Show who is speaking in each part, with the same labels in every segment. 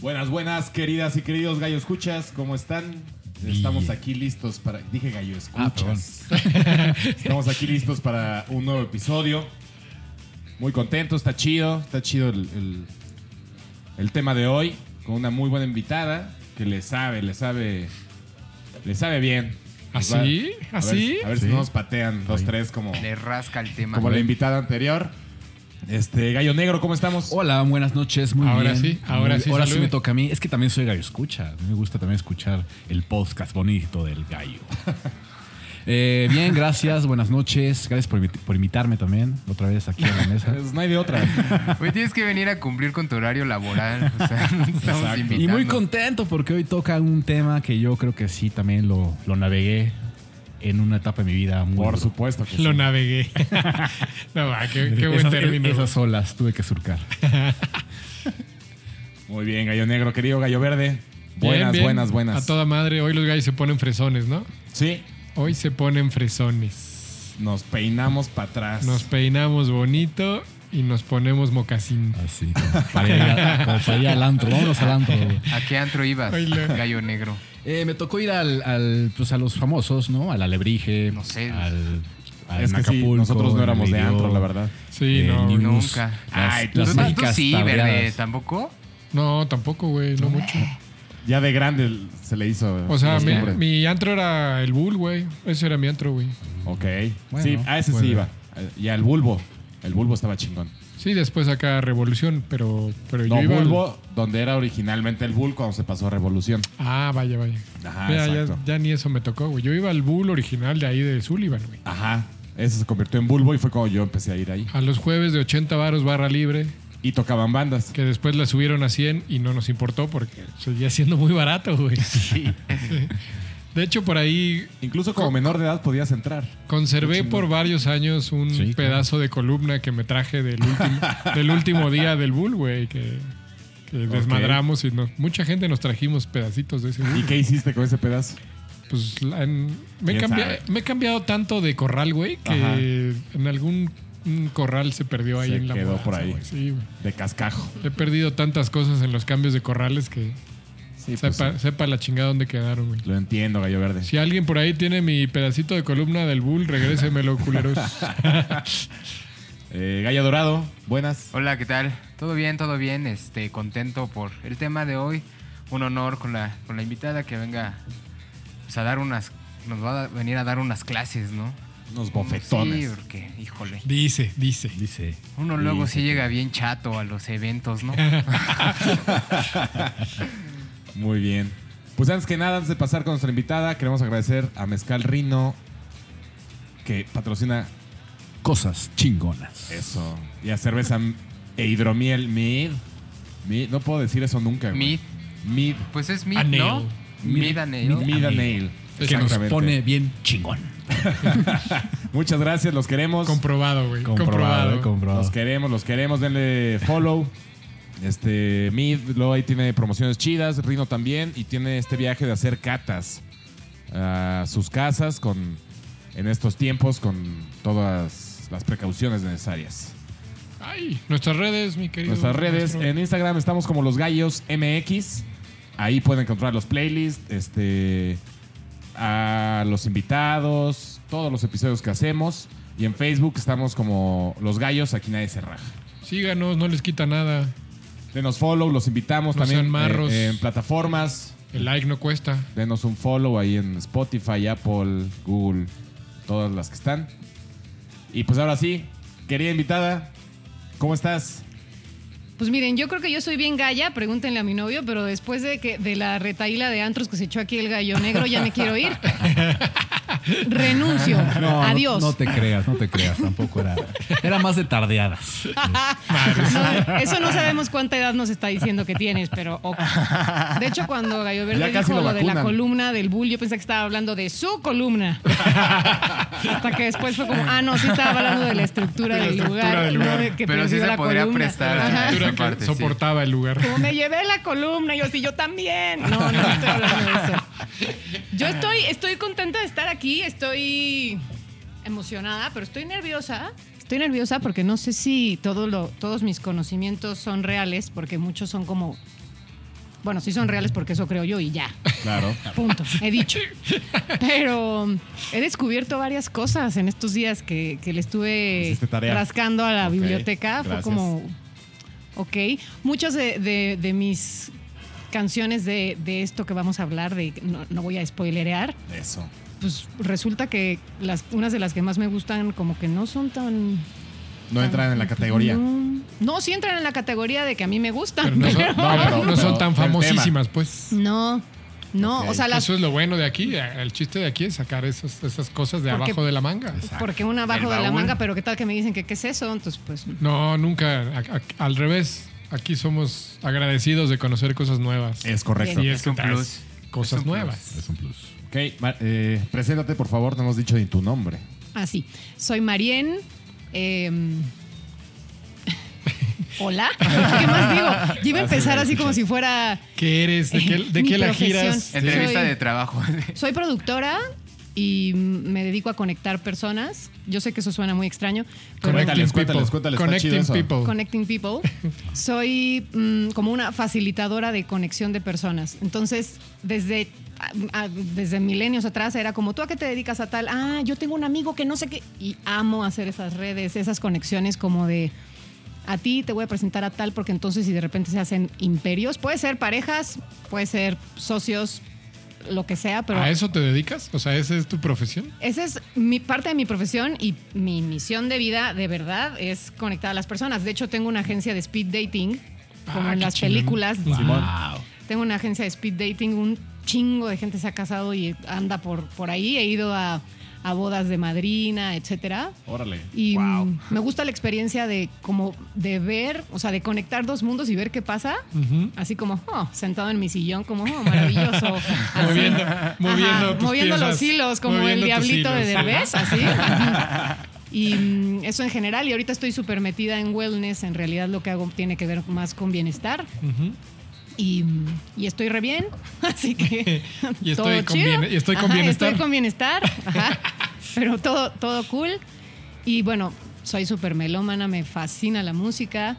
Speaker 1: Buenas, buenas, queridas y queridos gallo escuchas, ¿cómo están? Estamos aquí listos para. Dije gallo escuchas. Estamos aquí listos para un nuevo episodio. Muy contento, está chido, está chido el, el- el tema de hoy. Con una muy buena invitada que le sabe, le sabe. Le sabe bien. Nos va- a
Speaker 2: ¿Así?
Speaker 1: ver-
Speaker 2: ¿Así?
Speaker 1: A ver si no nos patean dos, tres, como,
Speaker 3: Le rasca el tema.
Speaker 1: como la invitada anterior. Este, Gallo Negro, ¿cómo estamos?
Speaker 4: Hola, buenas noches, muy
Speaker 2: Ahora
Speaker 4: bien.
Speaker 2: sí, ahora
Speaker 4: Muy-
Speaker 2: sí,
Speaker 4: Ahora sí
Speaker 2: salude.
Speaker 4: me toca a mí. Es que también soy gallo escucha. Me gusta también escuchar el podcast bonito del gallo. Eh, bien, gracias, buenas noches. Gracias por, invit- por invitarme también otra vez aquí a la mesa.
Speaker 1: Pues no hay de otra.
Speaker 3: Hoy tienes que venir a cumplir con tu horario laboral. O sea, nos estamos
Speaker 1: Exacto.
Speaker 3: invitando.
Speaker 4: Y muy contento porque hoy toca un tema que yo creo que sí también lo, lo navegué en una etapa de mi vida muy
Speaker 1: Por
Speaker 4: dura.
Speaker 1: supuesto que sí.
Speaker 2: Lo navegué. no, va, qué, qué buen
Speaker 4: esas,
Speaker 2: término.
Speaker 4: esas olas tuve que surcar.
Speaker 1: Muy bien, Gallo Negro, querido Gallo Verde.
Speaker 2: Bien,
Speaker 1: Buenas,
Speaker 2: bien.
Speaker 1: buenas, buenas.
Speaker 2: A toda madre, hoy los gallos se ponen fresones, ¿no?
Speaker 1: Sí,
Speaker 2: Hoy se ponen fresones.
Speaker 1: nos peinamos para atrás.
Speaker 2: Nos peinamos bonito y nos ponemos mocasín.
Speaker 4: Así, como para ir, a- como para ir al antro. Vámonos al antro.
Speaker 3: ¿A qué antro ibas,
Speaker 2: Oilo.
Speaker 3: gallo negro?
Speaker 4: Eh, me tocó ir al, al, pues a los famosos, ¿no? Al Alebrije.
Speaker 3: No sé.
Speaker 4: Al, al
Speaker 1: Ah, es que sí,
Speaker 4: Acapulco,
Speaker 1: nosotros no éramos de
Speaker 4: Meridio,
Speaker 1: antro, la verdad.
Speaker 2: Sí,
Speaker 4: eh,
Speaker 2: no.
Speaker 4: News,
Speaker 3: Nunca.
Speaker 4: Las,
Speaker 1: Ay, tú-
Speaker 4: las
Speaker 3: ¿Tú, tú
Speaker 4: mágicas
Speaker 3: sí, verde,
Speaker 4: tardeadas.
Speaker 3: ¿tampoco?
Speaker 2: No, tampoco, güey, no mucho.
Speaker 1: Ya de grande se le hizo.
Speaker 2: O sea, mi,
Speaker 1: costumbre.
Speaker 2: mi antro era el bull, güey. Ese era mi antro, güey.
Speaker 1: Ok.
Speaker 4: Bueno,
Speaker 1: sí, a ese
Speaker 4: puede.
Speaker 1: sí iba. Y al bulbo. El bulbo estaba chingón.
Speaker 2: Sí, después acá Revolución, pero, pero
Speaker 1: No,
Speaker 2: yo iba. al-
Speaker 1: bulbo, donde era originalmente el bull cuando se pasó a Revolución.
Speaker 2: Ah, vaya, vaya.
Speaker 1: Ajá,
Speaker 2: Mira,
Speaker 1: exacto.
Speaker 2: ya, ya ni eso me tocó, güey. Yo iba al bull original de ahí de Sullivan, güey.
Speaker 1: Ajá. Ese se convirtió en bulbo y fue cuando yo empecé a ir ahí.
Speaker 2: A los jueves de 80 varos barra libre,
Speaker 1: Y tocaban bandas.
Speaker 2: que después la subieron a 100 y no nos importó porque seguía siendo muy barato, güey. Sí. De hecho, por ahí
Speaker 1: Incluso como menor de edad podías entrar.
Speaker 2: conservé por varios años un
Speaker 4: Sí, claro.
Speaker 2: pedazo de columna que me traje del último, del último día del Bull, güey, que, que desmadramos y nos- mucha gente nos trajimos pedacitos de ese Bull.
Speaker 1: ¿Y qué hiciste con ese pedazo?
Speaker 2: Pues la- en- me, he
Speaker 1: ¿Quién
Speaker 2: cambi-
Speaker 1: sabe?
Speaker 2: me he cambiado tanto de corral, güey, que
Speaker 1: Ajá.
Speaker 2: en algún un corral se perdió ahí
Speaker 1: Se
Speaker 2: en la
Speaker 1: quedó
Speaker 2: mudanza,
Speaker 1: por ahí.
Speaker 2: güey. Sí, güey.
Speaker 1: De cascajo.
Speaker 2: He perdido tantas cosas en los cambios de corrales que
Speaker 1: Sí, pues,
Speaker 2: sepa, sepa la chingada dónde quedaron, güey.
Speaker 1: Lo entiendo, Gallo Verde.
Speaker 2: Si alguien por ahí tiene mi pedacito de columna del bull, regrésemelo, culeros.
Speaker 1: Eh, Gallo Dorado, buenas.
Speaker 3: Hola, ¿qué tal? ¿Todo bien? ¿Todo bien? Este, contento por el tema de hoy. Un honor con la, con la invitada que venga pues, a dar unas... Nos va a venir a dar unas clases, ¿no?
Speaker 1: Unos
Speaker 3: Sí,
Speaker 1: bofetones.
Speaker 3: porque, híjole.
Speaker 2: dice, dice.
Speaker 4: Dice.
Speaker 3: Uno luego sí llega bien chato a los eventos, ¿no?
Speaker 1: Muy bien. Pues antes que nada, antes de pasar con nuestra invitada, queremos agradecer a Mezcal Rino, que patrocina
Speaker 4: Cosas chingonas.
Speaker 1: eso. Y a cerveza m- e hidromiel Mid. Mid. No puedo decir eso nunca. güey.
Speaker 3: Mid.
Speaker 1: Mid.
Speaker 3: Pues es mid,
Speaker 2: A nail.
Speaker 3: ¿no? Mid a nail.
Speaker 1: Mid and Ale.
Speaker 4: Que nos
Speaker 1: Exactamente.
Speaker 4: pone bien chingón.
Speaker 1: Muchas gracias, los queremos.
Speaker 2: Comprobado, güey.
Speaker 4: Comprobado,
Speaker 2: Comprobado.
Speaker 4: eh, comprobado.
Speaker 1: Los queremos, los queremos, denle follow. Este, Mid, luego ahí tiene promociones chidas, Rino también, y tiene este viaje de hacer catas a sus casas con, en estos tiempos con todas las precauciones necesarias.
Speaker 2: Ay, nuestras redes, mi querido.
Speaker 1: Nuestras redes,
Speaker 2: maestro.
Speaker 1: en Instagram estamos como los gallos MX, ahí pueden encontrar los playlists, este, a los invitados, todos los episodios que hacemos, y en Facebook estamos como los gallos, aquí nadie se raja.
Speaker 2: Síganos, no les quita nada.
Speaker 1: Denos follow, los invitamos
Speaker 2: No
Speaker 1: también
Speaker 2: sean marros.
Speaker 1: eh, en plataformas.
Speaker 2: El like no cuesta.
Speaker 1: Denos un follow ahí en Spotify, Apple, Google, todas las que están. Y pues ahora sí, querida invitada, ¿cómo estás?
Speaker 5: Pues miren, yo creo que yo soy bien galla, pregúntenle a mi novio, pero después de que de la retaíla de antros que se echó aquí el gallo negro, ya me quiero ir. Renuncio.
Speaker 4: No, no-
Speaker 5: Adiós.
Speaker 4: No, te creas, no te creas. Tampoco era. Era más de tardeadas.
Speaker 5: No, eso no sabemos cuánta edad nos está diciendo que tienes, pero ok. De hecho, cuando Gallo Verde
Speaker 1: Ya casi
Speaker 5: dijo
Speaker 1: lo
Speaker 5: lo, de la
Speaker 1: vacunan.
Speaker 5: columna del Bull, yo pensé que estaba hablando de su columna. Hasta que después fue como, ah, no, sí estaba hablando de la estructura,
Speaker 2: De la
Speaker 5: del,
Speaker 2: estructura
Speaker 5: lugar,
Speaker 2: del
Speaker 5: no
Speaker 2: lugar.
Speaker 5: de que
Speaker 3: Pero sí
Speaker 5: perdió
Speaker 3: se
Speaker 5: la
Speaker 3: podría
Speaker 5: columna.
Speaker 3: prestar.
Speaker 5: Ajá.
Speaker 3: Esa
Speaker 2: Dura
Speaker 3: parte,
Speaker 2: que
Speaker 3: sí.
Speaker 2: soportaba el lugar.
Speaker 5: Como me llevé la columna, yo sí, yo también. No, no, no estoy hablando de eso. Yo estoy, estoy contenta de estar aquí, estoy emocionada, pero estoy nerviosa. Estoy nerviosa porque no sé si todo lo, todos mis conocimientos son reales, porque muchos son como Bueno, sí son reales porque eso creo yo y ya.
Speaker 1: Claro.
Speaker 5: Punto, he dicho. Pero he descubierto varias cosas en estos días que, que le estuve
Speaker 1: Hiciste tarea.
Speaker 5: rascando a la
Speaker 1: Ok,
Speaker 5: biblioteca.
Speaker 1: gracias.
Speaker 5: Fue como, ok. Muchas de, de- de mis canciones de, de esto que vamos a hablar, de no, no voy a spoilerear,
Speaker 1: Eso.
Speaker 5: pues resulta que las, unas de las que más me gustan como que no son tan...
Speaker 1: No entran en la categoría.
Speaker 5: No, no, sí entran en la categoría de que a mí me
Speaker 2: Pero
Speaker 5: gustan.
Speaker 2: no son,
Speaker 5: pero-
Speaker 2: no,
Speaker 1: pero-
Speaker 2: pero no son
Speaker 1: pero el
Speaker 2: tan
Speaker 1: tema.
Speaker 2: famosísimas, pues.
Speaker 5: No, no,
Speaker 1: Ok.
Speaker 5: o sea, las,
Speaker 2: Eso es lo bueno de aquí. El chiste de aquí es sacar esas, esas cosas de
Speaker 5: Porque-
Speaker 2: abajo de la manga.
Speaker 5: porque una
Speaker 1: Del
Speaker 5: abajo de la
Speaker 1: baúl.
Speaker 5: manga, pero qué tal que me dicen que qué es eso, entonces pues
Speaker 2: No, nunca. A- a- al revés. Aquí somos agradecidos de conocer cosas nuevas.
Speaker 1: Es correcto.
Speaker 2: Y
Speaker 3: Bien.
Speaker 2: es un plus.
Speaker 3: Es
Speaker 2: Cosas
Speaker 3: un plus.
Speaker 2: nuevas.
Speaker 4: Es un plus.
Speaker 1: Ok, Mar- eh, preséntate, por favor. No hemos dicho ni tu nombre.
Speaker 5: así. Soy Marien. em, Hola, ¿qué más digo? Yo iba a empezar así como si fuera.
Speaker 2: ¿Qué eres? ¿De qué, de
Speaker 5: Mi
Speaker 2: qué la
Speaker 5: profesión.
Speaker 2: giras?
Speaker 3: Entrevista
Speaker 5: Soy-
Speaker 3: de trabajo.
Speaker 5: Soy productora y me dedico a conectar personas. Yo sé que eso suena muy extraño, pero
Speaker 1: Cuéntales, cuéntales, cuéntales, está
Speaker 2: Connecting
Speaker 1: chido eso.
Speaker 2: people.
Speaker 5: Connecting People. Soy mm, como una facilitadora de conexión de personas. Entonces, desde, a- a- desde milenios atrás era como, ¿tú a qué te dedicas a tal? Ah, yo tengo un amigo que no sé qué. Y amo hacer esas redes, esas conexiones como de, a ti te voy a presentar a tal, porque entonces si de repente se hacen imperios, puede ser parejas, puede ser socios, lo que sea, pero...
Speaker 2: ¿A eso te dedicas? O sea, ¿esa es tu profesión?
Speaker 5: Esa es mi parte de mi profesión y mi misión de vida, de verdad, es conectar a las personas. De hecho, tengo una agencia de speed dating, como
Speaker 2: Ah,
Speaker 5: en
Speaker 2: qué
Speaker 5: las
Speaker 2: chingón.
Speaker 5: películas.
Speaker 2: Simón.
Speaker 5: Tengo una agencia de speed dating, un chingo de gente se ha casado y anda por, por ahí. He ido a, a bodas de madrina, etcétera.
Speaker 1: Órale.
Speaker 5: Y
Speaker 1: wow.
Speaker 5: mm, me gusta la experiencia de como de ver, o sea, de conectar dos mundos y ver qué pasa.
Speaker 2: Ujú.
Speaker 5: Así como, oh, sentado en mi sillón, como, oh, maravilloso. Así.
Speaker 2: Moviendo,
Speaker 5: Ajá,
Speaker 2: moviendo, tus
Speaker 5: moviendo
Speaker 2: piezas,
Speaker 5: los hilos, como
Speaker 2: moviendo
Speaker 5: el
Speaker 2: tus
Speaker 5: diablito de
Speaker 2: hilos.
Speaker 5: Derbez, así. Y mm, eso en general. Y ahorita estoy súper metida en wellness. En realidad lo que hago tiene que ver más con bienestar.
Speaker 2: Ujú.
Speaker 5: Y, mm, y estoy re bien. Así que
Speaker 2: Y estoy
Speaker 5: todo
Speaker 2: con
Speaker 5: chido.
Speaker 2: bien- y estoy con
Speaker 5: Ajá,
Speaker 2: bienestar.
Speaker 5: Estoy con bienestar. Ajá. Pero todo, todo cool. Y bueno, soy súper melómana, me fascina la música.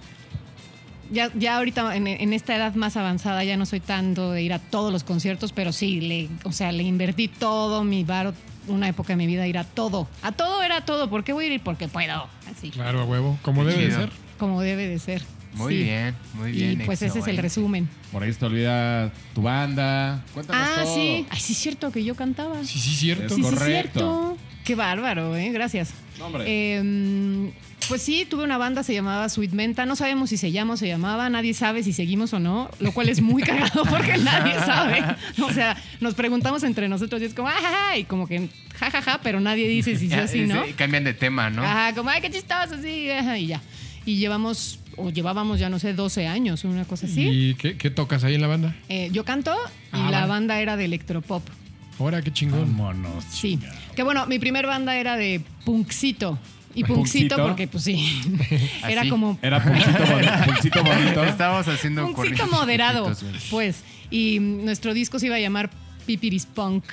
Speaker 5: Ya, ya ahorita en, en esta edad más avanzada ya no soy tanto de ir a todos los conciertos, pero sí, le, o sea, le invertí todo mi varo, una época de mi vida, a ir a todo. A todo era todo. ¿Por qué voy a ir? Porque puedo. Así,
Speaker 2: Claro, a huevo. Como
Speaker 3: Qué
Speaker 2: debe de
Speaker 3: chido.
Speaker 2: ser.
Speaker 5: como debe de ser.
Speaker 3: Muy
Speaker 5: Sí.
Speaker 3: bien, muy
Speaker 5: Y
Speaker 3: bien.
Speaker 5: pues ese es el
Speaker 3: excelente.
Speaker 5: resumen.
Speaker 1: Por ahí se te olvida tu banda. Cuéntanos
Speaker 5: Ah,
Speaker 1: todo.
Speaker 5: sí. Ay, sí es cierto que yo cantaba.
Speaker 2: Sí, sí, cierto.
Speaker 1: Es
Speaker 5: Sí, sí,
Speaker 1: correcto.
Speaker 5: cierto. Qué bárbaro, ¿eh? Gracias.
Speaker 1: No, hombre.
Speaker 5: Eh, pues sí, tuve una banda, se llamaba Sweet Menta. No sabemos si se llama o se llamaba. Nadie sabe si seguimos o no, lo cual es muy cagado porque nadie sabe. O sea, nos preguntamos entre nosotros y es como, ajá, y como que, jajaja, pero nadie dice si sí
Speaker 3: Ya,
Speaker 5: o si no.
Speaker 3: ese- Cambian de tema, ¿no?
Speaker 5: Ajá, como, ay, qué chistoso, sí, ajá, y ya. Y llevamos, o llevábamos ya no sé, 12 años, una cosa así.
Speaker 2: ¿Y qué, qué tocas ahí en la banda?
Speaker 5: Eh, yo canto y
Speaker 2: Ah,
Speaker 5: la
Speaker 2: vale.
Speaker 5: banda era de electropop.
Speaker 2: Ahora, qué chingón.
Speaker 4: Vámonos.
Speaker 5: Sí.
Speaker 4: chingado.
Speaker 5: Que bueno, mi primer banda era de Punkcito. Y
Speaker 1: ¿Punkcito?
Speaker 5: Punkcito, porque pues sí. Era
Speaker 3: Así.
Speaker 5: como
Speaker 1: Era Pulsito Bonito. Pulsito bonito.
Speaker 3: Estábamos haciendo
Speaker 5: Punkcito
Speaker 3: corridos
Speaker 5: moderado,
Speaker 3: chiquitos, güey.
Speaker 5: pues. Y mm, nuestro disco se iba a llamar Pipiris Punk.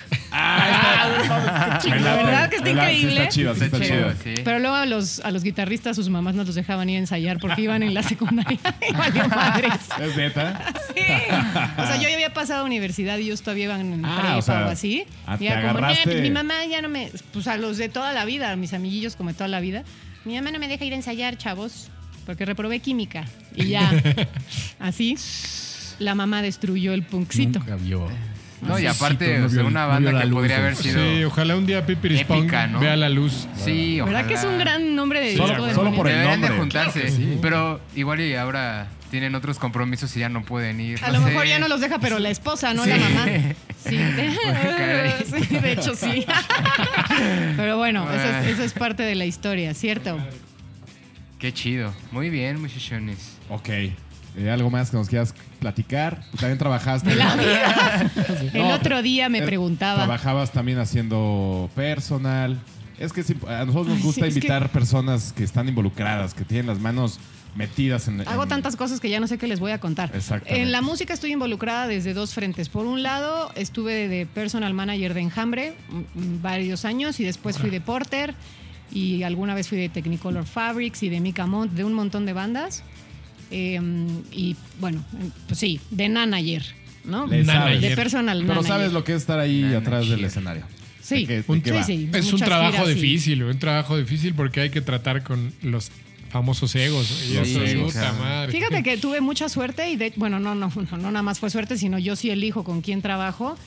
Speaker 1: Me
Speaker 5: La
Speaker 1: late,
Speaker 5: verdad que está
Speaker 1: me late, sí
Speaker 5: increíble.
Speaker 1: Está chido, sí
Speaker 3: Está
Speaker 1: está
Speaker 3: chido,
Speaker 1: chido.
Speaker 3: sí.
Speaker 5: Pero luego a los, a los guitarristas sus mamás no los dejaban ir a ensayar porque iban en la secundaria y valió madres.
Speaker 1: Es neta.
Speaker 5: Sí. O sea, yo ya había pasado a universidad y ellos todavía iban en
Speaker 1: Ah,
Speaker 5: prepa
Speaker 1: o
Speaker 5: o,
Speaker 1: sea,
Speaker 5: algo así.
Speaker 1: ah,
Speaker 5: Y
Speaker 1: te
Speaker 5: era como, "Nah,
Speaker 1: agarraste".
Speaker 5: pues mi mamá ya no me. Pues a los de toda la vida, a mis amiguillos como de toda la vida. Mi mamá no me deja ir a ensayar, chavos, porque reprobé química. Y ya, así, la mamá destruyó el punkcito.
Speaker 4: Nunca vio.
Speaker 3: No, y aparte,
Speaker 4: no
Speaker 3: o sea,
Speaker 4: vio-
Speaker 3: una
Speaker 4: no
Speaker 3: banda
Speaker 4: vio la
Speaker 3: que
Speaker 4: luz,
Speaker 3: podría
Speaker 4: güey.
Speaker 3: haber
Speaker 2: Sí,
Speaker 3: sido.
Speaker 2: ojalá un día Pipiris
Speaker 3: Épica,
Speaker 2: Punk
Speaker 3: ¿no?
Speaker 2: vea la luz.
Speaker 3: Sí, ojalá.
Speaker 5: ¿Verdad que es un gran nombre de
Speaker 1: Solo-
Speaker 5: disco de
Speaker 1: solo
Speaker 5: Monet?
Speaker 1: por el
Speaker 3: Deberían de
Speaker 1: nombre.
Speaker 3: juntarse. Pero igual y ahora tienen otros compromisos y ya no pueden ir.
Speaker 5: A
Speaker 3: no
Speaker 5: lo
Speaker 3: sé.
Speaker 5: mejor ya no los deja, pero la esposa, no
Speaker 3: Sí.
Speaker 5: la mamá. Sí,
Speaker 3: caray.
Speaker 5: Sí, de hecho sí. Pero bueno, eso es, eso es parte de la historia, ¿cierto?
Speaker 3: Qué chido. Muy bien, muchachones.
Speaker 1: Ok. Eh, ¿Algo más que nos quieras platicar? Tú También trabajaste.
Speaker 5: La vida. El
Speaker 1: No,
Speaker 5: otro día me
Speaker 1: eh,
Speaker 5: preguntaba.
Speaker 1: Trabajabas también haciendo personal. Es que sí, a nosotros nos
Speaker 5: Ay,
Speaker 1: gusta
Speaker 5: sí, es
Speaker 1: invitar personas que están involucradas, que tienen las manos metidas en.
Speaker 5: Hago
Speaker 1: en-
Speaker 5: tantas cosas que ya no sé qué les voy a contar.
Speaker 1: Exactamente.
Speaker 5: En la música estoy involucrada desde dos frentes. Por un lado, estuve de personal manager de Enjambre mm, mm, varios años y después fui de Porter y alguna vez fui de Technicolor Fabrics y de Mika Mont, Em, de un montón de bandas. Eh, y bueno, pues sí, de Nanayer. ¿no?
Speaker 1: Le sabes.
Speaker 5: De personal.
Speaker 1: Pero
Speaker 5: manager.
Speaker 1: sabes lo que es estar ahí
Speaker 3: Manager.
Speaker 1: atrás del escenario.
Speaker 5: Sí.
Speaker 1: ¿De qué- de
Speaker 2: Un-
Speaker 1: qué
Speaker 5: Sí,
Speaker 1: va?
Speaker 5: sí,
Speaker 2: Es un
Speaker 5: muchas
Speaker 2: trabajo
Speaker 5: giras y-
Speaker 2: difícil, un trabajo difícil porque hay que tratar con los famosos egos. Y
Speaker 1: Los
Speaker 2: eso,
Speaker 1: egos.
Speaker 2: puta madre.
Speaker 5: Fíjate que tuve mucha suerte y de, bueno, no, no, no, no nada más fue suerte, sino yo sí elijo con quién trabajo.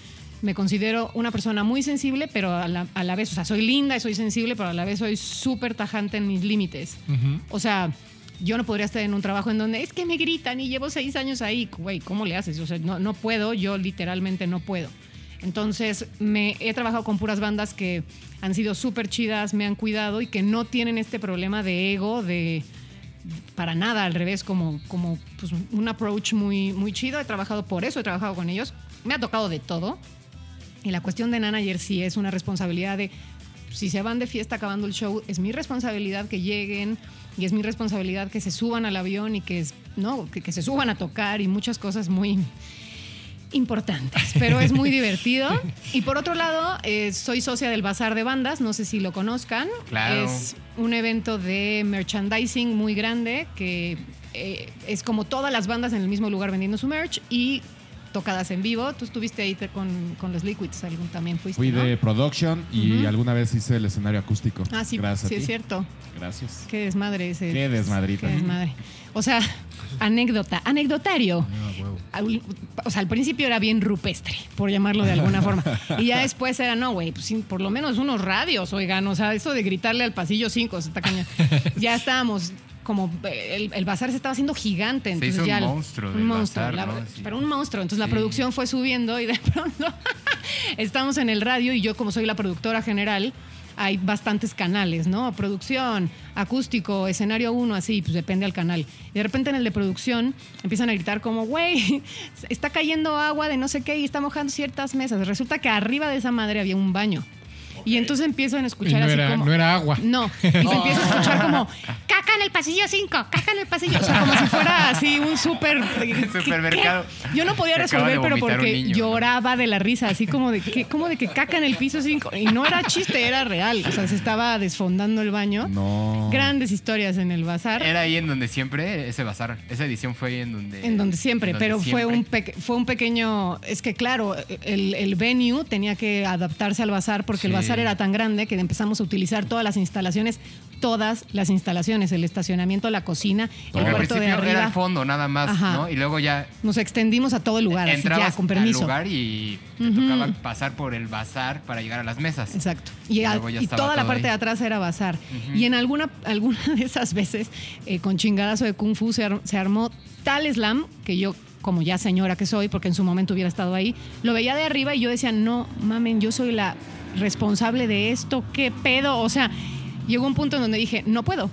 Speaker 5: Me considero una persona muy sensible, pero a la, a la vez, o sea, soy linda y soy sensible, pero a la vez soy súper tajante en mis límites.
Speaker 2: Ujú.
Speaker 5: O sea, yo no podría estar en un trabajo en donde es que me gritan y llevo seis años ahí. Güey, ¿cómo le haces? O sea, no, no puedo, yo literalmente no puedo. Entonces, me he trabajado con puras bandas que han sido súper chidas, me han cuidado y que no tienen este problema de ego, de para nada, al revés, como, como pues, un approach muy, muy chido. He trabajado por eso, he trabajado con ellos. Me ha tocado de todo. Y la cuestión de manager sí es una responsabilidad de, si se van de fiesta acabando el show, es mi responsabilidad que lleguen y es mi responsabilidad que se suban al avión y que, es- no, que, que se suban a tocar y muchas cosas muy importantes, pero es muy divertido. Y por otro lado, eh, soy socia del Bazar de Bandas, no sé si lo conozcan.
Speaker 3: Claro.
Speaker 5: Es un evento de merchandising muy grande que eh, es como todas las bandas en el mismo lugar vendiendo su merch y tocadas en vivo. Tú estuviste ahí te- con, con los Liquids, algún también fuiste.
Speaker 1: Fui
Speaker 5: ¿no?
Speaker 1: de production y
Speaker 5: Ujú.
Speaker 1: alguna vez hice el escenario acústico.
Speaker 5: Ah, sí,
Speaker 1: Gracias a
Speaker 5: sí es
Speaker 1: ti.
Speaker 5: cierto.
Speaker 1: Gracias.
Speaker 5: Qué desmadre ese.
Speaker 1: Qué desmadrita.
Speaker 5: Qué desmadre. O sea, anécdota, anecdotario. Al- O sea, al principio era bien rupestre, por llamarlo de alguna forma. Y ya después era, no, güey, pues, sin- por lo menos unos radios, oigan. O sea, eso de gritarle al pasillo 5, está cañón. Ya estábamos como eh, el, el bazar se estaba haciendo gigante
Speaker 3: Se
Speaker 5: entonces
Speaker 3: hizo un
Speaker 5: ya el-
Speaker 3: monstruo del
Speaker 5: un monstruo
Speaker 3: bazar,
Speaker 5: la-
Speaker 3: ¿no? Sí.
Speaker 5: pero un monstruo entonces
Speaker 3: Sí.
Speaker 5: la producción fue subiendo y de pronto estamos en el radio y yo como soy la productora general, hay bastantes canales, ¿no? Producción, acústico, escenario uno, así, pues depende al canal. Y de repente en el de producción empiezan a gritar como, güey, está cayendo agua de no sé qué y está mojando ciertas mesas. Resulta que arriba de esa madre había un baño. Y entonces empiezan a
Speaker 2: Y
Speaker 5: escuchar
Speaker 2: no
Speaker 5: así
Speaker 2: era,
Speaker 5: como...
Speaker 2: no era agua.
Speaker 5: No, y se empieza a escuchar como caca en el pasillo 5, caca en el pasillo, o sea, como si fuera así un súper ¿qué-
Speaker 3: Supermercado.
Speaker 5: qué? Yo no podía
Speaker 3: Acaba de
Speaker 5: resolver, pero
Speaker 3: vomitar un
Speaker 5: porque
Speaker 3: niño, ¿no?
Speaker 5: lloraba de la risa, así como de que como de que caca en el piso 5 y no era chiste, era real, o sea, se estaba desfondando el baño.
Speaker 1: No.
Speaker 5: Grandes historias en el bazar.
Speaker 3: Era ahí en donde siempre, ese bazar, esa edición fue ahí en donde...
Speaker 5: En donde siempre,
Speaker 3: en donde
Speaker 5: pero fue
Speaker 3: siempre.
Speaker 5: un peque- fue un pequeño, es que claro, el, el venue tenía que adaptarse al bazar porque el
Speaker 3: Sí.
Speaker 5: bazar era tan grande que empezamos a utilizar todas las instalaciones, todas las instalaciones, el estacionamiento, la cocina, el
Speaker 3: Porque al
Speaker 5: cuarto de
Speaker 3: principio era
Speaker 5: arriba.
Speaker 3: el fondo nada más,
Speaker 5: Ajá.
Speaker 3: ¿no? Y luego ya
Speaker 5: Nos extendimos a todo el lugar, así
Speaker 3: entrabas
Speaker 5: ya, con
Speaker 3: al
Speaker 5: permiso.
Speaker 3: lugar y te
Speaker 5: Ujú.
Speaker 3: tocaba pasar por el bazar para llegar a las mesas.
Speaker 5: Exacto. Y,
Speaker 3: Y
Speaker 5: a-
Speaker 3: luego ya
Speaker 5: y
Speaker 3: estaba
Speaker 5: toda la
Speaker 3: todo
Speaker 5: parte
Speaker 3: ahí.
Speaker 5: de atrás era bazar. Y en alguna, alguna de esas veces, eh, con chingadazo de Kung Fu, se, ar- se armó tal slam que yo, como ya señora que soy, porque en su momento hubiera estado ahí, lo veía de arriba y yo decía, no mamen, yo soy la responsable de esto, qué pedo. O sea, llegó un punto en donde dije, no puedo.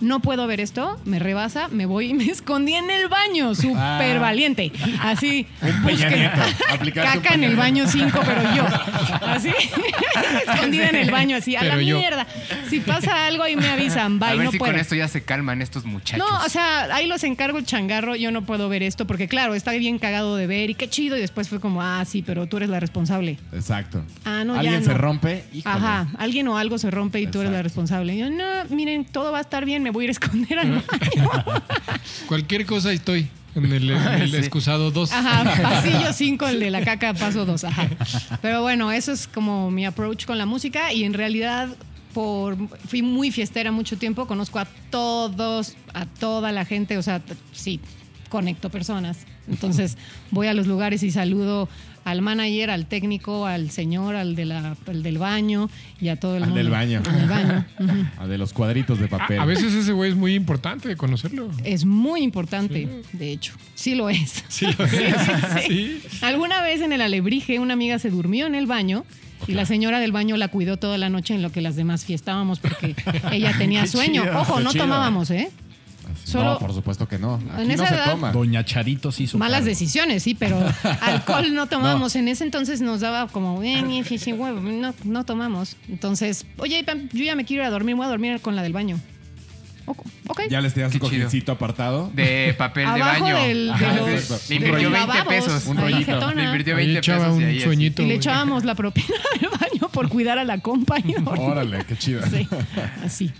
Speaker 5: No puedo ver esto, me rebasa, me voy y me escondí en el baño, súper valiente. Así,
Speaker 1: Peña
Speaker 5: busquen-
Speaker 1: Nieto, aplicaste un Peña
Speaker 5: caca en el
Speaker 1: Nieto.
Speaker 5: baño 5, pero yo. Así, escondida en el baño, así, a
Speaker 2: Pero
Speaker 5: la
Speaker 2: yo.
Speaker 5: mierda. Si pasa algo ahí me avisan,
Speaker 3: a
Speaker 5: bye,
Speaker 3: ver
Speaker 5: no
Speaker 3: si
Speaker 5: puedo.
Speaker 3: con esto ya se calman estos muchachos.
Speaker 5: No, o sea, ahí los encargo el changarro, yo no puedo ver esto, porque claro, está bien cagado de ver y qué chido, y después fue como, ah, sí, pero tú eres la responsable.
Speaker 1: Exacto.
Speaker 5: Ah, no, ya
Speaker 1: Alguien
Speaker 5: no.
Speaker 1: se rompe. Híjole.
Speaker 5: Ajá, alguien o algo se rompe y tú eres la
Speaker 1: Exacto.
Speaker 5: responsable. Y yo, no, miren, todo va a estar bien, me voy a ir a esconder al baño.
Speaker 2: Cualquier cosa ahí estoy. En el, en el
Speaker 3: Sí.
Speaker 2: excusado 2.
Speaker 5: Ajá, pasillo 5, el de la caca, paso 2. Ajá. Pero bueno, eso es como mi approach con la música y en realidad por fui muy fiestera mucho tiempo, conozco a todos, a toda la gente, o sea, t- sí, conecto personas. Entonces voy a los lugares y saludo al manager, al técnico, al señor, al, de la, al del baño y a todo el
Speaker 4: Ah,
Speaker 1: Al
Speaker 5: mundo.
Speaker 1: del baño.
Speaker 5: Al del baño. ujú.
Speaker 1: Ah, de los cuadritos de
Speaker 2: A,
Speaker 1: papel.
Speaker 2: a veces ese güey es muy importante de conocerlo.
Speaker 5: Es muy importante, de hecho. Sí lo es.
Speaker 2: Sí, lo es. Sí.
Speaker 5: Alguna vez en el alebrije una amiga se durmió en el baño y la señora del baño la cuidó toda la noche en lo que las demás fiestábamos porque ella tenía
Speaker 1: Qué
Speaker 5: sueño.
Speaker 1: chido,
Speaker 5: Ojo,
Speaker 1: qué
Speaker 5: no
Speaker 1: chido. Ah,
Speaker 5: tomábamos, ¿eh?
Speaker 1: No,
Speaker 5: Solo
Speaker 1: por supuesto que no. Aquí
Speaker 5: En
Speaker 1: no
Speaker 5: esa
Speaker 1: se
Speaker 5: edad-
Speaker 1: toma.
Speaker 4: Doña Charito sí hizo
Speaker 5: malas
Speaker 4: cargo.
Speaker 5: decisiones, sí, pero alcohol no tomábamos. En ese entonces nos daba como, eh, mi fichi huevo, no, no tomamos. Entonces, oye, Pam, yo ya me quiero ir a dormir, voy a dormir con la del baño. Ok. ok.
Speaker 1: Ya les tenías
Speaker 3: Qué
Speaker 1: un
Speaker 3: chido.
Speaker 1: cojincito apartado.
Speaker 3: de papel
Speaker 5: Abajo
Speaker 3: de baño.
Speaker 5: del- de
Speaker 1: Ajá,
Speaker 5: los-
Speaker 1: exacto.
Speaker 3: Le
Speaker 1: Un
Speaker 3: invirtió
Speaker 1: rollito.
Speaker 3: 20 pesos.
Speaker 1: Un
Speaker 5: ahí,
Speaker 1: rollito.
Speaker 5: jetona.
Speaker 3: Le invirtió
Speaker 2: Ahí
Speaker 3: 20
Speaker 2: echaba
Speaker 3: pesos. y
Speaker 2: un
Speaker 3: ahí así.
Speaker 2: sueñito.
Speaker 5: Y le
Speaker 2: güey.
Speaker 5: echábamos la propina del baño por cuidar a la compa y dormir.
Speaker 1: Órale, qué chido.
Speaker 5: Sí, así.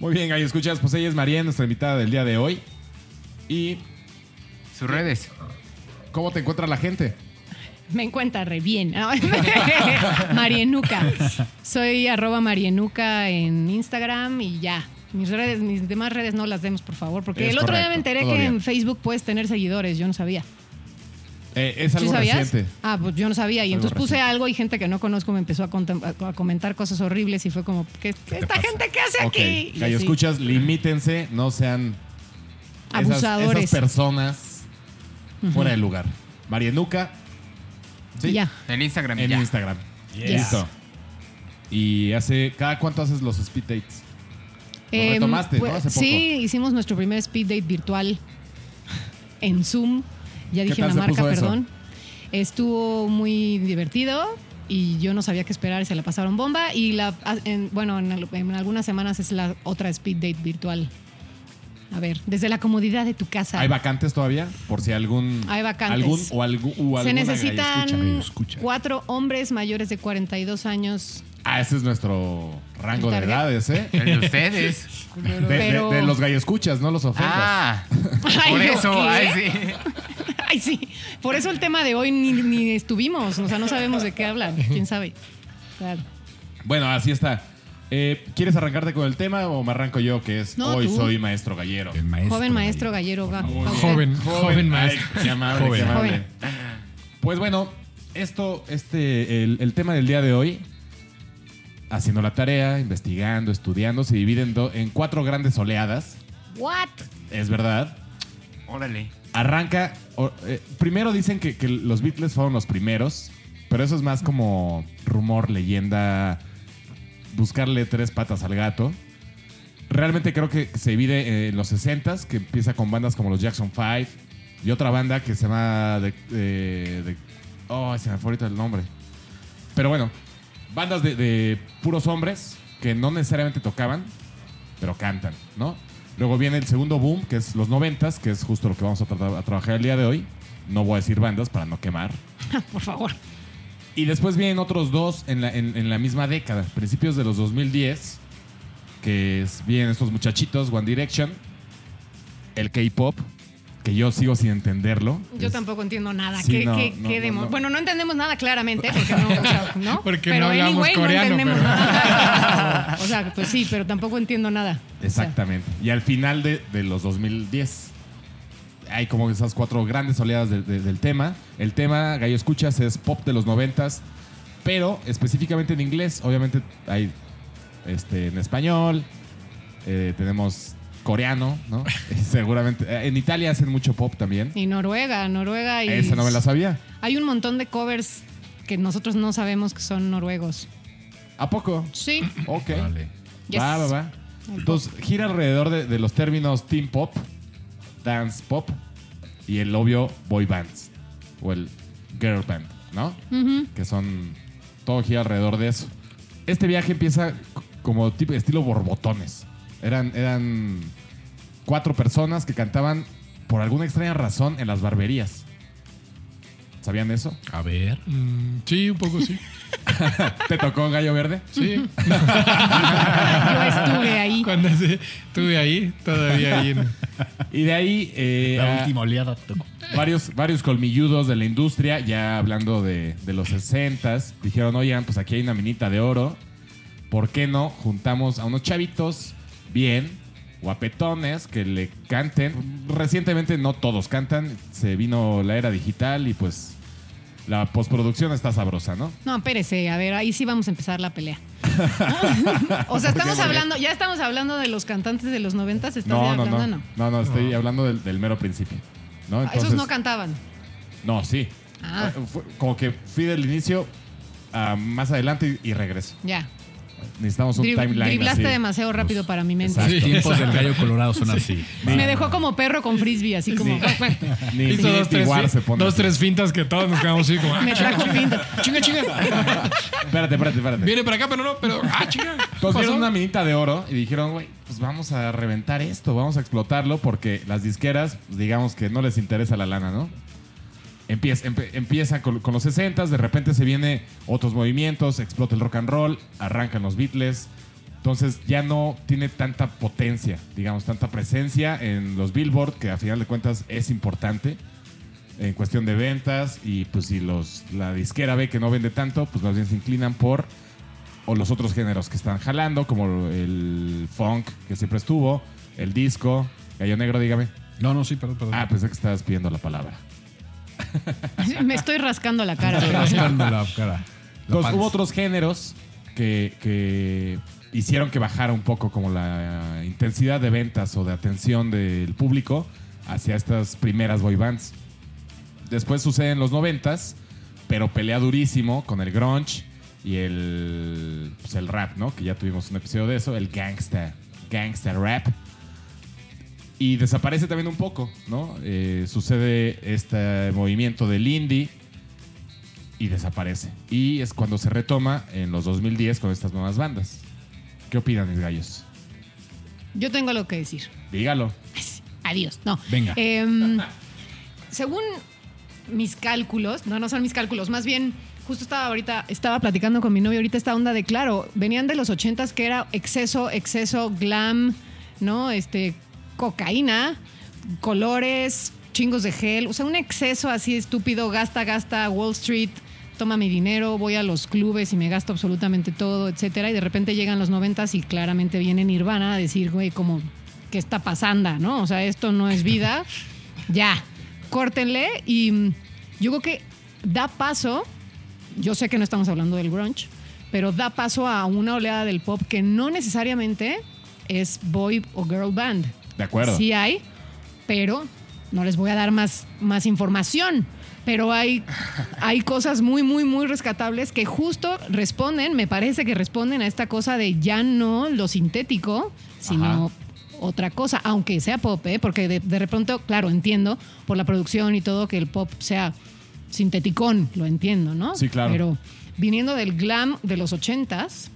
Speaker 1: Muy bien, gallo, escuchas. Pues ella es María, nuestra invitada del día de hoy. Y
Speaker 3: Sus redes.
Speaker 1: ¿Cómo te encuentra la gente?
Speaker 5: Me encuentra re bien. ¿no? Marienuca. Soy arroba Marienuca en Instagram y ya. Mis redes, mis demás redes no las demos, por favor, porque
Speaker 1: Es
Speaker 5: el otro día me
Speaker 1: correcto,
Speaker 5: enteré
Speaker 1: todo
Speaker 5: que
Speaker 1: bien.
Speaker 5: en Facebook puedes tener seguidores, yo no sabía.
Speaker 1: Eh, es
Speaker 5: ¿Sí
Speaker 1: algo
Speaker 5: sabías?
Speaker 1: reciente.
Speaker 5: Ah, pues yo no sabía. Y
Speaker 1: Algo
Speaker 5: entonces puse algo y gente que no conozco me empezó a, contem- a comentar cosas horribles y fue como, ¿qué,
Speaker 4: te
Speaker 5: esta
Speaker 4: pasa?
Speaker 5: gente qué hace
Speaker 1: Ok,
Speaker 5: aquí? Y
Speaker 1: Gallo
Speaker 5: así,
Speaker 1: Escuchas, limítense, no sean esas-
Speaker 5: Abusadores.
Speaker 1: Esas, personas fuera de lugar. Marienuca. ¿sí?
Speaker 5: Y ya.
Speaker 3: En Instagram.
Speaker 1: En
Speaker 3: ya.
Speaker 1: Instagram.
Speaker 4: Yes.
Speaker 1: Listo. Y hace. ¿Cada cuánto haces los speed dates? Lo
Speaker 5: Em,
Speaker 1: retomaste, ¿no? Hace poco.
Speaker 5: Sí, hicimos nuestro primer speed date virtual en Zoom. Ya
Speaker 1: ¿Qué
Speaker 5: dije
Speaker 1: tal
Speaker 5: una
Speaker 1: se
Speaker 5: marca,
Speaker 1: puso eso?
Speaker 5: perdón. Estuvo muy divertido y yo no sabía qué esperar y se la pasaron bomba. Y la, en- bueno, en, al- en algunas semanas es la otra speed date virtual. A ver, desde la comodidad de tu casa.
Speaker 1: ¿Hay vacantes todavía? Por si algún.
Speaker 5: Hay vacantes.
Speaker 1: Algún, o algu- o
Speaker 5: Se
Speaker 1: alguna
Speaker 5: necesitan
Speaker 1: gallo escucha.
Speaker 5: cuatro hombres mayores de 42 años.
Speaker 1: Ah, ese es nuestro rango de
Speaker 5: ¿Target?
Speaker 1: edades, ¿eh?
Speaker 3: El de ustedes.
Speaker 1: De, de-
Speaker 5: Pero-
Speaker 1: de los gallo escuchas, no los ofendas.
Speaker 3: ah.
Speaker 5: Ay,
Speaker 3: Por
Speaker 5: ¿yo
Speaker 3: eso.
Speaker 5: qué?
Speaker 3: Ay, sí.
Speaker 5: Ay, sí. Por eso el tema de hoy ni, ni estuvimos. O sea, no sabemos de qué hablan. ¿Quién sabe? Claro.
Speaker 1: Bueno, así está. Eh, ¿Quieres arrancarte con el tema o me arranco yo? Que es
Speaker 5: No,
Speaker 1: Hoy
Speaker 5: tú.
Speaker 1: soy maestro gallero.
Speaker 4: El maestro
Speaker 5: Joven maestro gallero. va. Va usted.
Speaker 2: Joven, joven maestro.
Speaker 1: Ay, qué amable,
Speaker 4: Joven.
Speaker 1: qué amable.
Speaker 5: Joven.
Speaker 1: Pues bueno, esto, este, el, el tema del día de hoy, haciendo la tarea, investigando, estudiando, se divide en, do- en cuatro grandes oleadas,
Speaker 5: What?
Speaker 1: es verdad.
Speaker 3: Órale.
Speaker 1: Arranca, o- eh, primero dicen que, que los Beatles fueron los primeros, pero eso es más como rumor, leyenda, buscarle tres patas al gato. Realmente creo que se divide eh, en los 60s, que empieza con bandas como los Jackson 5 y otra banda que se llama... The- eh, The- oh, se me fue ahorita el nombre. Pero bueno, bandas de, de puros hombres que no necesariamente tocaban, pero cantan, ¿no? Luego viene el segundo boom, que es los 90s, que es justo lo que vamos a, tratar- a trabajar el día de hoy. No voy a decir bandas para no quemar.
Speaker 5: Por favor.
Speaker 1: Y después vienen otros dos en la, en, en la misma década, principios de los 2010, que es- vienen estos muchachitos, One Direction, el K-pop, que yo sigo sin entenderlo.
Speaker 5: Yo
Speaker 1: Es-
Speaker 5: tambiemo- entiendo nada.
Speaker 1: Sí,
Speaker 5: ¿Qué,
Speaker 1: no,
Speaker 5: qué-
Speaker 1: no,
Speaker 5: qué
Speaker 1: no,
Speaker 5: demo-
Speaker 1: no.
Speaker 5: Bueno, no entendemos nada claramente, porque no, o sea, ¿no?
Speaker 2: Porque
Speaker 5: pero
Speaker 2: no hablamos
Speaker 5: anyway,
Speaker 2: coreano,
Speaker 5: no entendemos
Speaker 2: pero-
Speaker 5: nada. O sea, pues sí, pero tampoco entiendo nada.
Speaker 1: Exactamente. Y al final de, de los 2010 hay como esas cuatro grandes oleadas de- de- del tema. El tema, Gallo Escuchas, es pop de los 90s, pero específicamente en inglés. Obviamente hay este, en español, eh, tenemos coreano, ¿no? Seguramente. Eh, En Italia hacen mucho pop también.
Speaker 5: Y Noruega, Noruega y...
Speaker 1: Esa no me la sabía.
Speaker 5: Hay un montón de covers que nosotros no sabemos que son noruegos.
Speaker 1: ¿A poco?
Speaker 5: Sí.
Speaker 1: Ok.
Speaker 4: Vale.
Speaker 5: Yes.
Speaker 1: Va, va, va.
Speaker 5: El
Speaker 1: Entonces, gira alrededor de, de los términos teen pop, dance pop y el obvio boy bands o el girl band, ¿no?
Speaker 5: Ujú.
Speaker 1: Que son. Todo gira alrededor de eso. Este viaje empieza c- como tipo, estilo borbotones. Eran, eran cuatro personas que cantaban por alguna extraña razón en las barberías. ¿Sabían eso?
Speaker 4: A ver.
Speaker 2: Mm, sí, un poco sí.
Speaker 1: ¿Te tocó Gallo Verde?
Speaker 2: Sí.
Speaker 5: Yo estuve ahí.
Speaker 2: Cuando se- estuve ahí, todavía ahí. en-
Speaker 1: Y de ahí. eh,
Speaker 4: ah.
Speaker 1: a-
Speaker 4: oleada.
Speaker 1: varios, varios colmilludos de la industria, ya hablando de, de los 60 dijeron, oigan, pues aquí hay una minita de oro, ¿por qué no juntamos a unos chavitos bien, guapetones, que le canten? Recientemente no todos cantan, se vino la era digital y pues la postproducción está sabrosa, ¿no?
Speaker 5: No, espérese, a ver, ahí sí vamos a empezar la pelea. o sea,
Speaker 1: ¿Por qué?
Speaker 5: estamos
Speaker 1: ¿Por qué?
Speaker 5: hablando, ya estamos hablando de los cantantes de los noventas, estás ya
Speaker 1: No, no,
Speaker 5: hablando,
Speaker 1: no, no, no, estoy hablando del, del mero principio. ¿no?
Speaker 5: Ah, Esos
Speaker 1: Entonces-
Speaker 5: no cantaban.
Speaker 1: No, sí.
Speaker 5: Ah.
Speaker 1: Eh, fue- Como que fui del inicio a más adelante y, y regreso.
Speaker 5: Ya.
Speaker 1: Necesitamos un
Speaker 5: Drib-
Speaker 1: timeline.
Speaker 5: driblaste
Speaker 1: así. Pues,
Speaker 5: demasiado rápido para mi mente.
Speaker 4: Los
Speaker 1: Exacto.
Speaker 4: tiempos del gallo colorado son así. Va.
Speaker 5: Me dejó como perro con frisbee, así como.
Speaker 1: Ni Infinity
Speaker 2: Hizo dos, tres,
Speaker 1: War
Speaker 2: fin-
Speaker 1: se pone
Speaker 2: dos,
Speaker 1: así.
Speaker 2: tres fintas que todos nos quedamos así como. ah,
Speaker 5: Me trajo pinto.
Speaker 2: Chinga, chinga.
Speaker 1: Espérate, espérate, espérate.
Speaker 2: Viene para acá, pero no, pero. ¡Ah, chinga!
Speaker 1: Entonces vieron una minita de oro y dijeron, güey, pues vamos a reventar esto, vamos a explotarlo porque las disqueras, pues, digamos que no les interesa la lana, ¿no? Empieza, empe- empiezan con, con los 60 de repente se viene otros movimientos, explota el rock and roll, arrancan los Beatles. Entonces ya no tiene tanta potencia, digamos, tanta presencia en los Billboard, que a final de cuentas es importante. en cuestión de ventas y pues si los, la disquera ve que no vende tanto, pues más bien se inclinan por o los otros géneros que están jalando, como el funk que siempre estuvo, el disco, gallo negro, dígame.
Speaker 4: No, no, sí, perdón, perdón.
Speaker 1: Ah, pensé que estabas pidiendo la palabra.
Speaker 5: Me estoy rascando la cara.
Speaker 4: Estoy rascando la cara. La
Speaker 1: Entonces,
Speaker 4: panza.
Speaker 1: Pues, hubo otros géneros que, que hicieron que bajara un poco como la intensidad de ventas o de atención del público hacia estas primeras boy bands. Después sucede en los noventas, pero pelea durísimo con el grunge y el, pues, el rap, ¿no? Que ya tuvimos un episodio de eso, el gangsta, gangsta rap. Y desaparece también un poco, ¿no? Eh, sucede este movimiento del indie y desaparece. Y es cuando se retoma en los 2010 con estas nuevas bandas. ¿Qué opinan mis gallos?
Speaker 5: Yo tengo algo que decir.
Speaker 1: Dígalo.
Speaker 5: Adiós. No.
Speaker 4: Venga.
Speaker 5: Em, según mis cálculos, no, no son mis cálculos, más bien, justo estaba ahorita, estaba platicando con mi novio ahorita esta onda de, claro, venían de los ochentas que era exceso, exceso, glam, ¿no? Este, cocaína, colores, chingos de gel, o sea, un exceso así estúpido, gasta, gasta, Wall Street. Toma mi dinero, voy a los clubes y me gasto absolutamente todo, etcétera. Y de repente llegan los noventas y claramente viene Nirvana a decir, güey, como ¿qué está pasando? ¿No? O sea, esto no es vida. Ya, córtenle. Y mm, yo creo que da paso, yo sé que no estamos hablando del grunge, pero da paso a una oleada del pop que no necesariamente es boy o girl band.
Speaker 1: De acuerdo.
Speaker 5: Sí hay, pero no les voy a dar más, más información. Pero hay, hay cosas muy, muy, muy rescatables que justo responden, me parece que responden a esta cosa de ya no lo sintético, sino otra cosa, aunque sea pop, ¿eh? porque de, de pronto, claro, entiendo por la producción y todo que el pop sea sinteticón, lo entiendo, ¿no?
Speaker 1: Sí, claro.
Speaker 5: Pero viniendo del glam de los ochentas,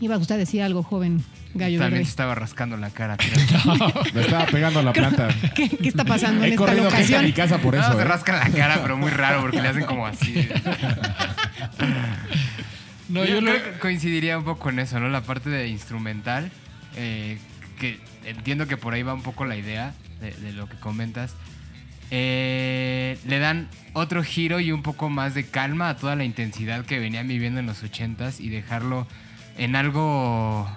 Speaker 5: iba a usted decir algo, joven gallo.
Speaker 3: También
Speaker 5: Verde.
Speaker 3: se estaba rascando la cara. creo.
Speaker 1: Me estaba pegando la planta.
Speaker 5: ¿Qué, qué está pasando en
Speaker 1: He
Speaker 5: esta
Speaker 1: corrido gente a mi
Speaker 5: locación?
Speaker 1: casa por
Speaker 3: No,
Speaker 2: Ah,
Speaker 1: eso.
Speaker 3: se
Speaker 1: ¿eh?
Speaker 3: rasca la cara, pero muy raro porque le hacen como así.
Speaker 2: No,
Speaker 3: yo
Speaker 2: yo lo-
Speaker 3: creo que coincidiría un poco en eso, ¿no? La parte de instrumental, eh, que entiendo que por ahí va un poco la idea de, de lo que comentas. Eh, le dan otro giro y un poco más de calma a toda la intensidad que venían viviendo en los 80s y dejarlo en algo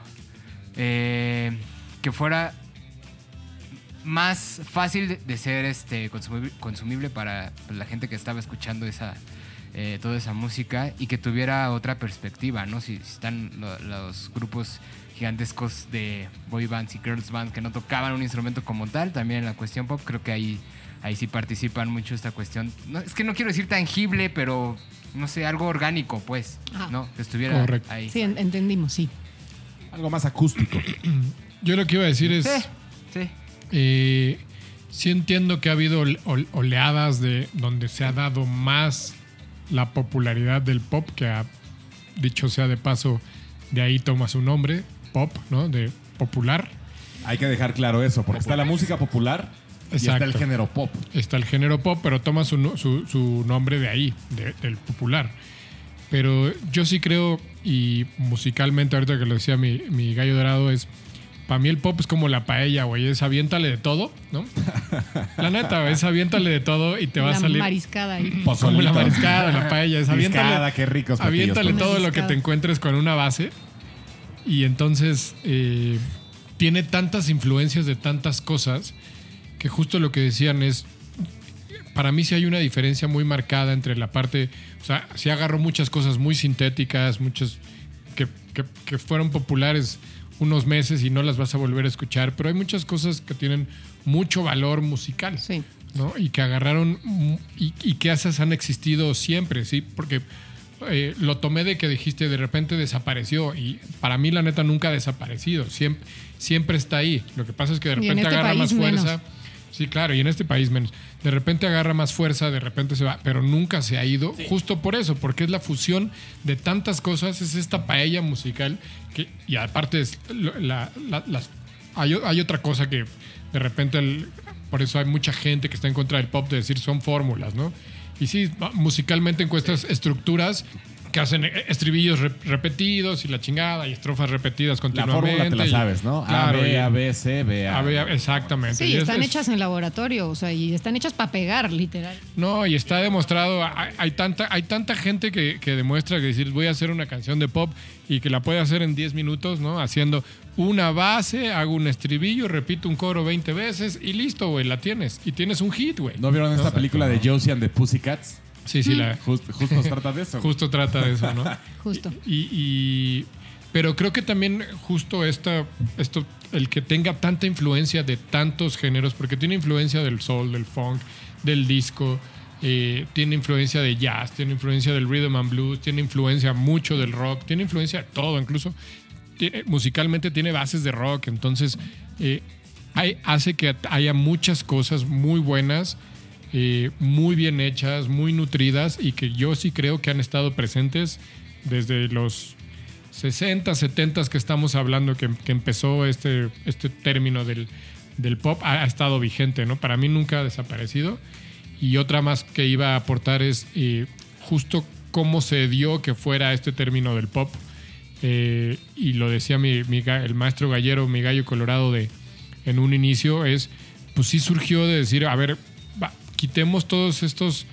Speaker 3: eh, que fuera más fácil de- de ser este consumib- consumible para pues, la gente que estaba escuchando esa eh, toda esa música y que tuviera otra perspectiva, ¿no? Si, si están lo- los grupos gigantescos de boy bands y girls bands que no tocaban un instrumento como tal, también en la cuestión pop creo que ahí ahí sí participan mucho esta cuestión. No, es que no quiero decir tangible, pero no sé, algo orgánico, pues,
Speaker 5: Ajá.
Speaker 3: ¿no? Que estuviera
Speaker 2: Correcto.
Speaker 3: ahí.
Speaker 5: Sí, en- entendimos, sí.
Speaker 1: Algo más acústico.
Speaker 2: Yo lo que iba a decir es.
Speaker 3: Sí, sí.
Speaker 2: Eh, sí entiendo que ha habido ol- ol- oleadas de donde se ha dado más la popularidad del pop, que ha, dicho sea de paso, de ahí toma su nombre, pop, ¿no? De popular.
Speaker 1: Hay que dejar claro eso, porque está la música popular y está
Speaker 2: Exacto.
Speaker 1: el género pop.
Speaker 4: Pues,
Speaker 2: Está el género pop, pero toma su, no- su- su nombre de ahí, de- del popular. Pero yo sí creo, y musicalmente, ahorita que lo decía mi, mi gallo dorado, es. Para mí el pop es como la paella, güey. Es aviéntale de todo, ¿no? La neta, güey, es aviéntale de todo y te va
Speaker 5: la
Speaker 2: a salir. Mm-hmm.
Speaker 5: mariscada ahí.
Speaker 2: Como
Speaker 1: Pozolito.
Speaker 2: la mariscada, la paella. Es
Speaker 1: Mariscada,
Speaker 2: aviéntale,
Speaker 1: qué ricos platillos, pues.
Speaker 2: aviéntale
Speaker 5: platillos.
Speaker 2: todo lo que
Speaker 5: Mariscada.
Speaker 2: te encuentres con una base. Y entonces eh, tiene tantas influencias de tantas cosas que justo lo que decían es. Para mí sí hay una diferencia muy marcada entre la parte. O sea, sí agarró muchas cosas muy sintéticas, muchas que, que- que fueron populares unos meses y no las vas a volver a escuchar, pero hay muchas cosas que tienen mucho valor musical.
Speaker 5: Sí.
Speaker 2: ¿no? Y que agarraron mm, y, y que esas han existido siempre, ¿sí? Porque eh, lo tomé de que dijiste de repente desapareció y para mí la neta nunca ha desaparecido, siempre, siempre está ahí. Lo que pasa es que de
Speaker 5: Y en
Speaker 2: repente
Speaker 5: este
Speaker 2: agarra
Speaker 5: país
Speaker 2: más fuerza.
Speaker 5: menos.
Speaker 2: Sí, claro, y en este país menos. De repente agarra más fuerza, de repente se va, pero nunca se ha ido, justo por eso, porque es la fusión de tantas cosas, es esta paella musical, que, y aparte es lo- la- la- las- hay, o- hay otra cosa que de repente, el- por eso hay mucha gente que está en contra del pop de decir son fórmulas, ¿no? Y sí, musicalmente encuestas estructuras que hacen estribillos rep- repetidos y la chingada y estrofas repetidas
Speaker 1: La
Speaker 2: continuamente.
Speaker 1: fórmula te la
Speaker 2: y-
Speaker 1: sabes, ¿no?
Speaker 2: Claro,
Speaker 1: a,
Speaker 2: y-
Speaker 1: B, A, B, C, B, A.
Speaker 2: A ver, exactamente.
Speaker 5: Sí,
Speaker 2: Y es-
Speaker 5: están
Speaker 2: es-
Speaker 5: hechas en laboratorio, o sea, y están hechas para pegar, literal.
Speaker 2: No, y está demostrado, hay, hay tanta, hay tanta gente que, que demuestra que decir voy a hacer una canción de pop y que la puede hacer en 10 minutos, ¿no? Haciendo una base, hago un estribillo, repito un coro 20 veces y listo, güey, la tienes. Y tienes un hit, güey.
Speaker 1: ¿No vieron esta película de Josie and the Pussycats?
Speaker 2: Sí, sí, la,
Speaker 1: Justo, justo se trata de eso. güey.
Speaker 2: justo trata de eso, ¿no?
Speaker 5: Justo.
Speaker 2: Y, y- pero creo que también justo esta, esto, el que tenga tanta influencia de tantos géneros, porque tiene influencia del soul, del funk, del disco, eh, tiene influencia de jazz, tiene influencia del rhythm and blues, tiene influencia mucho del rock, tiene influencia de todo, incluso tiene- musicalmente tiene bases de rock, entonces eh, hay- hace que haya muchas cosas muy buenas, eh, muy bien hechas, muy nutridas y que yo sí creo que han estado presentes desde los 60, 70 que estamos hablando, que, que empezó este, este término del, del pop, ha, ha estado vigente, ¿no? Para mí nunca ha desaparecido. Y otra más que iba a aportar es eh, justo cómo se dio que fuera este término del pop. Eh, y lo decía mi, mi ga- el maestro gallero, mi gallo colorado de en un inicio, es pues sí surgió de decir, a ver, va, quitemos todos estos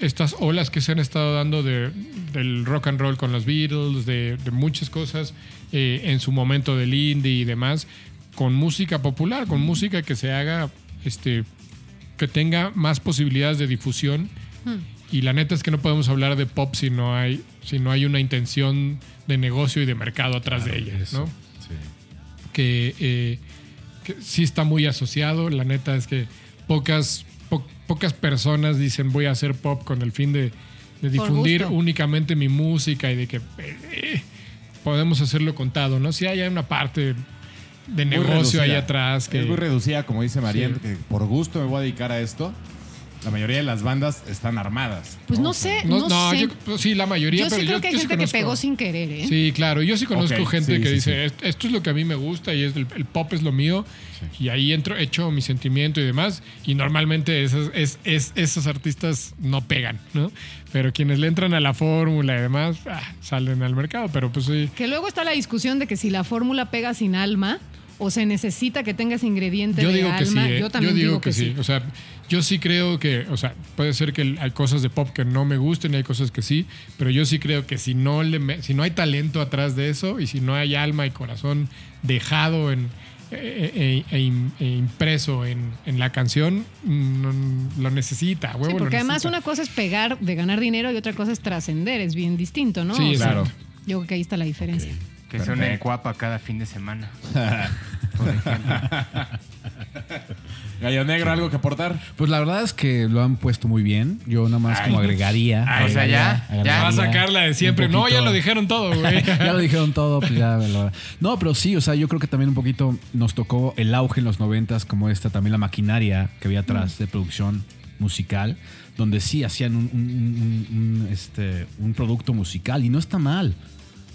Speaker 2: estas olas que se han estado dando de, del rock and roll con los Beatles, de, de muchas cosas eh, en su momento del indie y demás, con música popular, con música que se haga, este, que tenga más posibilidades de difusión. Y la neta es que no podemos hablar de pop si no hay, si no hay una intención de negocio y de mercado atrás de ella, ¿no? que, eh, que sí está muy asociado. La neta es que pocas, po- pocas personas dicen voy a hacer pop con el fin de, de difundir
Speaker 5: gusto.
Speaker 2: únicamente mi música y de que eh, eh, podemos hacerlo contado, ¿no? Si hay una parte de
Speaker 1: Muy
Speaker 2: negocio
Speaker 1: reducida.
Speaker 2: ahí atrás que...
Speaker 1: Es muy reducida, como dice Marian,
Speaker 2: Sí.
Speaker 1: que por gusto me voy a dedicar a esto. La mayoría de las bandas están armadas.
Speaker 5: Pues no sé,
Speaker 2: No,
Speaker 5: no,
Speaker 2: no,
Speaker 5: sé.
Speaker 2: yo,
Speaker 5: Yo,
Speaker 2: pues, sí, la mayoría, pero
Speaker 5: sí
Speaker 2: yo
Speaker 5: creo que hay
Speaker 2: yo
Speaker 5: gente que
Speaker 2: conozco-
Speaker 5: pegó sin querer, ¿eh?
Speaker 2: Sí, claro. Yo sí conozco
Speaker 1: Ok,
Speaker 2: gente
Speaker 1: sí,
Speaker 2: que
Speaker 1: sí,
Speaker 2: dice, "Est- esto es lo que a mí me gusta y es el, el pop es lo mío. Y ahí entro, echo mi sentimiento y demás. Y normalmente esas, es, es- esos artistas no pegan, ¿no? Pero quienes le entran a la fórmula y demás, ah, salen al mercado. Pero pues sí,
Speaker 5: Que luego está la discusión de que si la fórmula pega sin alma o se necesita que tengas ingredientes
Speaker 2: yo
Speaker 5: de
Speaker 2: digo
Speaker 5: alma.
Speaker 2: que sí. ¿eh?
Speaker 5: Yo también digo, que, sí.
Speaker 2: O sea, yo sí creo que, o sea, puede ser que hay cosas de pop que no me gusten y hay cosas que sí, pero yo sí creo que si no, le me- si no hay talento atrás de eso y si no hay alma y corazón dejado en, e, e- e- e impreso en, en la canción, mm, no- lo necesita. a huevo
Speaker 5: Sí,
Speaker 2: lo
Speaker 5: porque además
Speaker 2: necesita.
Speaker 5: una cosa es pegar de ganar dinero y otra cosa es trascender, es bien distinto, ¿no?
Speaker 2: Sí,
Speaker 5: O sea,
Speaker 1: Claro.
Speaker 5: Yo creo que ahí está la diferencia.
Speaker 3: Que sea una
Speaker 1: Perfecto.
Speaker 3: encuapa cada fin de semana.
Speaker 1: Gallo Negro, ¿algo que aportar?
Speaker 4: Pues la verdad es que lo han puesto muy bien. Yo nada más como agregaría.
Speaker 3: Ay, o sea, ya,
Speaker 4: agregaría,
Speaker 3: ya.
Speaker 2: Va a
Speaker 4: agregaría
Speaker 2: sacarla de
Speaker 4: un
Speaker 2: siempre. No, ya
Speaker 4: poquito.
Speaker 2: lo dijeron todo, güey.
Speaker 4: ya lo dijeron todo, pues ya, lo- No, pero sí, o sea, yo creo que también un poquito nos tocó el auge en los noventas, como esta, también la maquinaria que había
Speaker 5: Mm.
Speaker 4: atrás de producción musical, donde sí hacían un, un- un- un- un, este, un producto musical y no está mal.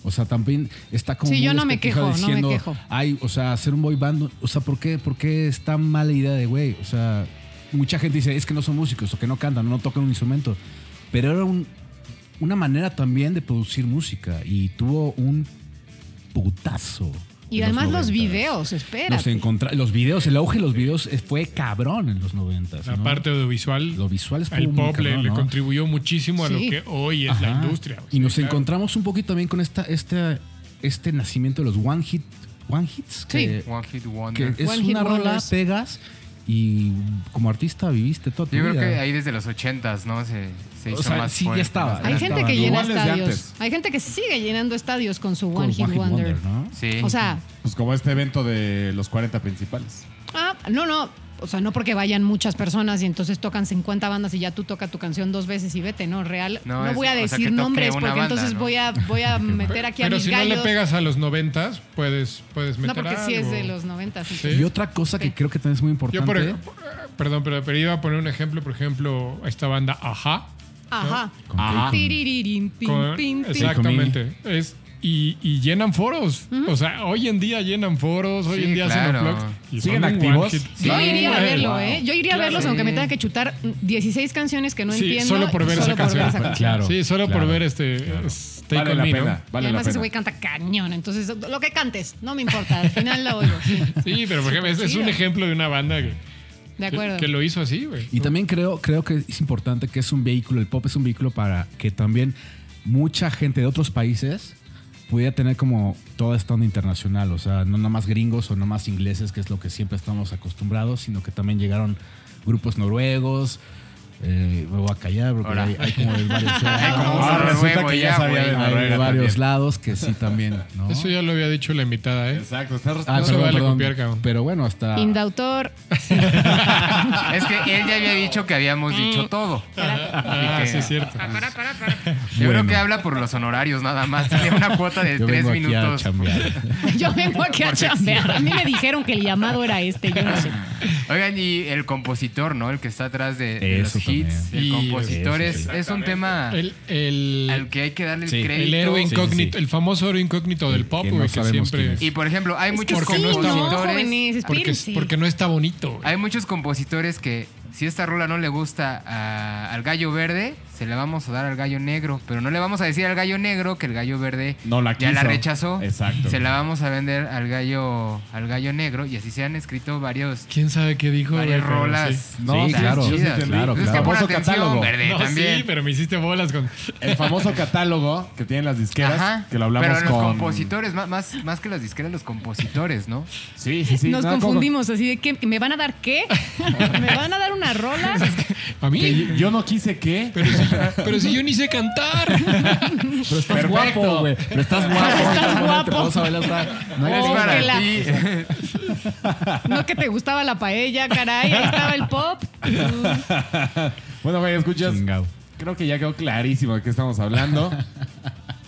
Speaker 4: O sea, también está como.
Speaker 5: Sí,
Speaker 4: muy
Speaker 5: yo no me
Speaker 4: despectivo
Speaker 5: quejo, no me
Speaker 4: diciendo,
Speaker 5: quejo.
Speaker 4: Ay, o sea, hacer un boy band, o sea, ¿por qué, por qué es tan mala idea de güey? O sea, mucha gente dice, es que no son músicos, o que no cantan, o no tocan un instrumento. Pero era un- una manera también de producir música y tuvo un putazo.
Speaker 5: Y
Speaker 4: en
Speaker 5: además los,
Speaker 4: 90s.
Speaker 5: videos,
Speaker 4: Los,
Speaker 5: espérate.
Speaker 4: encontra- los videos, el auge de los videos eh, fue cabrón en los 90.
Speaker 2: La parte audiovisual,
Speaker 4: Lo visual estuvo
Speaker 2: el
Speaker 4: muy
Speaker 2: pop le,
Speaker 4: cabrón,
Speaker 2: le
Speaker 4: ¿no?
Speaker 2: contribuyó muchísimo a lo
Speaker 5: Sí.
Speaker 2: que hoy es la
Speaker 4: Ajá.
Speaker 2: industria. güey.
Speaker 4: Y nos
Speaker 2: Sí, claro.
Speaker 4: encontramos un poquito también con esta, este, este nacimiento de los one hit, one hits. Que,
Speaker 3: One Hit
Speaker 4: que
Speaker 3: Wonder.
Speaker 4: es
Speaker 5: One hit
Speaker 4: una rola,
Speaker 5: wonders.
Speaker 4: pegas y como artista viviste toda tu
Speaker 3: Yo creo
Speaker 4: vida.
Speaker 3: que ahí desde los ochentas, ¿no? Se, se
Speaker 4: O
Speaker 3: hizo
Speaker 4: sea,
Speaker 3: más
Speaker 4: sí, ya
Speaker 3: fuerte,
Speaker 4: estaba.
Speaker 3: más
Speaker 5: Hay
Speaker 4: Ahí
Speaker 3: grande.
Speaker 5: gente
Speaker 4: estaban.
Speaker 5: que llena
Speaker 1: Igual desde
Speaker 5: estadios.
Speaker 1: antes.
Speaker 5: Hay gente que sigue llenando estadios con su
Speaker 4: Con
Speaker 5: One
Speaker 4: los
Speaker 5: Hit Wonder.
Speaker 4: ¿no?
Speaker 3: Sí.
Speaker 5: O sea,
Speaker 1: Pues como este evento de los 40 principales.
Speaker 5: ah, no, no. O sea, no porque vayan muchas personas y entonces tocan 50 bandas y ya tú toca tu canción dos veces y vete, ¿no? Real.
Speaker 3: No,
Speaker 5: No,
Speaker 3: es-
Speaker 5: voy a
Speaker 3: o sea, que
Speaker 5: decir
Speaker 3: toque
Speaker 5: nombres
Speaker 3: una
Speaker 5: porque
Speaker 3: banda,
Speaker 5: entonces
Speaker 3: ¿no?
Speaker 5: voy a voy a meter aquí a
Speaker 2: Pero
Speaker 5: mis
Speaker 2: si no le
Speaker 5: gallos.
Speaker 2: pegas a los noventas, puedes, puedes
Speaker 5: no,
Speaker 2: meter
Speaker 5: porque sí es
Speaker 2: algo.
Speaker 5: de los 90.
Speaker 2: Sí.
Speaker 4: Y otra cosa que creo que también es muy
Speaker 2: Yo,
Speaker 4: importante.
Speaker 2: por ejemplo, perdón, pero, pero iba a poner un ejemplo, por ejemplo, esta banda Ajá.
Speaker 5: Ajá.
Speaker 4: Con
Speaker 1: Ajá.
Speaker 5: Tiriririn, pin,
Speaker 2: con-
Speaker 5: pin, pin.
Speaker 2: exactamente. Es y, y llenan foros. O sea, hoy en día llenan foros, hoy
Speaker 3: Sí,
Speaker 2: en día
Speaker 3: claro.
Speaker 2: hacen unplugs y
Speaker 1: ¿Siguen
Speaker 2: son un
Speaker 1: activos?
Speaker 2: one hit.
Speaker 3: Sí,
Speaker 5: Yo iría a
Speaker 2: güey.
Speaker 5: verlo, ¿eh? Yo iría a verlos,
Speaker 3: Claro.
Speaker 5: aunque me tenga que chutar 16 canciones que no
Speaker 2: Sí,
Speaker 5: entiendo.
Speaker 2: solo por ver esa
Speaker 5: solo
Speaker 2: canción.
Speaker 5: canción.
Speaker 4: Claro.
Speaker 2: Sí, solo
Speaker 4: claro.
Speaker 2: por ver este Stay
Speaker 1: Vale la
Speaker 2: Conmigo.
Speaker 1: pena,
Speaker 5: Y
Speaker 1: Ah, vale la
Speaker 5: además ese
Speaker 1: pena.
Speaker 5: güey canta cañón, entonces lo que cantes, no me importa, al final lo oigo. sí.
Speaker 2: Sí, pero por ejemplo, es, es un
Speaker 5: Chido.
Speaker 2: ejemplo de una banda que,
Speaker 5: De
Speaker 2: que-
Speaker 5: acuerdo.
Speaker 2: que lo hizo así, güey.
Speaker 4: Y también creo, creo que es importante que es un vehículo, el pop es un vehículo para que también mucha gente de otros países pudiera tener como toda esta onda internacional, o sea, no nomás gringos o nomás ingleses, que es lo que siempre estamos acostumbrados, sino que también llegaron grupos noruegos, eh, me voy a callar porque
Speaker 3: Ahora.
Speaker 4: hay, hay como de varios,
Speaker 3: Hay como
Speaker 5: Ah,
Speaker 1: Ahora
Speaker 3: uno
Speaker 1: resulta
Speaker 3: nuevo
Speaker 1: que ya
Speaker 3: ya,
Speaker 1: sabía
Speaker 3: güey.
Speaker 1: de
Speaker 4: hay de
Speaker 1: Noruega
Speaker 4: varios
Speaker 1: también.
Speaker 4: lados que sí también, ¿no?
Speaker 2: Eso ya lo había dicho la invitada, ¿eh?
Speaker 1: Exacto, estás
Speaker 4: Ah,
Speaker 1: respetando.
Speaker 2: No se
Speaker 4: perdón,
Speaker 2: vale
Speaker 4: perdón.
Speaker 2: copiar, cabrón.
Speaker 4: pero bueno, hasta...
Speaker 5: Ah. Indautor.
Speaker 3: Es que él ya había dicho que
Speaker 5: Mm.
Speaker 3: habíamos dicho todo.
Speaker 2: Ah, sí, es cierto.
Speaker 3: Yo
Speaker 4: Bueno.
Speaker 3: creo que habla por los honorarios nada más. Tiene una cuota de
Speaker 4: Yo
Speaker 3: tres
Speaker 4: vengo aquí a
Speaker 3: minutos.
Speaker 4: chambear.
Speaker 5: Yo vengo aquí a chambear. A mí me dijeron que el llamado era este, yo no sé.
Speaker 3: Oigan, y el compositor, ¿no? El que está atrás de, de los
Speaker 4: Eso también.
Speaker 3: hits.
Speaker 2: Y-
Speaker 3: El compositor es,
Speaker 1: Eso,
Speaker 3: es un tema
Speaker 2: El, el,
Speaker 3: al que hay que darle el
Speaker 4: Sí. El
Speaker 3: crédito.
Speaker 2: el héroe
Speaker 4: sí.
Speaker 2: incógnito, el famoso héroe incógnito del pop,
Speaker 4: que no
Speaker 2: güey, que
Speaker 4: sabemos
Speaker 2: siempre.
Speaker 4: quién
Speaker 3: Y por ejemplo, hay
Speaker 5: Es
Speaker 3: muchos
Speaker 5: que
Speaker 2: porque
Speaker 5: sí,
Speaker 2: no está
Speaker 5: no,
Speaker 2: bonito.
Speaker 5: jóvenes,
Speaker 3: compositores.
Speaker 2: Porque,
Speaker 5: espérense.
Speaker 2: porque no está bonito, güey.
Speaker 3: Pues, Hay muchos compositores que si esta rola no le gusta a- al gallo verde, se la vamos a dar al gallo negro. Pero no le vamos a decir al gallo negro que el gallo verde
Speaker 1: No la
Speaker 3: ya la
Speaker 1: quiso.
Speaker 3: rechazó.
Speaker 1: Exacto.
Speaker 3: Se la vamos a vender al gallo, al gallo negro. Y así se han escrito varios,
Speaker 2: ¿Quién sabe qué dijo? güey,
Speaker 3: varias
Speaker 2: pero
Speaker 3: rolas.
Speaker 1: No,
Speaker 4: Sí,
Speaker 3: tan
Speaker 4: claro,
Speaker 1: yo sí
Speaker 3: chidas.
Speaker 1: entendí.
Speaker 4: claro,
Speaker 3: Es que
Speaker 4: claro.
Speaker 3: pon
Speaker 1: Famoso
Speaker 3: atención,
Speaker 1: catálogo.
Speaker 3: verde,
Speaker 2: sí. No,
Speaker 3: también.
Speaker 2: sí, pero me hiciste bolas con.
Speaker 1: El famoso catálogo que tienen las disqueras,
Speaker 3: Ajá.
Speaker 1: que lo hablamos
Speaker 3: pero los
Speaker 1: con...
Speaker 3: compositores, más, más, más que las disqueras, los compositores, ¿no?
Speaker 1: Sí, sí, sí.
Speaker 5: Nos
Speaker 1: no, como-
Speaker 5: confundimos, así de que me van a dar qué? ¿Me van a dar una rola?
Speaker 2: A
Speaker 1: que
Speaker 2: mí.
Speaker 1: yo- yo no quise que...
Speaker 2: Pero si, pero si yo ni sé cantar.
Speaker 4: Pero estás
Speaker 1: Perfecto.
Speaker 4: guapo, güey. Pero estás guapo.
Speaker 5: Estás
Speaker 4: entonces,
Speaker 5: guapo.
Speaker 4: te vamos a bailar hasta- No
Speaker 3: es
Speaker 5: Oh,
Speaker 3: para
Speaker 5: que la-
Speaker 3: ti.
Speaker 5: No que te gustaba la paella, caray, ahí estaba el pop.
Speaker 1: Bueno, güey, escuchas.
Speaker 4: Chingao.
Speaker 1: Creo que ya quedó clarísimo de qué estamos hablando.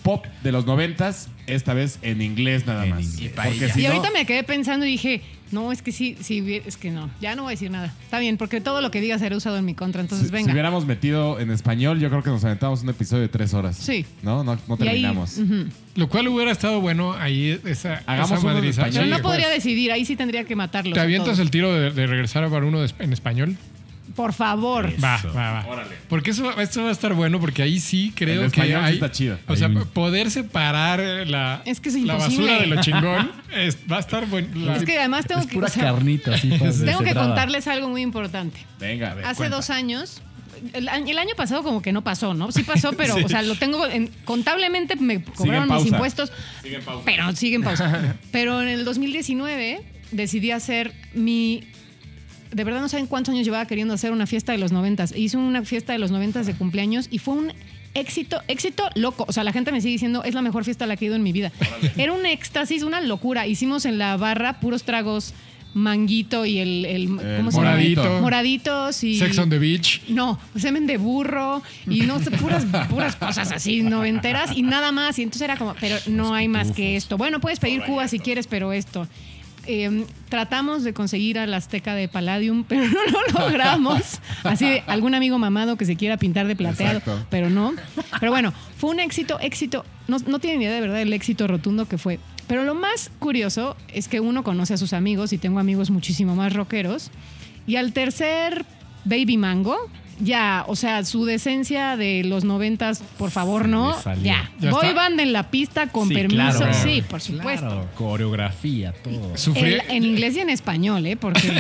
Speaker 1: Pop de los noventas, esta vez en inglés nada
Speaker 4: En
Speaker 1: más.
Speaker 4: inglés.
Speaker 3: Y paella.
Speaker 5: y
Speaker 1: no-
Speaker 5: ahorita me quedé pensando y dije, no, es que sí, sí, hubie- es que no, ya no voy a decir nada. Está bien, porque todo lo que diga será usado en mi contra, entonces
Speaker 1: si, si
Speaker 5: venga.
Speaker 1: hubiéramos metido en español, yo creo que nos aventamos un episodio de tres horas.
Speaker 5: Sí.
Speaker 1: No, no, no
Speaker 5: Y ahí,
Speaker 1: terminamos.
Speaker 5: ujú.
Speaker 2: Lo cual hubiera estado bueno ahí, esa,
Speaker 1: Hagamos
Speaker 2: esa
Speaker 1: uno en
Speaker 2: madriza.
Speaker 1: español.
Speaker 5: Pero
Speaker 1: Sí,
Speaker 5: no
Speaker 1: pues.
Speaker 5: podría decidir, ahí sí tendría que matarlos.
Speaker 2: ¿Te
Speaker 5: a
Speaker 2: avientas
Speaker 5: todos.
Speaker 2: el tiro de, de regresar a bar uno de- en español?
Speaker 5: Por favor.
Speaker 2: Va,
Speaker 4: Eso.
Speaker 2: va, va. Porque eso, esto va a estar bueno, porque ahí sí creo
Speaker 1: En
Speaker 2: que
Speaker 1: español sí
Speaker 2: hay.
Speaker 1: está chido.
Speaker 2: O sea,
Speaker 4: Ahí-
Speaker 2: p- poder separar eh, la,
Speaker 5: Es que es
Speaker 2: la
Speaker 5: imposible.
Speaker 2: basura de lo chingón es- va a estar bueno.
Speaker 5: Es que además tengo
Speaker 4: Es
Speaker 5: que,
Speaker 4: pura
Speaker 5: o sea,
Speaker 4: carnita, así. pues, para
Speaker 5: tengo que
Speaker 4: deshebrada.
Speaker 5: contarles algo muy importante.
Speaker 1: Venga, a ver.
Speaker 5: Hace
Speaker 1: cuenta.
Speaker 5: dos años, el, año- el año pasado como que no pasó, ¿no? Sí pasó, pero, o sea, lo tengo, en- contablemente me cobraron mis
Speaker 1: pausa.
Speaker 5: impuestos,
Speaker 1: Sigue en pausa.
Speaker 5: pero siguen pausa. pero en el 2019 decidí hacer mi... De verdad no saben cuántos años llevaba queriendo hacer una fiesta de los noventas. Hice una fiesta de los noventas de cumpleaños y fue un éxito, éxito loco. O sea, la gente me sigue diciendo, es la mejor fiesta a la que he ido en mi vida. Era un éxtasis, una locura. Hicimos en la barra puros tragos, manguito y el... el-
Speaker 1: El
Speaker 5: ¿Cómo se llama?
Speaker 2: moradito.
Speaker 5: Moraditos y...
Speaker 2: Sex on the Beach.
Speaker 5: No, semen de burro y no sé, puras, puras cosas así, noventeras y nada más. Y entonces era como, pero no hay más que esto. Bueno, puedes pedir Cuba si quieres, pero esto. Eh, tratamos de conseguir a la Azteca de Palladium, pero no lo logramos. Así de algún amigo mamado que se quiera pintar de plateado,
Speaker 1: Exacto.
Speaker 5: pero no. Pero bueno, fue un éxito, éxito. No, no tienen idea de verdad el éxito rotundo que fue. Pero lo más curioso es que uno conoce a sus amigos y tengo amigos muchísimo más rockeros. Y al tercer Baby Mango, ya, o sea, su decencia de los noventas, por favor,
Speaker 4: Se
Speaker 5: no.
Speaker 4: le salió.
Speaker 5: Ya.
Speaker 2: Ya
Speaker 5: Boy
Speaker 2: está.
Speaker 5: band en la pista con permiso.
Speaker 4: claro.
Speaker 5: sí, por supuesto.
Speaker 4: Claro, Coreografía, todo.
Speaker 2: Sufrí.
Speaker 5: El- en inglés y en español, ¿eh? Porque,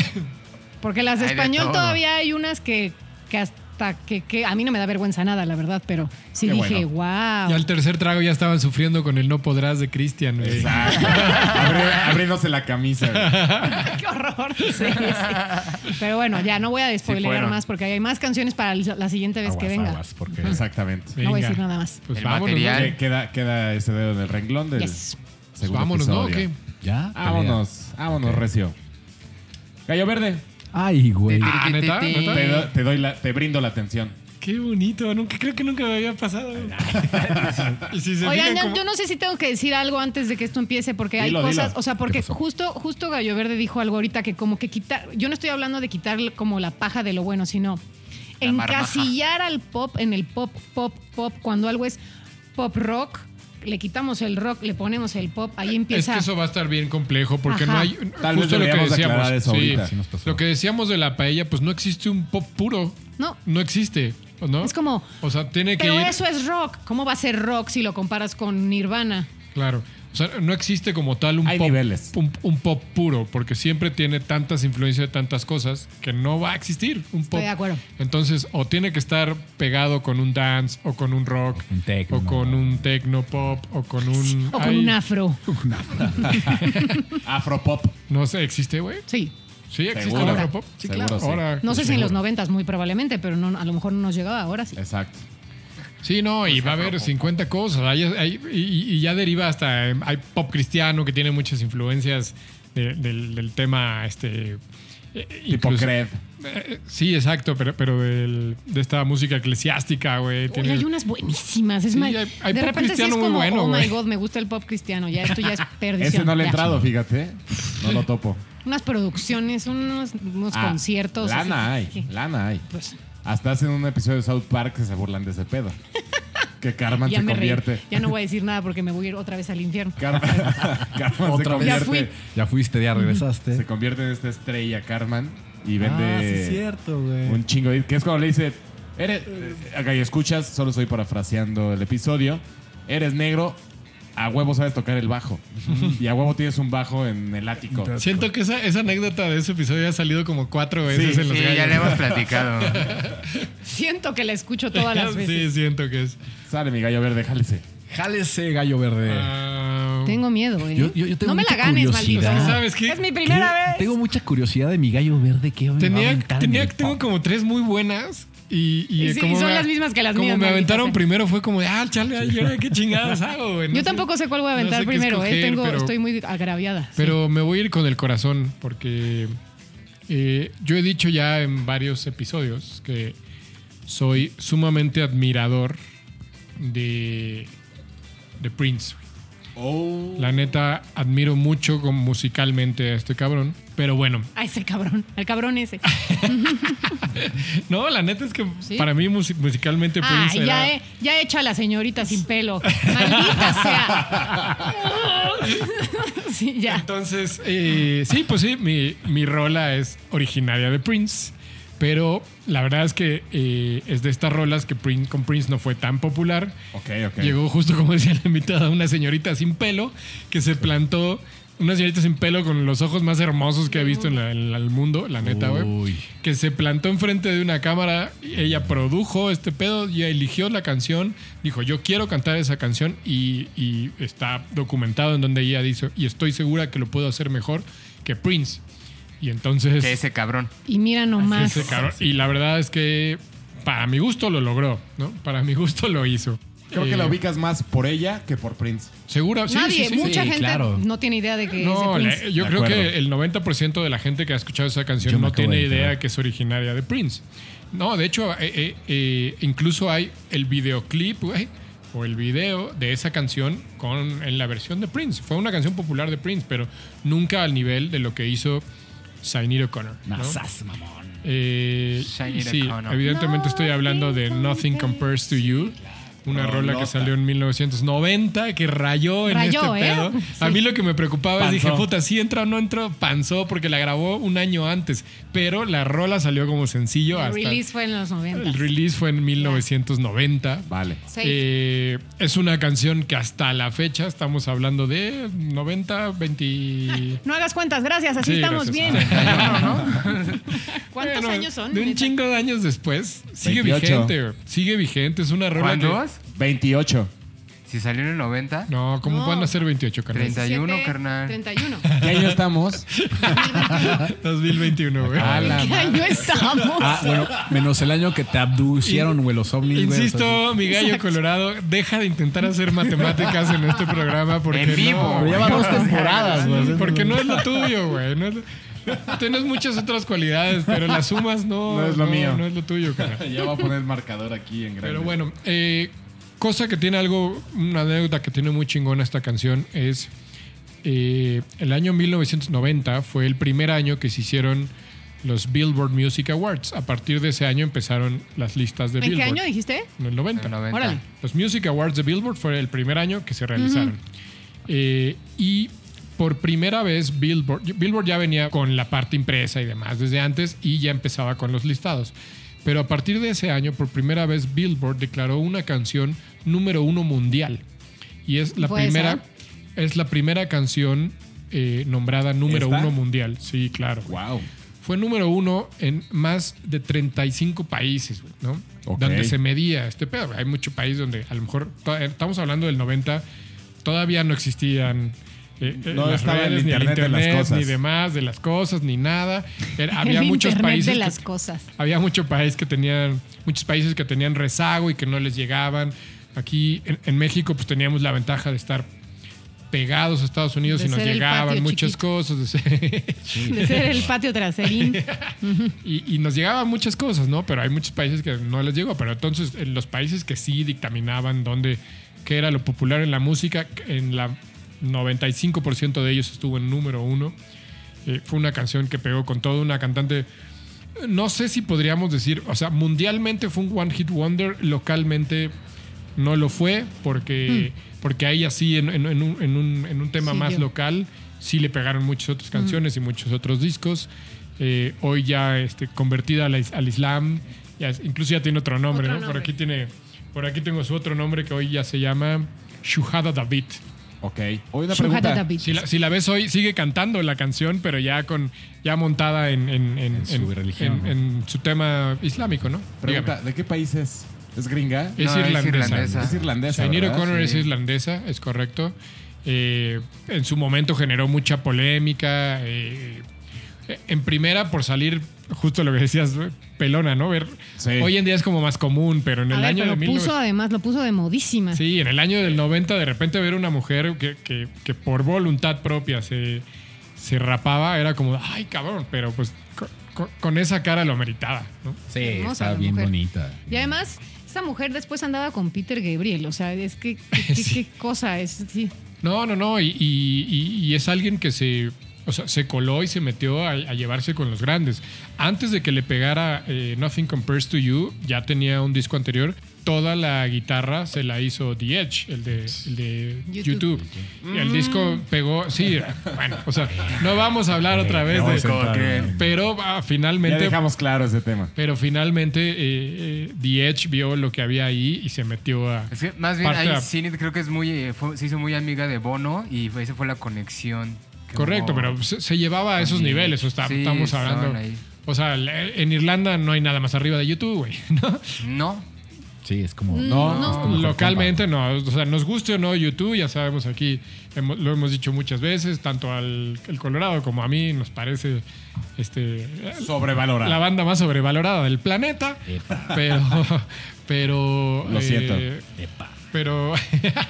Speaker 5: porque las de
Speaker 3: Hay de
Speaker 5: español
Speaker 3: todo.
Speaker 5: todavía hay unas que, que hasta que, que- A mí no me da vergüenza nada, la verdad, pero sí
Speaker 1: Qué
Speaker 5: dije,
Speaker 1: bueno.
Speaker 2: Ya
Speaker 5: wow.
Speaker 2: al tercer trago ya estaban sufriendo con el no podrás de Cristian. güey.
Speaker 1: Exacto. Abri- abriéndose la camisa. güey.
Speaker 5: ¡Qué horror! Sí, sí. Pero bueno, ya no voy a despoilear
Speaker 3: fueron.
Speaker 5: más porque hay más canciones para la siguiente vez que
Speaker 4: Aguas,
Speaker 5: venga.
Speaker 4: aguas, porque
Speaker 1: Exactamente.
Speaker 5: No voy
Speaker 2: Venga.
Speaker 5: a decir nada más.
Speaker 2: Pues
Speaker 3: El
Speaker 2: vámonos. ¿no?
Speaker 3: material.
Speaker 1: Eh, Queda, queda ese dedo en el renglón del
Speaker 5: Yes.
Speaker 2: Pues
Speaker 1: segundo
Speaker 2: vámonos, ¿no? ¿O
Speaker 1: episodio.
Speaker 2: qué?
Speaker 4: ya.
Speaker 1: Ah, Vámonos, vámonos, Recio. Gallo Verde,
Speaker 4: pelea. Ay, güey.
Speaker 2: Ah, ¿neta? ¿Neta?
Speaker 1: te, do- te doy la, te brindo la atención.
Speaker 2: Qué bonito. Nunca, creo que nunca me había pasado. y si se
Speaker 5: Oigan,
Speaker 2: fijan
Speaker 5: ya-
Speaker 2: cómo-
Speaker 5: yo no sé si tengo que decir algo antes de que esto empiece, porque hay
Speaker 1: Dilo,
Speaker 5: cosas,
Speaker 1: dilo.
Speaker 5: o sea,
Speaker 4: ¿Qué
Speaker 5: porque
Speaker 4: pasó?
Speaker 5: justo, justo Gallo Verde dijo algo ahorita que como que quitar, yo no estoy hablando de quitar como la paja de lo bueno, sino
Speaker 3: La marmaja.
Speaker 5: encasillar al pop en el pop, pop, pop, cuando algo es pop rock, le quitamos el rock, le ponemos el pop, ahí
Speaker 2: Es
Speaker 5: empieza.
Speaker 2: que eso va a estar bien complejo porque no
Speaker 5: Ajá.
Speaker 2: hay.
Speaker 1: Tal vez
Speaker 2: justo lo que
Speaker 1: deberíamos
Speaker 2: decíamos.
Speaker 1: aclarar eso
Speaker 2: sí.
Speaker 1: ahorita.
Speaker 4: Sí nos pasó.
Speaker 2: lo que decíamos de la paella, pues no existe un pop puro.
Speaker 5: No.
Speaker 2: No existe, ¿no?
Speaker 5: Es como,
Speaker 2: O sea, tiene que
Speaker 5: Pero
Speaker 2: ir.
Speaker 5: eso es rock. ¿Cómo va a ser rock si lo comparas con Nirvana?
Speaker 2: Claro. O sea, no existe como tal un
Speaker 1: Hay
Speaker 2: pop,
Speaker 1: niveles.
Speaker 2: Un, un pop puro, porque siempre tiene tantas influencias de tantas cosas que no va a existir un pop.
Speaker 5: de acuerdo.
Speaker 2: Entonces, o tiene que estar pegado con un dance, o con un rock,
Speaker 4: Un techno.
Speaker 2: o con un techno pop, o con un.
Speaker 5: O con
Speaker 2: ay,
Speaker 5: un afro.
Speaker 1: Afropop.
Speaker 2: No sé, ¿existe, güey?
Speaker 5: Sí.
Speaker 2: Sí, existe
Speaker 1: Seguro.
Speaker 2: el afropop.
Speaker 5: Sí,
Speaker 1: Seguro
Speaker 5: claro.
Speaker 1: sí.
Speaker 2: Ahora, pues
Speaker 5: No sé si en los
Speaker 2: seguro.
Speaker 5: 90 muy probablemente, pero no, a lo mejor no nos llegaba ahora sí.
Speaker 1: Exacto.
Speaker 2: Sí, no, y va a haber 50 cosas. Hay- hay- y, y ya deriva hasta. eh, Hay pop cristiano que tiene muchas influencias de- del, del tema. este eh,
Speaker 1: Tipo
Speaker 2: incluso-
Speaker 1: Cred.
Speaker 2: Eh, Sí, exacto, pero, pero del- de esta música eclesiástica, güey.
Speaker 5: Oye,
Speaker 2: tiene-
Speaker 5: hay unas buenísimas. Es
Speaker 2: Sí,
Speaker 5: más,
Speaker 2: hay- hay
Speaker 5: de
Speaker 2: pop
Speaker 5: repente sí es
Speaker 2: cristiano muy
Speaker 5: como,
Speaker 2: bueno,
Speaker 5: oh
Speaker 2: güey".
Speaker 5: my god, me gusta el pop cristiano. Ya esto ya es perdición.
Speaker 1: Ese no le he
Speaker 5: Ya.
Speaker 1: entrado, fíjate. No lo topo.
Speaker 5: Unas producciones, unos, unos
Speaker 1: Ah,
Speaker 5: conciertos.
Speaker 1: Lana hay,
Speaker 5: así que-
Speaker 1: lana hay.
Speaker 5: pues,
Speaker 1: Hasta hacen un episodio de South Park que se burlan de ese pedo. Que Carmen
Speaker 5: ya
Speaker 1: se
Speaker 5: me reí.
Speaker 1: convierte.
Speaker 5: Ya no voy a decir nada porque me voy a ir otra vez al infierno.
Speaker 1: Carmen, Carmen se
Speaker 4: Otra vez.
Speaker 5: Ya
Speaker 1: convierte.
Speaker 5: fui.
Speaker 4: Ya fuiste, ya regresaste.
Speaker 1: Se convierte en esta estrella Carmen y vende
Speaker 4: Ah, sí es cierto, güey.
Speaker 1: un chingo de... Que es cuando le dice, eres... Acá y escuchas, solo estoy parafraseando el episodio. Eres negro, a huevo sabes tocar el bajo. y a huevo tienes un bajo en el ático.
Speaker 2: Siento que esa, esa anécdota de ese episodio ha salido como cuatro veces
Speaker 1: Sí,
Speaker 2: en los
Speaker 3: Sí,
Speaker 2: gallos.
Speaker 3: ya le hemos platicado.
Speaker 5: Siento que la escucho todas las veces.
Speaker 2: Sí, siento que es.
Speaker 1: Sale mi gallo verde, jálese.
Speaker 4: Jálese, gallo verde.
Speaker 2: Ah,
Speaker 5: Tengo miedo, ¿eh?
Speaker 4: Yo- yo- yo tengo
Speaker 5: no me
Speaker 4: mucha
Speaker 5: la ganes,
Speaker 4: curiosidad.
Speaker 5: maldito.
Speaker 2: ¿Sabes qué?
Speaker 5: Es mi primera
Speaker 4: ¿Qué?
Speaker 5: vez.
Speaker 4: Tengo mucha curiosidad de mi gallo verde que hoy me va a
Speaker 2: Tenía,
Speaker 4: aventar en
Speaker 2: tenía-
Speaker 4: el
Speaker 2: tengo
Speaker 4: pop.
Speaker 2: como tres muy buenas. Y, y, eh,
Speaker 5: Y sí,
Speaker 2: como
Speaker 5: son
Speaker 2: me-
Speaker 5: las mismas que las
Speaker 2: como
Speaker 5: mías,
Speaker 2: me
Speaker 5: maldita
Speaker 2: aventaron
Speaker 5: sea.
Speaker 2: primero fue como de, ah, chale, ay, ¿y ahora qué chingadas hago, güey. No
Speaker 5: Yo tampoco sé cuál voy a
Speaker 2: no
Speaker 5: aventar
Speaker 2: sé qué
Speaker 5: primero, ¿eh?
Speaker 2: escoger,
Speaker 5: Tengo,
Speaker 2: pero-
Speaker 5: Estoy muy agraviada. sí.
Speaker 2: Pero me voy a ir con el corazón porque eh, yo he dicho ya en varios episodios que soy sumamente admirador de, de Prince. güey.
Speaker 1: Oh.
Speaker 2: La neta, admiro mucho como musicalmente a este cabrón. Pero bueno,
Speaker 5: A ese Ah, cabrón, al cabrón ese.
Speaker 2: no, la neta es que
Speaker 5: ¿Sí?
Speaker 2: para mí musi- musicalmente
Speaker 5: Ah,
Speaker 2: Prince
Speaker 5: ya,
Speaker 2: era...
Speaker 5: he- ya echa a la señorita sin pelo. Maldita sea. sí, ya.
Speaker 2: Entonces, eh, sí, pues sí, mi, mi rola es originaria de Prince, pero la verdad es que eh, es de estas rolas que Prince, con Prince no fue tan popular.
Speaker 1: Ok, ok.
Speaker 2: Llegó justo, como decía la invitada, una señorita sin pelo que se plantó, una señorita sin pelo con los ojos más hermosos que he visto en, la- en el mundo, la neta, güey.
Speaker 4: Uy.
Speaker 2: Que se plantó enfrente de una cámara, y ella produjo este pedo, ya eligió la canción, dijo, yo quiero cantar esa canción y, y está documentado en donde ella dice, y estoy segura que lo puedo hacer mejor que Prince. Y entonces...
Speaker 3: Que ese cabrón.
Speaker 5: Y mira nomás.
Speaker 2: Ese cabrón. Y la verdad es que para mi gusto lo logró, ¿no? Para mi gusto lo hizo.
Speaker 1: Creo
Speaker 2: Eh,
Speaker 1: que la ubicas más por ella que por Prince.
Speaker 2: Segura, sí,
Speaker 5: Nadie,
Speaker 2: sí, sí.
Speaker 5: mucha
Speaker 4: Sí,
Speaker 5: gente
Speaker 4: claro.
Speaker 5: no tiene idea de que
Speaker 2: No,
Speaker 5: es de
Speaker 2: la-
Speaker 5: Prince.
Speaker 2: yo
Speaker 1: De
Speaker 2: creo
Speaker 1: acuerdo.
Speaker 2: que el 90% de la gente que ha escuchado esa
Speaker 4: Yo
Speaker 2: canción
Speaker 4: me
Speaker 2: no
Speaker 4: acabo
Speaker 2: tiene
Speaker 4: de enterar.
Speaker 2: idea que es originaria de Prince. No, de hecho, eh, eh, eh, incluso hay el videoclip, güey, o el video de esa canción con, en la versión de Prince. Fue una canción popular de Prince, pero nunca al nivel de lo que hizo Zainir O'Connor. ¿no?
Speaker 4: Nazas, mamón.
Speaker 2: Eh,
Speaker 3: Shiny
Speaker 2: y
Speaker 3: the
Speaker 2: sí,
Speaker 3: Connor.
Speaker 2: evidentemente estoy hablando de Nothing Compares to You. Una rola que
Speaker 1: Rolota.
Speaker 2: salió en 1990 que rayó en
Speaker 5: Rayó,
Speaker 2: este
Speaker 5: ¿eh?
Speaker 2: pedo. A
Speaker 5: Sí.
Speaker 2: mí lo que me preocupaba es dije,
Speaker 1: Panzó.
Speaker 2: puta, si entra o no entra, panzó porque la grabó un año antes, pero la rola salió como sencillo
Speaker 5: El
Speaker 2: hasta Eh,
Speaker 5: release fue en los 90.
Speaker 2: el release fue en 1990.
Speaker 1: Vale.
Speaker 5: Safe.
Speaker 2: Eh, es una canción que hasta la fecha estamos hablando de 90, 20
Speaker 5: No hagas cuentas, gracias, así
Speaker 2: Sí,
Speaker 5: estamos
Speaker 2: gracias.
Speaker 5: bien.
Speaker 2: Ah.
Speaker 5: ¿Cuántos
Speaker 2: Bueno,
Speaker 5: años son?
Speaker 2: De un
Speaker 5: neta?
Speaker 2: chingo de años después. Sigue
Speaker 1: 28.
Speaker 2: vigente, güey. sigue vigente. Es una rola que...
Speaker 3: ¿Cuántos?
Speaker 1: 28.
Speaker 3: Si salió en el 90.
Speaker 2: No, ¿cómo
Speaker 5: No.
Speaker 2: van a ser 28, carnal?
Speaker 3: 31,
Speaker 5: Siete,
Speaker 3: carnal.
Speaker 5: 31.
Speaker 1: ¿Qué año estamos?
Speaker 2: 2021, güey.
Speaker 1: A la
Speaker 5: ¿Qué año estamos?
Speaker 4: Ah, bueno, menos el año que te abducieron, güey, los ovnis, güey.
Speaker 2: Insisto, mi gallo colorado, deja de intentar hacer matemáticas en este programa porque
Speaker 3: En vivo,
Speaker 2: no,
Speaker 4: Pero ya van dos temporadas, güey.
Speaker 2: porque no es lo tuyo, güey. No es lo- Tienes muchas otras cualidades, pero las sumas no,
Speaker 1: No es lo mío.
Speaker 2: No es lo tuyo, carnal.
Speaker 1: ya va a poner el marcador aquí en grande.
Speaker 2: Pero bueno, eh, cosa que tiene algo, una anécdota que tiene muy chingona esta canción es eh, el año 1990 fue el primer año que se hicieron los Billboard Music Awards. A partir de ese año empezaron las listas de
Speaker 5: ¿En qué
Speaker 2: Billboard.
Speaker 5: año dijiste?
Speaker 2: En el 90.
Speaker 3: En el 90.
Speaker 5: Órale.
Speaker 2: Los Music Awards de Billboard fue el primer año que se realizaron. Eh, y por primera vez Billboard, Billboard ya venía con la parte impresa y demás desde antes y ya empezaba con los listados. Pero a partir de ese año, por primera vez Billboard declaró una canción número uno mundial. Y es la
Speaker 5: ¿Fue
Speaker 2: primera, es la primera canción eh, nombrada número
Speaker 1: ¿Esta?
Speaker 2: uno mundial. Sí, claro.
Speaker 1: Wow.
Speaker 2: Fue número uno en más de 35 países, güey, ¿no?
Speaker 1: Ok.
Speaker 2: Donde se medía este pedo. Hay mucho país donde a lo mejor to- eh, estamos hablando del 90, todavía no existían. eh, eh,
Speaker 1: No
Speaker 2: las
Speaker 1: estaba el
Speaker 2: ni
Speaker 1: internet de las cosas.
Speaker 2: ni demás, de las cosas, ni nada. Era- había
Speaker 5: El
Speaker 2: muchos
Speaker 5: internet
Speaker 2: países.
Speaker 5: de
Speaker 2: que-
Speaker 5: las cosas.
Speaker 2: había mucho país que tenían, muchos países que tenían rezago y que no les llegaban. Aquí en, en México, pues teníamos la ventaja de estar pegados a Estados Unidos
Speaker 5: De
Speaker 2: y nos
Speaker 5: ser el
Speaker 2: llegaban
Speaker 5: patio
Speaker 2: muchas
Speaker 5: chiquito.
Speaker 2: cosas. de ser-
Speaker 5: De ser el patio traserín.
Speaker 2: Y, y nos llegaban muchas cosas, ¿no? Pero hay muchos países que no les llegó. Pero entonces, en los países que sí dictaminaban dónde, qué era lo popular en la música, en la 95% de ellos estuvo en número uno. Eh, fue una canción que pegó con todo, una cantante. eh, No sé si podríamos decir, o sea, mundialmente fue un one hit wonder, localmente no lo fue, porque, porque ahí así, en, en- en un, en un- en un tema
Speaker 5: Hmm. Sí,
Speaker 2: más
Speaker 5: yo- Hmm.
Speaker 2: local local, sí le pegaron muchas otras canciones y muchos otros discos. Eh, hoy ya este, convertida al, is- al Islam, ya es- incluso ya tiene otro nombre,
Speaker 5: Otro
Speaker 2: ¿no? Por
Speaker 5: nombre.
Speaker 2: aquí tiene, por aquí tengo su otro nombre que hoy ya se llama Shuhada David.
Speaker 1: Ok. Hoy una
Speaker 5: Shujata
Speaker 1: pregunta.
Speaker 5: David.
Speaker 2: Si la, si la ves hoy, sigue cantando la canción, pero ya con ya montada en, en- en-
Speaker 4: En su
Speaker 2: en-
Speaker 4: religión,
Speaker 2: en-
Speaker 4: ¿no?
Speaker 2: en su tema islámico, ¿no?
Speaker 1: Pregunta, ¿de qué país es? ¿Es gringa?
Speaker 2: Es
Speaker 3: No, es
Speaker 2: irlandesa.
Speaker 3: irlandesa.
Speaker 1: Es irlandesa.
Speaker 2: Shainira
Speaker 1: ¿verdad?
Speaker 2: O'Connor
Speaker 3: Sí.
Speaker 2: es irlandesa, es correcto. Eh, en su momento generó mucha polémica. eh, eh, en primera, por salir, justo lo que decías, ¿no? pelona, ¿no? Ver,
Speaker 1: Sí.
Speaker 2: Hoy en día es como más común, pero en
Speaker 5: A
Speaker 2: el
Speaker 5: ver,
Speaker 2: año
Speaker 5: pero
Speaker 2: de
Speaker 5: lo
Speaker 2: 1900
Speaker 5: puso además, lo puso de modísima.
Speaker 2: Sí, en el año del 90 de repente ver una mujer que, que- que por voluntad propia se, se rapaba era como, ay cabrón, pero pues co- co- con, esa cara lo meritaba, ¿no?
Speaker 4: Sí,
Speaker 5: Hermosa
Speaker 4: está
Speaker 5: la
Speaker 4: bien
Speaker 5: mujer.
Speaker 4: bonita.
Speaker 5: Y además, esa mujer después andaba con Peter Gabriel. O sea, es que qué, qué cosa es. Sí.
Speaker 2: No, no, no. Y, y- y- y es alguien que se, o sea, se coló y se metió a, a llevarse con los grandes. Antes de que le pegara eh, Nothing Compares to You, ya tenía un disco anterior. Toda la guitarra se la hizo The Edge, el de, el de
Speaker 5: YouTube.
Speaker 2: YouTube. Y el disco pegó. Sí, bueno, o sea, no vamos a hablar otra vez
Speaker 4: vamos
Speaker 2: de.
Speaker 4: a entrar
Speaker 3: creen?
Speaker 4: en-
Speaker 2: Pero ah,
Speaker 1: Ya
Speaker 2: finalmente.
Speaker 1: dejamos claro ese tema.
Speaker 2: Pero finalmente eh, eh, The Edge vio lo que había ahí y se metió a.
Speaker 3: Es que más bien
Speaker 2: Parte
Speaker 3: ahí
Speaker 2: de-
Speaker 3: Zinit creo que es muy, eh, fue- se hizo muy amiga de Bono y fue- esa fue la conexión. que
Speaker 2: Correcto,
Speaker 3: hubo
Speaker 2: pero se, se llevaba a esos
Speaker 3: con
Speaker 2: niveles.
Speaker 3: Zinit.
Speaker 2: o está-
Speaker 3: Sí,
Speaker 2: estamos
Speaker 3: estaban
Speaker 2: hablando.
Speaker 3: ahí.
Speaker 2: O sea, le- en Irlanda no hay nada más arriba de YouTube, güey. ¿no?
Speaker 3: No,
Speaker 4: Sí, es como.
Speaker 5: Mm, No,
Speaker 4: es como mejor
Speaker 2: Localmente no. O sea, nos guste o no YouTube, ya sabemos aquí, hemo- lo hemos dicho muchas veces, tanto al el Colorado como a mí, nos parece este,
Speaker 1: Sobrevalorada.
Speaker 2: la banda más sobrevalorada del planeta.
Speaker 4: compa.
Speaker 2: Pero. pero eh,
Speaker 1: Lo siento.
Speaker 4: Epa, epa.
Speaker 2: Pero,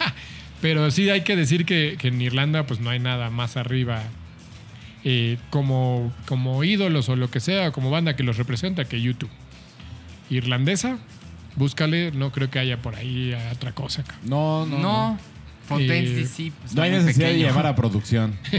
Speaker 2: pero sí hay que decir que, que en Irlanda pues no hay nada más arriba eh, como, como ídolos o lo que sea, como banda que los representa que YouTube. Irlandesa, búscale, no creo que haya por ahí otra cosa. cabrón.
Speaker 1: No, no.
Speaker 3: no.
Speaker 1: No,
Speaker 3: Fontaines
Speaker 2: Eh,
Speaker 3: DC. pues,
Speaker 1: No hay
Speaker 3: está muy
Speaker 1: necesidad de
Speaker 3: pequeño.
Speaker 1: llamar a producción.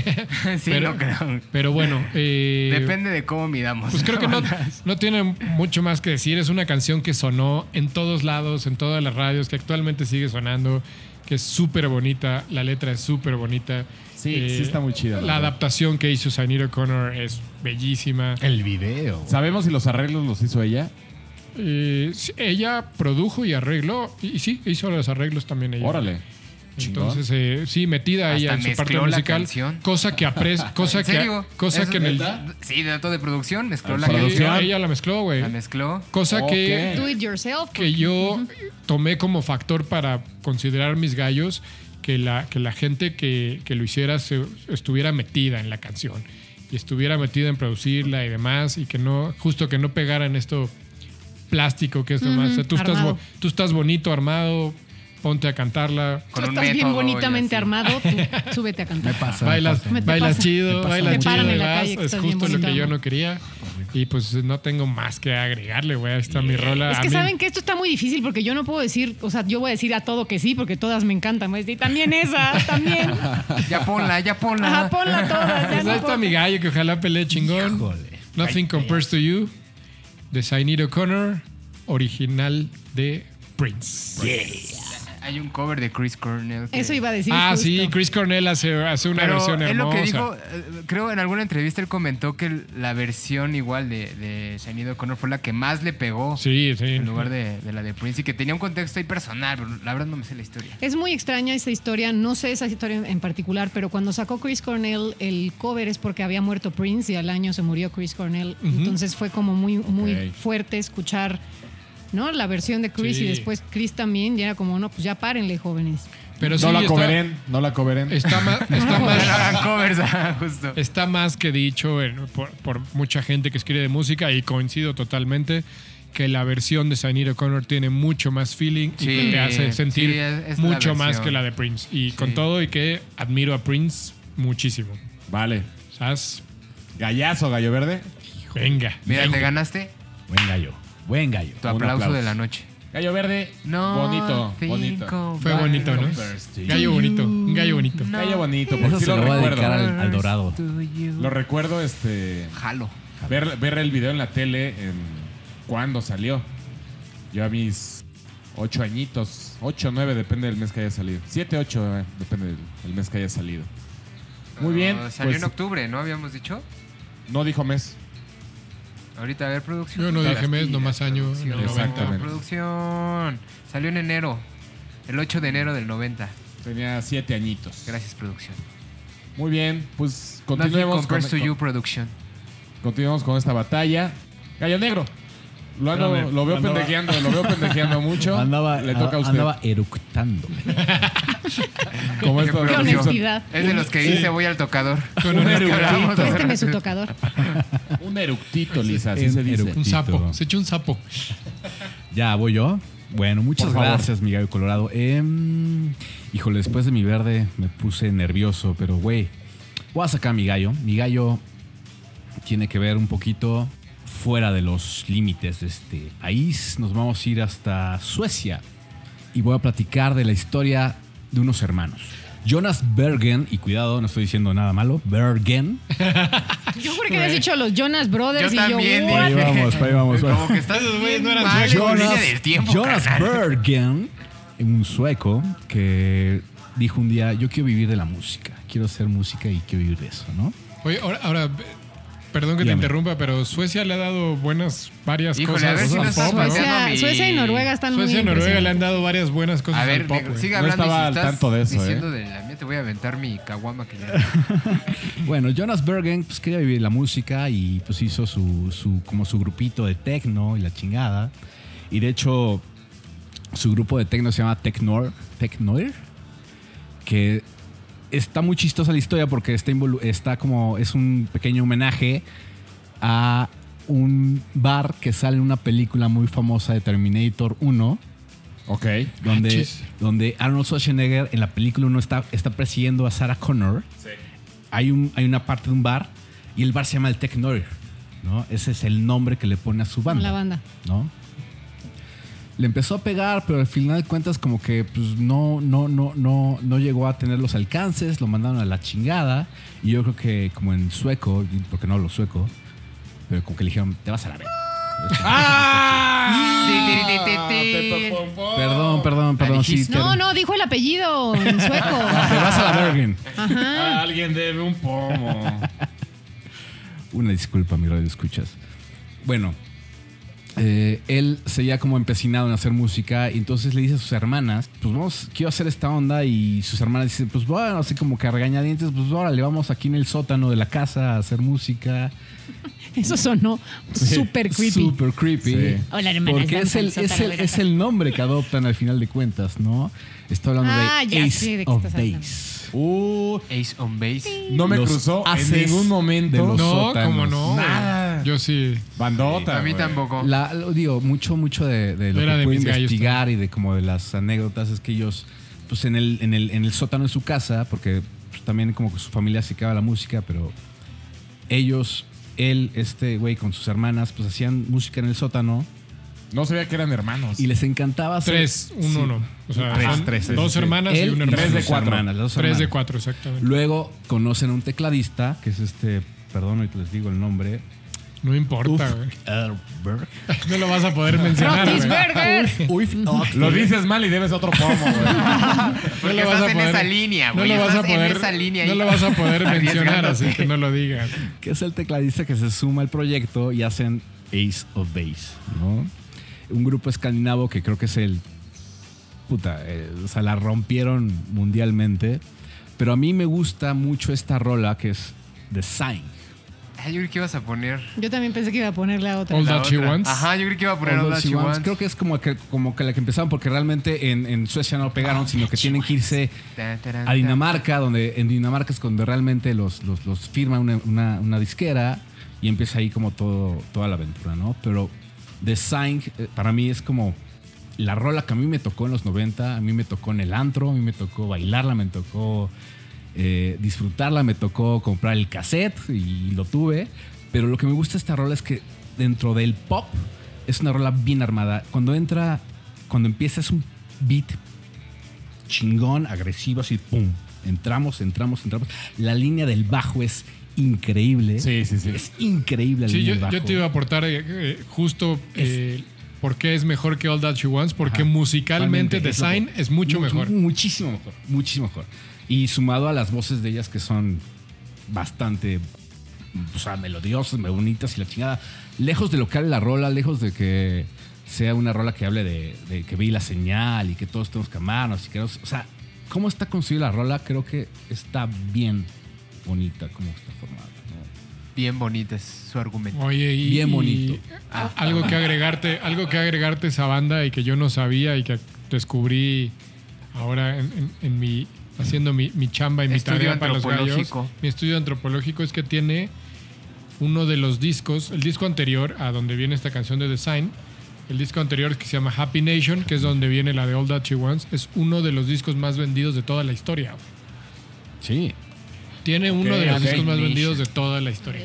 Speaker 3: sí,
Speaker 2: Pero-
Speaker 3: no creo.
Speaker 2: Pero bueno, eh,
Speaker 3: Depende de cómo midamos.
Speaker 2: Pues creo que no,
Speaker 3: Banda.
Speaker 2: no tiene mucho más que decir. Es una canción que sonó en todos lados, en todas las radios, que actualmente sigue sonando, que es súper bonita. La letra es súper bonita. Eh,
Speaker 1: Sí, sí está muy chida, la
Speaker 2: La
Speaker 1: verdad.
Speaker 2: adaptación que hizo Sanira O'Connor es bellísima.
Speaker 4: El video.
Speaker 1: ¿Sabemos si los arreglos los hizo ella?
Speaker 2: Eh, sí, ella produjo y arregló, y, y sí, hizo los arreglos también ella.
Speaker 1: Órale. Chingón.
Speaker 2: Entonces, eh, sí, metida
Speaker 3: Hasta
Speaker 2: ella en su parte
Speaker 3: mezcló la
Speaker 2: musical.
Speaker 3: canción.
Speaker 2: Cosa que aprecio. Cosa
Speaker 3: ¿En
Speaker 2: que,
Speaker 3: serio?
Speaker 2: cosa
Speaker 3: ¿Eso
Speaker 2: que
Speaker 3: es
Speaker 2: en el.
Speaker 1: neta?
Speaker 3: Sí, dato de producción. Mezcló
Speaker 1: Ah,
Speaker 3: la
Speaker 2: Sí,
Speaker 1: producción.
Speaker 3: canción.
Speaker 2: ella la mezcló, güey.
Speaker 3: La mezcló.
Speaker 2: Cosa que.
Speaker 1: Ok.
Speaker 5: Do it yourself.
Speaker 2: que yo tomé como factor para considerar mis gallos que la, que la gente que, que lo hiciera se- estuviera metida en la canción y estuviera metida en producirla y demás y que no, justo que no pegara en esto plástico que es demás. O sea, tú, estás,
Speaker 5: armado.
Speaker 2: bo- tú estás bonito, armado, ponte a cantarla,
Speaker 5: Tú
Speaker 3: Con un
Speaker 5: estás bien
Speaker 3: método y
Speaker 5: bonitamente
Speaker 3: así.
Speaker 5: armado, tú súbete a cantar.
Speaker 4: Me pasa. me
Speaker 2: bailas,
Speaker 4: pasa.
Speaker 5: te
Speaker 2: bailas
Speaker 5: pasa.
Speaker 2: chido,
Speaker 4: Me pasa
Speaker 2: bailas
Speaker 4: mucho.
Speaker 2: chido,
Speaker 5: Te paran en la
Speaker 2: demás.
Speaker 5: calle que
Speaker 2: es
Speaker 5: estás bien
Speaker 2: justo lo que
Speaker 5: bonito.
Speaker 2: yo no quería y pues no tengo más que agregarle, güey, ahí está mi rola.
Speaker 5: Es
Speaker 2: A
Speaker 5: que
Speaker 2: mí-
Speaker 5: saben que esto está muy difícil porque yo no puedo decir, o sea, yo voy a decir a todo que sí porque todas me encantan. pues, Y también esa, también.
Speaker 3: Ya ponla, ya ponla.
Speaker 5: Ajá, ponla todas. ya
Speaker 2: Pues
Speaker 5: no
Speaker 2: ahí está
Speaker 5: puedo.
Speaker 2: mi gallo que ojalá pelee chingón.
Speaker 4: Híjole.
Speaker 2: Nothing Compares to You de Sinead O'Connor, original de Prince.
Speaker 3: Hay un cover de Chris Cornell. que-
Speaker 5: Eso iba a decir.
Speaker 2: ah,
Speaker 5: justo.
Speaker 2: sí, Chris Cornell hace, hace una
Speaker 3: Pero
Speaker 2: versión
Speaker 3: él
Speaker 2: hermosa.
Speaker 3: lo que dijo, eh, creo en alguna entrevista él comentó que la versión igual de, de Sinead O'Connor fue la que más le pegó
Speaker 2: sí, sí.
Speaker 3: en lugar de, de la de Prince y que tenía un contexto ahí personal, pero la verdad no me sé la historia.
Speaker 5: Es muy extraña esa historia, no sé esa historia en- en particular, pero cuando sacó Chris Cornell el cover es porque había muerto Prince y al año se murió Chris Cornell. Entonces fue como muy, muy
Speaker 1: Ok.
Speaker 5: fuerte escuchar ¿no? la versión de Chris
Speaker 2: Sí.
Speaker 5: y después Chris también. Y era como, no, pues ya párenle, jóvenes.
Speaker 2: Pero
Speaker 1: no
Speaker 2: sí,
Speaker 1: la
Speaker 2: está-
Speaker 1: coberen, no la coberen.
Speaker 2: Está más, está
Speaker 3: No
Speaker 2: más,
Speaker 3: hagan covers, ah, justo.
Speaker 2: está más que dicho en- por, por mucha gente que escribe de música y coincido totalmente que la versión de Sinead O'Connor tiene mucho más feeling y que
Speaker 3: Sí,
Speaker 2: te hace sentir
Speaker 3: sí, es- es la
Speaker 2: mucho más
Speaker 3: versión.
Speaker 2: que la de Prince. Y con
Speaker 3: Sí.
Speaker 2: todo y que admiro a Prince muchísimo.
Speaker 1: Vale.
Speaker 2: ¿Sabes?
Speaker 1: Gallazo, gallo verde.
Speaker 2: Venga.
Speaker 3: Mira,
Speaker 2: venga.
Speaker 3: te ganaste
Speaker 4: Buen gallo. Buen gallo.
Speaker 3: tu
Speaker 1: Un
Speaker 3: aplauso,
Speaker 1: aplauso.
Speaker 3: de la noche.
Speaker 1: Gallo verde.
Speaker 3: No,
Speaker 1: Bonito, bonito.
Speaker 2: Fue bonito, ¿no? Gallo bonito, un gallo bonito.
Speaker 1: Gallo bonito, porque
Speaker 4: Eso
Speaker 1: sí
Speaker 4: se
Speaker 1: lo
Speaker 4: lo voy a dedicar
Speaker 1: recuerdo.
Speaker 4: al, al dorado.
Speaker 1: Lo recuerdo, este.
Speaker 3: Jalo.
Speaker 1: Ver, ver el video en la tele en cuando salió. Yo a mis ocho añitos, ocho, nueve, depende del mes que haya salido. Siete, ocho, eh, depende del del mes que haya salido. Muy bien.
Speaker 3: Ah, salió
Speaker 1: pues,
Speaker 3: en octubre, ¿no? Habíamos dicho.
Speaker 1: no dijo mes.
Speaker 3: Ahorita a ver producción.
Speaker 2: Yo no dije mes,
Speaker 3: Las
Speaker 2: nomás
Speaker 3: tiras,
Speaker 2: año,
Speaker 3: producción,
Speaker 2: en el
Speaker 1: Exactamente. 90.
Speaker 3: Producción. Salió en enero. El 8 de enero del 90.
Speaker 1: Tenía siete añitos.
Speaker 3: Gracias, producción.
Speaker 1: Muy bien, pues
Speaker 3: Nothing
Speaker 1: continuemos con,
Speaker 3: compares to you, producción.
Speaker 1: continuemos con esta batalla. Gallo Negro. Lo, ando-
Speaker 4: Espérame,
Speaker 1: lo veo
Speaker 4: andaba-
Speaker 1: pendejeando, lo veo pendejeando mucho.
Speaker 4: Andaba,
Speaker 1: Le toca a usted.
Speaker 4: andaba eructando.
Speaker 1: Como esto de
Speaker 5: Qué
Speaker 1: los
Speaker 5: honestidad.
Speaker 1: Simpson.
Speaker 3: Es de los que dice voy al tocador. Este
Speaker 1: Un eructito.
Speaker 5: Présteme su tocador.
Speaker 1: Un eructito, Lisa, así
Speaker 4: Un
Speaker 1: se dice.
Speaker 4: eructito.
Speaker 2: Un sapo,
Speaker 4: Tito.
Speaker 2: se echó un sapo.
Speaker 4: Ya, voy yo. Bueno, muchas
Speaker 1: Por favor.
Speaker 4: gracias, mi gallo colorado. Em, híjole, después de mi verde me puse nervioso, pero güey, voy a sacar mi gallo. Mi gallo tiene que ver un poquito fuera de los límites de este país. Nos vamos a ir hasta Suecia y voy a platicar de la historia de unos hermanos. Jonas Bergen, y cuidado, no estoy diciendo nada malo, Bergen.
Speaker 5: Yo creo que habías dicho los Jonas Brothers y yo.
Speaker 4: Ahí
Speaker 5: "What?".
Speaker 3: dije.
Speaker 4: vamos, ahí vamos.
Speaker 3: Como que estás, güey, no eran
Speaker 4: Jonas,
Speaker 3: mal, en línea del tiempo.
Speaker 4: Jonas
Speaker 3: carnal.
Speaker 4: Bergen, un sueco que dijo un día, yo quiero vivir de la música, quiero hacer música y quiero vivir de eso, ¿no?
Speaker 2: Oye, ahora, ahora, perdón que te
Speaker 4: Dígame.
Speaker 2: interrumpa, pero Suecia le ha dado buenas, varias
Speaker 3: Híjole,
Speaker 2: cosas.
Speaker 3: a ver si
Speaker 2: al
Speaker 3: no estás
Speaker 2: pop, ¿no?
Speaker 3: paseando.
Speaker 5: Suecia,
Speaker 3: mi-
Speaker 5: Suecia y Noruega están
Speaker 2: Suecia y
Speaker 5: muy
Speaker 2: Noruega le
Speaker 5: impresionantes.
Speaker 2: han dado varias buenas cosas
Speaker 3: A ver,
Speaker 2: al pop.
Speaker 3: digo,
Speaker 2: güey.
Speaker 3: sigue
Speaker 1: No
Speaker 3: hablando. y
Speaker 1: estaba
Speaker 3: si
Speaker 1: al
Speaker 3: estás
Speaker 1: tanto de eso,
Speaker 3: Diciendo de la mía, te voy a aventar mi caguama que ya.
Speaker 4: Bueno, Jonas Bergen pues, quería vivir de la música y pues hizo su, su- como su grupito de techno y la chingada. Y de hecho, su grupo de techno se llama Technoir, Technoir que está muy chistosa la historia porque está, involu- está como, es un pequeño homenaje a un bar que sale en una película muy famosa de Terminator 1
Speaker 1: Ok.
Speaker 4: donde,
Speaker 2: Manches.
Speaker 4: donde Arnold Schwarzenegger en la película uno está, está persiguiendo a Sarah Connor. Hay, un, hay una parte de un bar y el bar se llama el Tech Noir, ¿no? Ese es el nombre que le pone a su banda.
Speaker 5: La banda.
Speaker 4: ¿no? Le empezó a pegar, pero al final de cuentas como que pues, no, no, no, no, no llegó a tener los alcances, lo mandaron a la chingada. Y yo creo que como en sueco, porque no hablo sueco, pero como que le dijeron, te vas a la verga.
Speaker 5: Ah.
Speaker 1: Ah,
Speaker 3: Ah,
Speaker 4: Perdón, perdón, perdón. Sí,
Speaker 5: Ah, No,
Speaker 4: te-
Speaker 5: no, dijo el apellido en sueco.
Speaker 4: Ah, Te vas a la Bergen.
Speaker 1: Ah, Alguien debe un pomo.
Speaker 4: Una disculpa, mi radio escuchas. Bueno, eh, él seguía como empecinado en hacer música y entonces le dice a sus hermanas, pues vamos, quiero hacer esta onda y sus hermanas dicen, pues bueno, así como que a regañadientes, pues órale, vamos aquí en el sótano de la casa a hacer música.
Speaker 5: Eso sonó súper creepy.
Speaker 4: Super creepy.
Speaker 1: Sí.
Speaker 5: Hola, hermanas,
Speaker 4: Porque es
Speaker 5: vamos
Speaker 4: el,
Speaker 5: al sótano
Speaker 4: es, el,
Speaker 5: de la
Speaker 4: es el nombre que adoptan al final de cuentas, ¿no? Estoy hablando
Speaker 5: Ah,
Speaker 4: de
Speaker 5: ya
Speaker 4: Ace
Speaker 5: sé de qué
Speaker 4: of
Speaker 5: estás hablando.
Speaker 4: Base.
Speaker 1: Uh,
Speaker 3: Ace on base.
Speaker 1: no me
Speaker 4: Los
Speaker 1: cruzó en
Speaker 4: haces
Speaker 1: ningún momento.
Speaker 4: de los-
Speaker 2: No,
Speaker 4: sótanos.
Speaker 2: como no. güey.
Speaker 1: Nada.
Speaker 2: Yo sí.
Speaker 1: Bandota.
Speaker 3: A mí
Speaker 1: güey.
Speaker 3: tampoco.
Speaker 4: La, lo digo, mucho, mucho de, de lo
Speaker 2: Era
Speaker 4: que
Speaker 2: de
Speaker 4: pude
Speaker 2: mis gallos
Speaker 4: investigar y de como de las anécdotas es que ellos, pues en el, en el, en el sótano de su casa, porque pues, también como que su familia se quedaba la música, pero ellos, él, este güey con sus hermanas, pues hacían música en el sótano
Speaker 1: No sabía que eran hermanos.
Speaker 4: y les encantaba hacer...
Speaker 2: Tres, uno,
Speaker 4: Sí.
Speaker 2: no. O sea,
Speaker 4: Tres,
Speaker 2: son
Speaker 4: tres, sí,
Speaker 2: dos
Speaker 4: sí.
Speaker 2: hermanas y
Speaker 4: Él
Speaker 2: un hermano.
Speaker 1: Tres de
Speaker 4: sus
Speaker 1: cuatro.
Speaker 4: hermanas, las dos
Speaker 2: Tres de
Speaker 4: hermanas.
Speaker 2: cuatro, exactamente.
Speaker 4: Luego conocen a un tecladista, que es este, perdón, ahorita les digo el nombre,
Speaker 2: No importa, güey.
Speaker 4: Berg.
Speaker 2: No lo vas a poder mencionar. güey.
Speaker 5: Rotisberger.
Speaker 4: Uif,
Speaker 1: Lo dices mal y debes otro pomo, güey.
Speaker 3: Porque
Speaker 2: lo vas
Speaker 3: estás
Speaker 2: a
Speaker 3: en
Speaker 2: poder-
Speaker 3: esa línea, güey.
Speaker 2: No lo vas a
Speaker 3: Estás en
Speaker 2: poder,
Speaker 3: esa línea
Speaker 2: no
Speaker 3: ahí.
Speaker 2: lo vas a poder mencionar,
Speaker 3: Arriesgándote.
Speaker 2: así que no lo digas.
Speaker 4: que es el tecladista que se suma al proyecto y hacen Ace of Base, ¿no? Un grupo escandinavo que creo que es el... Puta, eh, o sea, la rompieron mundialmente. Pero a mí me gusta mucho esta rola que es The Sign.
Speaker 3: Ay, yo creo que ibas a poner.
Speaker 5: Yo también pensé que iba a poner la otra.
Speaker 2: All
Speaker 3: la
Speaker 2: That She
Speaker 3: otra.
Speaker 2: Wants.
Speaker 3: Ajá, yo creo que iba a poner
Speaker 4: All
Speaker 3: All
Speaker 4: That She Wants. Creo
Speaker 3: Creo
Speaker 4: que es como que, como que la que empezaron porque realmente en, en Suecia no pegaron, sino que tienen que irse a Dinamarca, donde en Dinamarca es cuando realmente los, los, los firma una, una- una disquera y empieza ahí como todo, toda la aventura, ¿no? Pero The Sign eh, para mí es como la rola que a mí me tocó en los 90, a mí me tocó en el antro, a mí me tocó bailarla, me tocó eh, disfrutarla, me tocó comprar el cassette y lo tuve. Pero lo que me gusta de esta rola es que dentro del pop es una rola bien armada. Cuando entra, cuando empieza es un beat chingón, agresivo, así, pum. Entramos, entramos, entramos. La línea del bajo es increíble.
Speaker 1: Sí, sí, sí.
Speaker 4: Es increíble la
Speaker 2: Sí,
Speaker 4: línea
Speaker 2: yo,
Speaker 4: del bajo.
Speaker 2: yo te iba a aportar eh, eh, justo eh, por qué es mejor que All That She Wants, porque
Speaker 4: Ajá. Realmente
Speaker 2: musicalmente
Speaker 4: es lo
Speaker 2: Design
Speaker 4: mejor.
Speaker 2: es mucho
Speaker 4: Mu-
Speaker 2: mejor.
Speaker 4: Muchísimo mejor, muchísimo mejor. Y sumado a las voces de ellas que son bastante, o sea, melodiosas, muy bonitas y la chingada. Lejos de lo que hable la rola, lejos de que sea una rola que hable de, de que vi la señal y que todos tenemos que amarnos y que nos- O sea, cómo está construida la rola, creo que está bien bonita como está formada. ¿no?
Speaker 3: Bien bonita es su argumento.
Speaker 2: Oye, y,
Speaker 4: Bien
Speaker 2: y
Speaker 4: bonito.
Speaker 2: a- algo que agregarte, algo que agregarte a esa banda y que yo no sabía y que descubrí ahora en, en- en mi haciendo mi, mi chamba y mi
Speaker 3: Estudio
Speaker 2: tarea para los gallos.
Speaker 3: antropológico.
Speaker 2: Mi estudio antropológico es que tiene uno de los discos, el disco anterior a donde viene esta canción de Design, el disco anterior que se llama Happy Nation, que es donde viene la de All That She Wants, es uno de los discos más vendidos de toda la historia. güey.
Speaker 4: Sí.
Speaker 2: Tiene uno de los
Speaker 1: ok.
Speaker 2: discos más
Speaker 3: Nation.
Speaker 2: vendidos de toda la historia.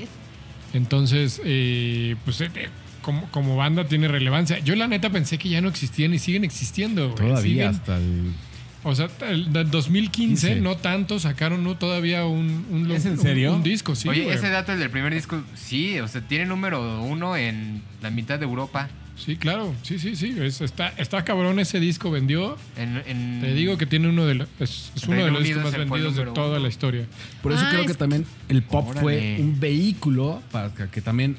Speaker 2: Entonces, eh, pues eh, eh, como, como banda tiene relevancia. Yo la neta pensé que ya no existían y siguen existiendo. güey. Siguen-
Speaker 4: Todavía hasta el-
Speaker 2: o sea, el del 2015
Speaker 4: 15.
Speaker 2: no tanto sacaron no, todavía un, un-
Speaker 1: ¿Es en
Speaker 2: un-
Speaker 1: serio?
Speaker 2: un disco, sí.
Speaker 3: Oye,
Speaker 2: güey.
Speaker 3: ese dato es del primer disco. Sí, o sea, tiene número uno en la mitad de Europa.
Speaker 2: Sí, claro, sí, sí, sí. Es- está, está cabrón ese disco, vendió.
Speaker 3: En, en-
Speaker 1: Mm.
Speaker 2: Te digo que tiene uno de los, es, es uno
Speaker 3: Reino
Speaker 2: de los
Speaker 3: Unido
Speaker 2: discos más
Speaker 3: se fue
Speaker 2: vendidos de
Speaker 3: número
Speaker 2: toda
Speaker 3: uno.
Speaker 2: la historia.
Speaker 4: Por eso
Speaker 5: Ah,
Speaker 4: creo
Speaker 5: es
Speaker 4: que
Speaker 5: que-
Speaker 4: también el pop
Speaker 3: Órale.
Speaker 4: fue un vehículo para que, que también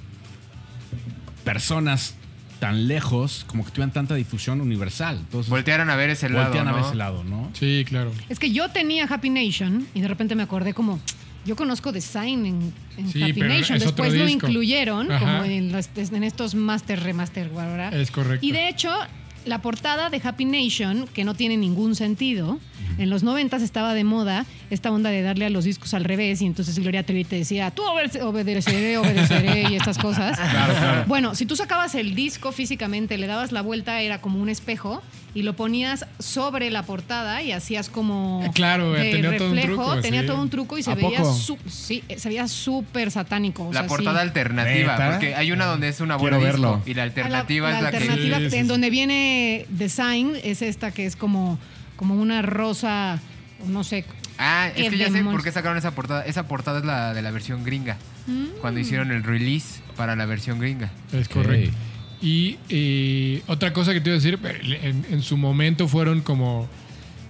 Speaker 4: personas tan lejos como que tuvieran tanta difusión universal. Entonces,
Speaker 3: Voltearon a ver ese lado.
Speaker 4: voltean a
Speaker 3: ¿no?
Speaker 4: ver ese lado, ¿no?
Speaker 2: Sí, claro.
Speaker 5: Es que yo tenía Happy Nation y de repente me acordé como. Yo conozco Design en, en
Speaker 2: Sí,
Speaker 5: Happy
Speaker 2: pero
Speaker 5: Nation.
Speaker 2: es otro
Speaker 5: Después lo
Speaker 2: disco.
Speaker 5: incluyeron
Speaker 2: Ajá.
Speaker 5: como en, las- en estos Master Remaster, ¿verdad?
Speaker 2: Es correcto.
Speaker 5: Y de hecho, la portada de Happy Nation, que no tiene ningún sentido, en los 90 estaba de moda esta onda de darle a los discos al revés y entonces Gloria Trevi te decía, tú obede- obedeceré, obedeceré y estas cosas. Bueno, si tú sacabas el disco físicamente, le dabas la vuelta, era como un espejo y lo ponías sobre la portada y hacías como...
Speaker 2: Eh, claro,
Speaker 5: de
Speaker 2: tenía todo un truco,
Speaker 5: Tenía
Speaker 2: sí.
Speaker 5: todo un truco y se
Speaker 2: ¿A
Speaker 5: veía,
Speaker 2: poco?
Speaker 5: su- sí, eh, se veía súper satánico. o
Speaker 3: La
Speaker 5: sea,
Speaker 3: portada
Speaker 5: sí.
Speaker 3: alternativa,
Speaker 1: ¿Neta?
Speaker 3: porque hay una donde es una
Speaker 1: Quiero
Speaker 3: buena disco
Speaker 1: verlo.
Speaker 3: y la
Speaker 5: Ah,
Speaker 3: alternativa es la,
Speaker 5: alternativa
Speaker 2: Sí, sí,
Speaker 5: en
Speaker 2: sí.
Speaker 5: donde viene Design es esta que es como, como una rosa, no sé.
Speaker 3: que Ah, es
Speaker 5: Qué
Speaker 3: que ya sé
Speaker 5: demonios.
Speaker 3: por qué sacaron esa portada. Esa portada es la de la versión gringa,
Speaker 5: Mm.
Speaker 3: cuando hicieron el release para la versión gringa.
Speaker 2: Es correcto. Y eh, otra cosa que te iba a decir, en, en su momento fueron como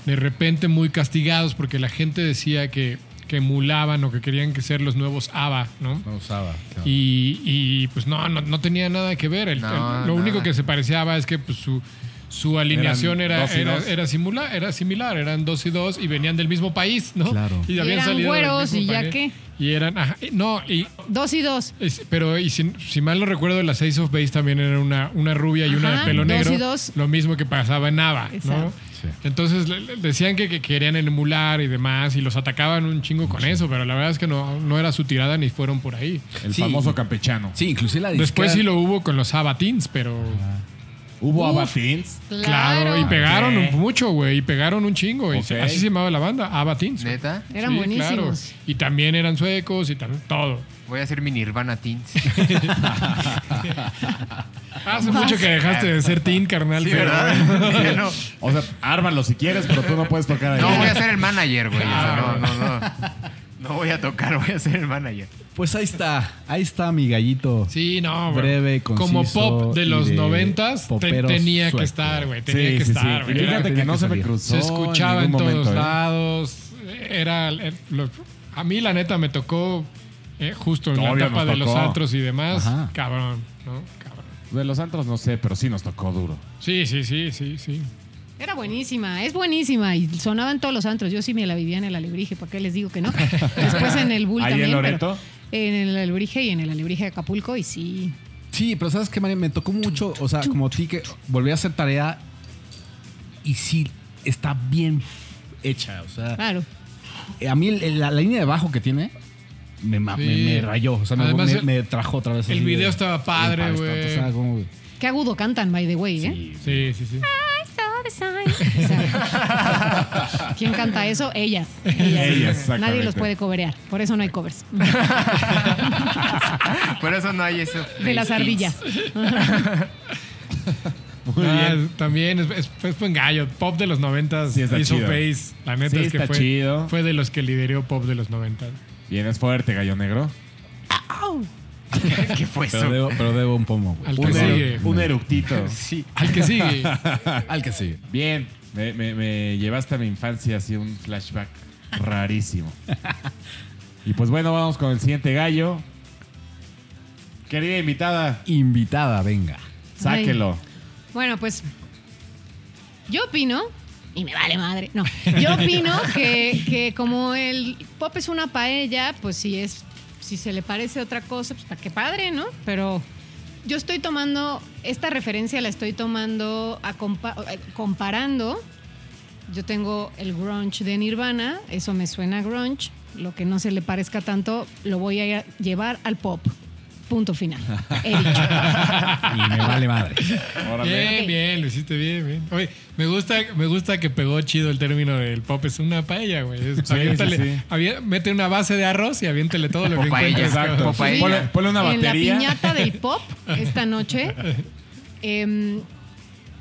Speaker 2: de repente muy castigados porque la gente decía que, que emulaban o que querían que ser los nuevos ABBA, ¿no?
Speaker 4: No usaba. claro.
Speaker 2: Y, y, pues no, no, no tenía nada que ver. El-
Speaker 3: No,
Speaker 2: el- lo
Speaker 3: nada.
Speaker 2: único que se parecía a ABBA es que pues, su, su alineación
Speaker 1: Eran
Speaker 2: era,
Speaker 1: dos y
Speaker 2: era,
Speaker 1: dos.
Speaker 2: era, simula- era similar, eran dos y dos y venían del mismo país, ¿no?
Speaker 4: Claro.
Speaker 2: Y, habían
Speaker 5: eran
Speaker 2: salido del
Speaker 5: güeros,
Speaker 2: mismo
Speaker 5: ¿y ya
Speaker 2: país.
Speaker 5: qué?
Speaker 2: Y eran, ajá, no, y
Speaker 5: Dos y dos.
Speaker 2: es- pero y si, si mal no recuerdo, las Ace of Base también era una, una rubia y una
Speaker 5: Ajá,
Speaker 2: de pelo
Speaker 5: dos
Speaker 2: negro.
Speaker 5: y dos.
Speaker 2: Lo mismo que pasaba en Ava, ¿no?
Speaker 5: Exacto.
Speaker 4: Sí.
Speaker 2: Entonces le- le- decían que, que querían emular y demás, y los atacaban un chingo con eso, pero la verdad es que no, no era su tirada ni fueron por ahí.
Speaker 1: El
Speaker 4: Sí.
Speaker 1: famoso campechano.
Speaker 4: Sí, inclusive la
Speaker 2: Después
Speaker 4: disquera-
Speaker 2: sí lo hubo con los Abatins, pero.
Speaker 1: Hubo
Speaker 5: Uf.
Speaker 1: abatins.
Speaker 2: Claro, y pegaron
Speaker 1: Ok.
Speaker 2: mucho, güey, y pegaron un chingo. Y se-
Speaker 1: Ok.
Speaker 2: así se llamaba la banda, Abatins. güey.
Speaker 3: Neta,
Speaker 5: Eran
Speaker 2: Sí,
Speaker 5: buenísimos.
Speaker 2: claro. Y también eran suecos y también todo.
Speaker 3: voy a hacer mi Nirvana Teens.
Speaker 2: Hace mucho que dejaste de ser teen, carnal.
Speaker 3: Sí,
Speaker 2: pero-
Speaker 3: ¿verdad? Ya no.
Speaker 1: O sea, ármalo si quieres, pero tú no puedes tocar ahí.
Speaker 3: No, voy a ser el manager, güey. o sea, no, no, no. No voy a tocar, voy a ser el manager.
Speaker 4: Pues ahí está, ahí está mi gallito.
Speaker 2: Sí, no, güey.
Speaker 4: Breve, conciso
Speaker 2: Como pop de
Speaker 4: y
Speaker 2: los
Speaker 4: de
Speaker 2: noventas, te-
Speaker 4: popero
Speaker 2: tenía
Speaker 4: sueco.
Speaker 2: que estar, güey.
Speaker 1: Sí,
Speaker 2: Tenía que
Speaker 1: sí,
Speaker 2: estar,
Speaker 1: sí.
Speaker 2: güey.
Speaker 1: Y
Speaker 2: Era-
Speaker 1: fíjate que
Speaker 4: tenía
Speaker 1: no
Speaker 4: que
Speaker 1: se me
Speaker 4: salir.
Speaker 1: cruzó.
Speaker 2: Se escuchaba en,
Speaker 1: ningún
Speaker 2: todos
Speaker 1: momento, ¿eh?
Speaker 2: lados. Era. eh, lo- a mí, la neta, me tocó eh, justo en
Speaker 1: Obvio,
Speaker 2: la etapa
Speaker 1: nos
Speaker 2: de los
Speaker 1: tocó.
Speaker 2: atros y demás.
Speaker 4: Ajá.
Speaker 2: Cabrón, ¿no? Cabrón.
Speaker 1: De los antros no sé, pero sí nos tocó duro.
Speaker 2: Sí, sí, sí, sí, sí.
Speaker 5: Era buenísima, es buenísima y sonaba en todos los antros. Yo sí me la vivía en el Alebrije, porque les digo que no. Después en el Bull
Speaker 1: ¿Ahí en
Speaker 5: también. pero
Speaker 1: Loreto?
Speaker 5: en el Alebrije y en el Alebrije de Acapulco y sí.
Speaker 4: Sí, pero ¿sabes qué, María? Me tocó mucho, o sea, como a ti que volví a hacer tarea y sí está bien hecha, o sea...
Speaker 5: Claro.
Speaker 4: A mí el- el- la, la línea de bajo que tiene me, ma-
Speaker 2: Sí.
Speaker 4: me- me rayó. O sea, me-
Speaker 2: Además,
Speaker 4: me,
Speaker 2: el-
Speaker 4: me trajo otra vez.
Speaker 2: el
Speaker 4: así
Speaker 2: video
Speaker 4: de-
Speaker 2: estaba padre,
Speaker 4: el
Speaker 2: güey.
Speaker 4: o sea, como-
Speaker 5: Qué agudo cantan, by the way, ¿eh?
Speaker 2: Sí, sí, sí.
Speaker 5: O sea, ¿Quién canta eso? Ellas. Ellas.
Speaker 1: Ellas, exactamente.
Speaker 5: Nadie los puede coberear. Por eso no hay covers.
Speaker 3: Por eso no hay eso.
Speaker 5: De las ardillas.
Speaker 2: Ah, También es, es- es buen gallo. Pop de los noventas
Speaker 1: Sí, está
Speaker 2: hizo
Speaker 1: chido.
Speaker 2: Face. La neta
Speaker 1: Sí,
Speaker 2: es que
Speaker 1: está
Speaker 2: fue,
Speaker 1: chido.
Speaker 2: fue de los que lideró Pop de los noventas.
Speaker 1: Vienes fuerte, gallo negro.
Speaker 3: ¿Qué fue
Speaker 4: pero,
Speaker 3: eso?
Speaker 4: debo, pero debo un pomo,
Speaker 2: Al
Speaker 4: güey.
Speaker 2: que
Speaker 1: Un,
Speaker 2: sigue.
Speaker 1: eru- un eructito.
Speaker 3: Sí.
Speaker 2: Al que sigue.
Speaker 4: Al que sigue.
Speaker 1: Bien, me, me- me llevaste a mi infancia así un flashback rarísimo. Y pues bueno, vamos con el siguiente gallo. Querida invitada,
Speaker 4: Invitada, venga.
Speaker 1: sáquelo.
Speaker 5: Bueno, pues yo opino, y me vale madre, no, yo opino que, que como el pop es una paella, pues si es, si se le parece otra cosa, pues para qué padre, ¿no? Pero yo estoy tomando, esta referencia la estoy tomando, a compa- eh, comparando, yo tengo el grunge de Nirvana, eso me suena a grunge, lo que no se le parezca tanto, lo voy a llevar al pop. Punto final. He dicho.
Speaker 4: Y me vale madre.
Speaker 1: Órale.
Speaker 2: Bien,
Speaker 5: Ok.
Speaker 2: bien, lo hiciste bien, bien. Oye, me gusta, me gusta que pegó chido el término del pop. Es una paella, güey. Es-
Speaker 1: Sí,
Speaker 2: aviéntale-
Speaker 1: sí, sí.
Speaker 2: avi- mete una base de arroz y aviéntale todo lo que
Speaker 3: Popaella,
Speaker 2: encuentres.
Speaker 3: exacto.
Speaker 2: cabrón.
Speaker 3: Popaella.
Speaker 1: Ponle, ponle una
Speaker 5: en la
Speaker 1: batería.
Speaker 5: piñata del pop esta noche. Em,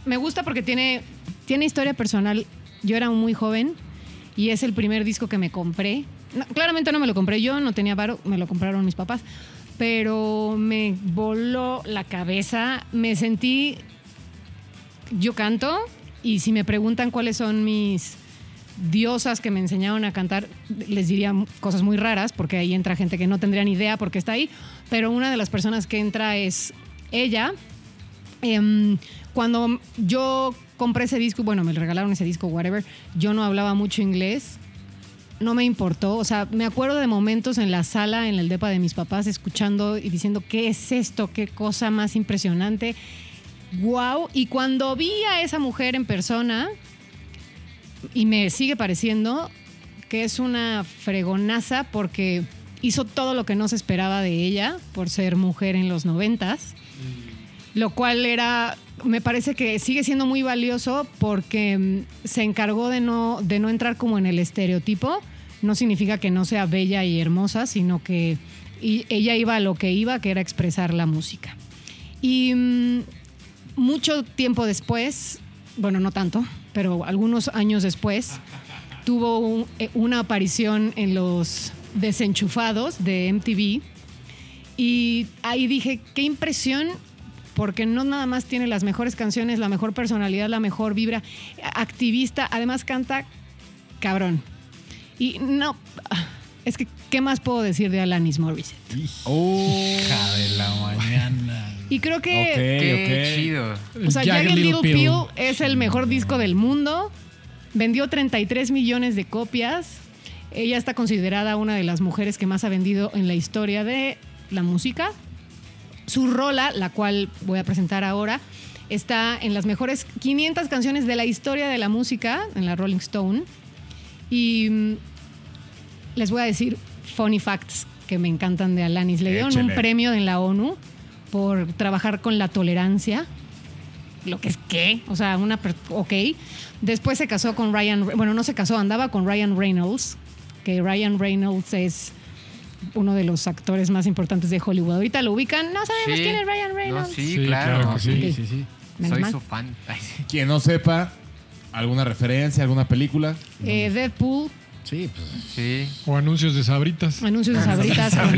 Speaker 5: me gusta porque tiene, tiene historia personal. Yo era muy joven y es el primer disco que me compré. No, claramente no me lo compré yo, no tenía varo, me lo compraron mis papás. Pero me voló la cabeza, me sentí. Yo canto y si me preguntan cuáles son mis diosas que me enseñaron a cantar, les diría cosas muy raras, porque ahí entra gente que no tendría ni idea porque está ahí, pero una de las personas que entra es ella. Em, cuando yo compré ese disco, bueno, me regalaron ese disco, whatever, yo no hablaba mucho inglés, no me importó, o sea, me acuerdo de momentos en la sala, en el depa de mis papás, escuchando y diciendo, ¿qué es esto? ¿Qué cosa más impresionante? ¡Wow! Y cuando vi a esa mujer en persona, y me sigue pareciendo que es una fregonaza porque hizo todo lo que no se esperaba de ella por ser mujer en los noventas, lo cual era, me parece que sigue siendo muy valioso porque mm, se encargó de no, de no entrar como en el estereotipo. No significa que no sea bella y hermosa, sino que y ella iba a lo que iba, que era expresar la música. Y mm, mucho tiempo después, bueno, no tanto, pero algunos años después, tuvo un- eh, una aparición en los desenchufados de MTV. Y ahí dije, qué impresión, porque no nada más tiene las mejores canciones, la mejor personalidad, la mejor vibra, activista, además canta cabrón. Y no, es que, ¿qué más puedo decir de Alanis Morissette?
Speaker 4: Hija de la mañana.
Speaker 5: Y creo que...
Speaker 1: Uh, Ok,
Speaker 3: Qué
Speaker 1: ok.
Speaker 3: chido.
Speaker 5: O sea, Jagged Little
Speaker 2: Pill.
Speaker 5: Pill es el mejor disco del mundo. Vendió 33 millones de copias. Ella está considerada una de las mujeres que más ha vendido en la historia de la música. Su rola, la cual voy a presentar ahora, está en las mejores 500 canciones de la historia de la música, en la Rolling Stone. Y mm, les voy a decir funny facts que me encantan de Alanis. Le dieron un
Speaker 1: Échele.
Speaker 5: premio en la ONU por trabajar con la tolerancia lo que es qué, o sea, una per- ok. Después se casó con Ryan, Re- bueno, no se casó, andaba con Ryan Reynolds, que Ryan Reynolds es uno de los actores más importantes de Hollywood. Ahorita lo ubican, no sabemos
Speaker 3: Sí.
Speaker 5: quién es Ryan Reynolds.
Speaker 3: No, sí,
Speaker 2: Sí,
Speaker 3: claro.
Speaker 2: claro que sí.
Speaker 5: Ok, menos
Speaker 3: Soy
Speaker 5: mal.
Speaker 3: su fan. Ay, sí.
Speaker 1: Quien no sepa, alguna referencia, alguna película.
Speaker 5: Eh, Deadpool,
Speaker 4: Sí, pues.
Speaker 3: Sí.
Speaker 2: O anuncios de sabritas.
Speaker 5: Anuncios de sabritas con,
Speaker 4: Lo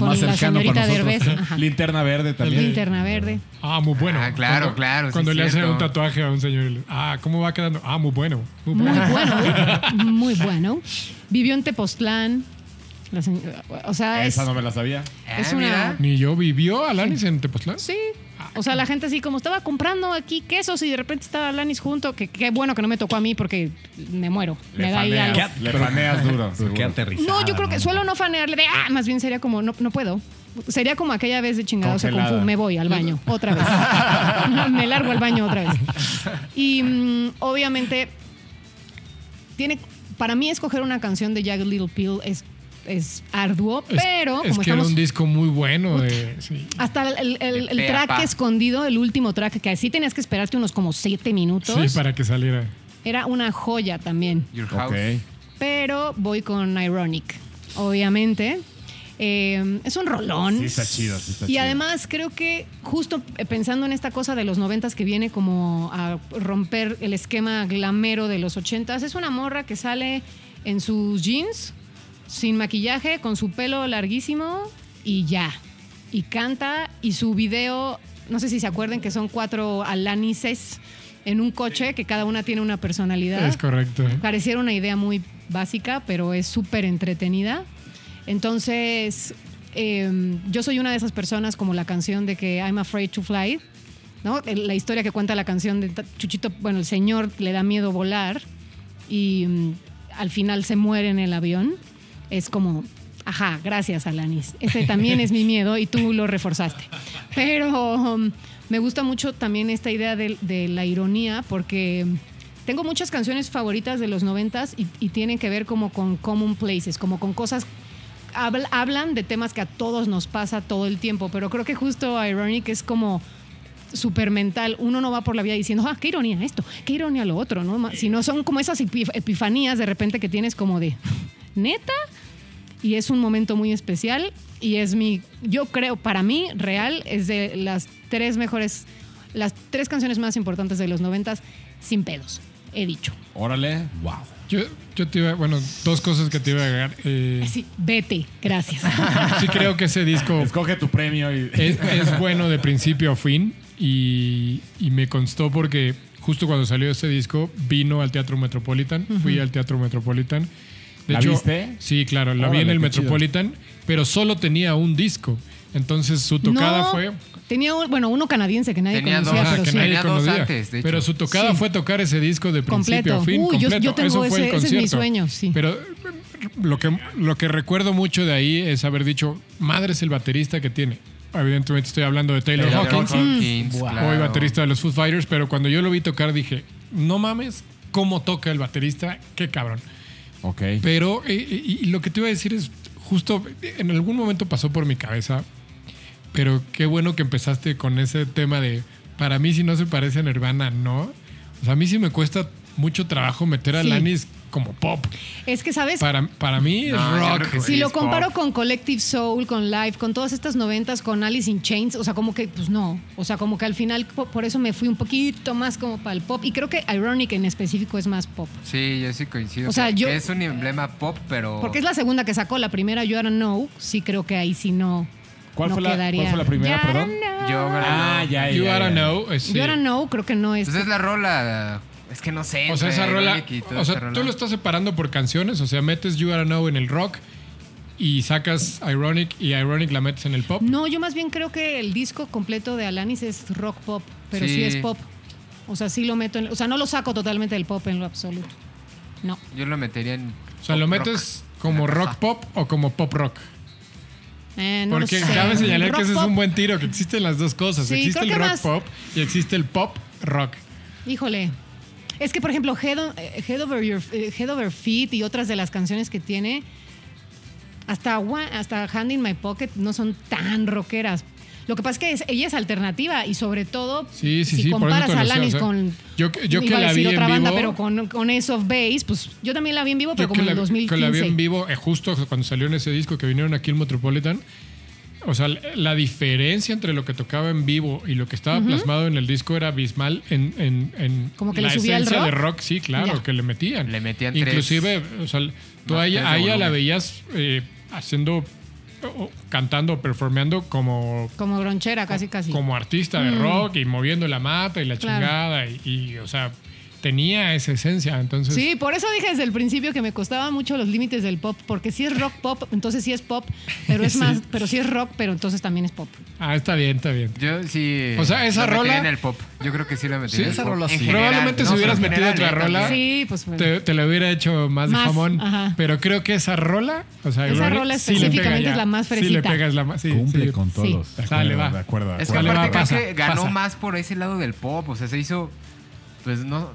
Speaker 5: con
Speaker 4: más
Speaker 5: la
Speaker 4: cercano para
Speaker 5: señorita
Speaker 4: nosotros.
Speaker 5: Derbez. Ajá.
Speaker 1: Linterna verde también.
Speaker 5: Linterna verde.
Speaker 2: Ah, muy bueno.
Speaker 3: Ah, claro,
Speaker 2: Cuando-
Speaker 3: claro, sí
Speaker 2: Cuando
Speaker 3: es
Speaker 2: le hacen
Speaker 3: cierto.
Speaker 2: un tatuaje a un señor. y le- Ah, ¿cómo va quedando? Ah, muy bueno. Muy
Speaker 5: Muy
Speaker 2: bueno.
Speaker 5: bueno, ¿eh? muy bueno. Vivió en Tepoztlán. La señ- o sea, es,
Speaker 1: Esa no me la sabía.
Speaker 5: Es
Speaker 3: Ah,
Speaker 5: una-
Speaker 3: mira.
Speaker 2: Ni yo vivió Alanis en Tepoztlán.
Speaker 5: Sí.
Speaker 2: Ah,
Speaker 5: O sea, la gente así como estaba comprando aquí quesos y de repente estaba Lanis junto, que qué bueno que no me tocó a mí porque me muero.
Speaker 1: Le
Speaker 5: me da ahí algo.
Speaker 1: faneas, le faneas duro.
Speaker 4: Pero qué
Speaker 1: seguro.
Speaker 4: aterrizada.
Speaker 5: No, yo creo que suelo no fanearle de, ah, más bien sería como, no, no puedo. Sería como aquella vez de chingado se
Speaker 1: Congelada.
Speaker 5: confu- me voy al baño, otra vez. me largo al baño otra vez. Y mm, obviamente, tiene, para mí escoger una canción de Jagged Little Pill es, es arduo,
Speaker 2: Es-
Speaker 5: pero
Speaker 2: es,
Speaker 5: como
Speaker 2: que era
Speaker 5: estamos...
Speaker 2: un disco muy bueno. de- sí.
Speaker 5: Hasta el, el- el-
Speaker 3: De
Speaker 5: el
Speaker 3: pe a
Speaker 5: track
Speaker 3: pa.
Speaker 5: escondido, el último track, que así tenías que esperarte unos como siete minutos,
Speaker 2: Sí, para que saliera.
Speaker 5: era una joya también.
Speaker 3: Your House.
Speaker 1: Ok.
Speaker 5: Pero voy con Ironic, obviamente. Eh, es un rolón.
Speaker 1: Sí, está chido, sí está
Speaker 5: y
Speaker 1: chido.
Speaker 5: además creo que justo eh, pensando en esta cosa de los noventas que viene como a romper el esquema glamero de los ochentas, es una morra que sale en sus jeans, sin maquillaje, con su pelo larguísimo y ya. Y canta y su video, no sé si se acuerden que son cuatro alanices en un coche que cada una tiene una personalidad.
Speaker 2: Es correcto.
Speaker 5: Pareciera una idea muy básica, pero es súper entretenida. Entonces, eh, yo soy una de esas personas como la canción de que I'm afraid to fly, ¿no? El- La historia que cuenta la canción de ta- Chuchito, bueno, el señor le da miedo volar y mm, al final se muere en el avión. Es como, ajá, gracias, Alanis. Ese también es mi miedo y tú lo reforzaste. Pero mm, me gusta mucho también esta idea de, de la ironía porque tengo muchas canciones favoritas de los noventas y, y tienen que ver como con common places, como con cosas... habl- hablan de temas que a todos nos pasa todo el tiempo, pero creo que justo Ironic es como súper mental. Uno no va por la vida diciendo, ah, qué ironía esto, qué ironía lo otro, ¿no? Ma- Sino son como esas epi- epifanías de repente que tienes como de, neta. Y es un momento muy especial y es mi, yo creo, para mí, real, es de las tres mejores, las tres canciones más importantes de los noventas, sin pedos, he dicho.
Speaker 1: Órale.
Speaker 4: Wow.
Speaker 2: Yo, yo te iba, bueno, dos cosas que te iba a agregar. Eh,
Speaker 5: Así, vete, gracias.
Speaker 2: sí creo que ese disco
Speaker 1: Escoge tu premio y.
Speaker 2: es, es bueno de principio a fin y, y me constó porque justo cuando salió este disco vino al Teatro Metropolitan, fui al Teatro Metropolitan. De
Speaker 1: ¿La viste?
Speaker 2: Sí, claro, la vi
Speaker 1: Órale,
Speaker 2: en el
Speaker 1: qué chido.
Speaker 2: Metropolitan, pero solo tenía un disco. Entonces su tocada
Speaker 5: No,
Speaker 2: fue...
Speaker 5: Tenía, un- bueno, uno canadiense que nadie
Speaker 3: Tenía
Speaker 5: conocía,
Speaker 3: dos,
Speaker 5: pero
Speaker 2: Ah, que
Speaker 5: sí.
Speaker 3: nadie-
Speaker 2: nadie
Speaker 3: Tenía dos
Speaker 2: conocía.
Speaker 3: antes, de hecho.
Speaker 2: Pero su tocada
Speaker 5: Sí.
Speaker 2: fue tocar ese disco de principio
Speaker 5: Completo.
Speaker 2: a fin.
Speaker 5: Uy, yo- yo
Speaker 2: completo.
Speaker 5: tengo
Speaker 2: Eso fue el
Speaker 5: ese- ese es mi
Speaker 2: concierto.
Speaker 5: sueño, sí.
Speaker 2: Pero eh, lo que, lo que recuerdo mucho de ahí es haber dicho, madre es el baterista que tiene. Evidentemente estoy hablando de Taylor,
Speaker 3: Taylor
Speaker 2: Hawkins,
Speaker 3: Hawkins, claro.
Speaker 2: hoy baterista de los Foo Fighters, pero cuando yo lo vi tocar dije, no mames, cómo toca el baterista, qué cabrón.
Speaker 1: Ok.
Speaker 2: Pero eh, eh, y lo que te iba a decir es, justo eh, en algún momento pasó por mi cabeza, pero qué bueno que empezaste con ese tema de, para mí si no se parece a Nirvana, no. O sea, a mí sí me cuesta mucho trabajo meter a
Speaker 5: Sí.
Speaker 2: Lanis como pop.
Speaker 5: Es que, ¿sabes?
Speaker 2: Para, para mí es
Speaker 3: No, yo
Speaker 2: rock.
Speaker 3: creo que
Speaker 5: Si
Speaker 3: sí,
Speaker 5: lo
Speaker 3: es pop.
Speaker 5: comparo con Collective Soul, con Live, con todas estas noventas, con Alice in Chains, o sea, como que, pues no. O sea, como que al final, po- por eso me fui un poquito más como para el pop. Y creo que Ironic en específico es más pop.
Speaker 3: Sí, yo sí coincido.
Speaker 5: O sea,
Speaker 3: que-
Speaker 5: yo-
Speaker 3: que es un emblema pop, pero.
Speaker 5: Porque es la segunda que sacó, la primera You Don't Know, sí creo que ahí sí no.
Speaker 1: ¿Cuál
Speaker 5: no
Speaker 1: fue la- cuál
Speaker 5: quedaría.
Speaker 1: fue la primera,
Speaker 5: You
Speaker 1: perdón?
Speaker 5: Don't Know.
Speaker 3: Yo,
Speaker 1: Ah, ya, ya.
Speaker 2: You
Speaker 1: ya,
Speaker 2: Gotta
Speaker 1: ya.
Speaker 2: Know. eh, sí.
Speaker 5: You Don't Know creo que no es.
Speaker 3: Pues es la rola. Es que no sé.
Speaker 2: O sea, esa
Speaker 3: entre
Speaker 2: rola.
Speaker 3: Ironic y toda
Speaker 2: O
Speaker 3: esa
Speaker 2: sea,
Speaker 3: rola.
Speaker 2: tú lo estás separando por canciones. O sea, metes You Gotta Know en el rock y sacas Ironic y Ironic la metes en el pop.
Speaker 5: No, yo más bien creo que el disco completo de Alanis es rock pop, pero sí,
Speaker 3: Sí.
Speaker 5: es pop. O sea, sí lo meto en. O sea, no lo saco totalmente del pop en lo absoluto. No.
Speaker 3: Yo lo metería en.
Speaker 2: O sea,
Speaker 3: pop
Speaker 2: lo
Speaker 3: rock.
Speaker 2: metes como
Speaker 3: Ajá.
Speaker 2: rock pop o como pop rock.
Speaker 5: Eh, no lo
Speaker 2: Porque
Speaker 5: sé.
Speaker 2: cabe señalar que
Speaker 5: Rock
Speaker 2: ese es
Speaker 5: pop,
Speaker 2: un buen tiro, que existen las dos cosas.
Speaker 5: Sí,
Speaker 2: existe
Speaker 5: creo
Speaker 2: el
Speaker 5: que
Speaker 2: rock
Speaker 5: más-
Speaker 2: pop y existe el pop rock.
Speaker 5: Híjole. Es que, por ejemplo, Head, o- eh, Head over, Your- eh, Head Over Feet y otras de las canciones que tiene, hasta, One- hasta Hand in My Pocket no son tan rockeras. Lo que pasa es que es- ella es alternativa y sobre todo
Speaker 2: Sí, sí,
Speaker 5: si
Speaker 2: sí, por eso
Speaker 5: comparas
Speaker 2: te lo
Speaker 5: a
Speaker 2: decía,
Speaker 5: Alanis
Speaker 2: o sea,
Speaker 5: con
Speaker 2: yo que- yo que
Speaker 5: iba a
Speaker 2: la
Speaker 5: decir
Speaker 2: vi en
Speaker 5: otra banda,
Speaker 2: vivo-
Speaker 5: pero con, con Ace of Base, pues yo también la vi en vivo,
Speaker 2: que
Speaker 5: pero como en
Speaker 2: la, que la vi
Speaker 5: 2015.
Speaker 2: en vivo eh, justo cuando salió en ese disco que vinieron aquí en Metropolitan. O sea, la- la diferencia entre lo que tocaba en vivo y lo que estaba plasmado en el disco era abismal en, en, en
Speaker 5: Como que le
Speaker 2: la
Speaker 5: subía el
Speaker 2: esencia
Speaker 5: rock.
Speaker 2: de rock, sí, claro,
Speaker 5: Ya.
Speaker 2: que le metían.
Speaker 3: Le metían tres-
Speaker 2: Inclusive, o sea, tú
Speaker 3: No,
Speaker 2: a ella,
Speaker 3: tres de
Speaker 2: a ella la
Speaker 3: volumen.
Speaker 2: veías eh, haciendo, o- o cantando, performeando como,
Speaker 5: Como bronchera, casi, casi.
Speaker 2: como artista de rock y moviendo la mata y la
Speaker 5: Mm. Claro.
Speaker 2: chingada y, y, o sea, tenía esa esencia, entonces...
Speaker 5: Sí, por eso dije desde el principio que me costaba mucho los límites del pop, porque si es rock pop, entonces sí es pop, pero es
Speaker 2: Sí.
Speaker 5: más, pero si es rock, pero entonces también es pop.
Speaker 2: Ah, está bien, está bien.
Speaker 3: Yo sí.
Speaker 2: O sea, esa
Speaker 3: la metería
Speaker 2: rola-
Speaker 3: en el pop. Yo creo que sí la metería.
Speaker 2: Sí,
Speaker 3: en el
Speaker 2: esa
Speaker 3: pop.
Speaker 4: rola
Speaker 3: En
Speaker 4: sí.
Speaker 3: general,
Speaker 2: Probablemente si
Speaker 3: pero
Speaker 2: hubieras
Speaker 3: en
Speaker 2: metido otra
Speaker 3: ¿eh?
Speaker 2: rola,
Speaker 3: También.
Speaker 5: Sí, pues bueno.
Speaker 2: Te, te la hubiera hecho más, de
Speaker 5: Más,
Speaker 2: jamón.
Speaker 5: ajá.
Speaker 2: Pero creo que esa rola, o sea,
Speaker 5: Esa
Speaker 2: igual
Speaker 5: rola
Speaker 2: sí le pega
Speaker 5: específicamente
Speaker 2: ya.
Speaker 5: es la más
Speaker 2: Sí, le
Speaker 5: fresita.
Speaker 2: pegas la más. sí,
Speaker 4: Cumple
Speaker 2: sí.
Speaker 4: con todos.
Speaker 5: Sí.
Speaker 1: De acuerdo,
Speaker 2: Dale, va.
Speaker 1: De acuerdo. de
Speaker 3: Es que
Speaker 1: acuerdo.
Speaker 2: va,
Speaker 3: aparte creo
Speaker 2: pasa,
Speaker 3: que ganó
Speaker 2: pasa.
Speaker 3: más por ese lado del pop. O sea, se hizo. Pues no.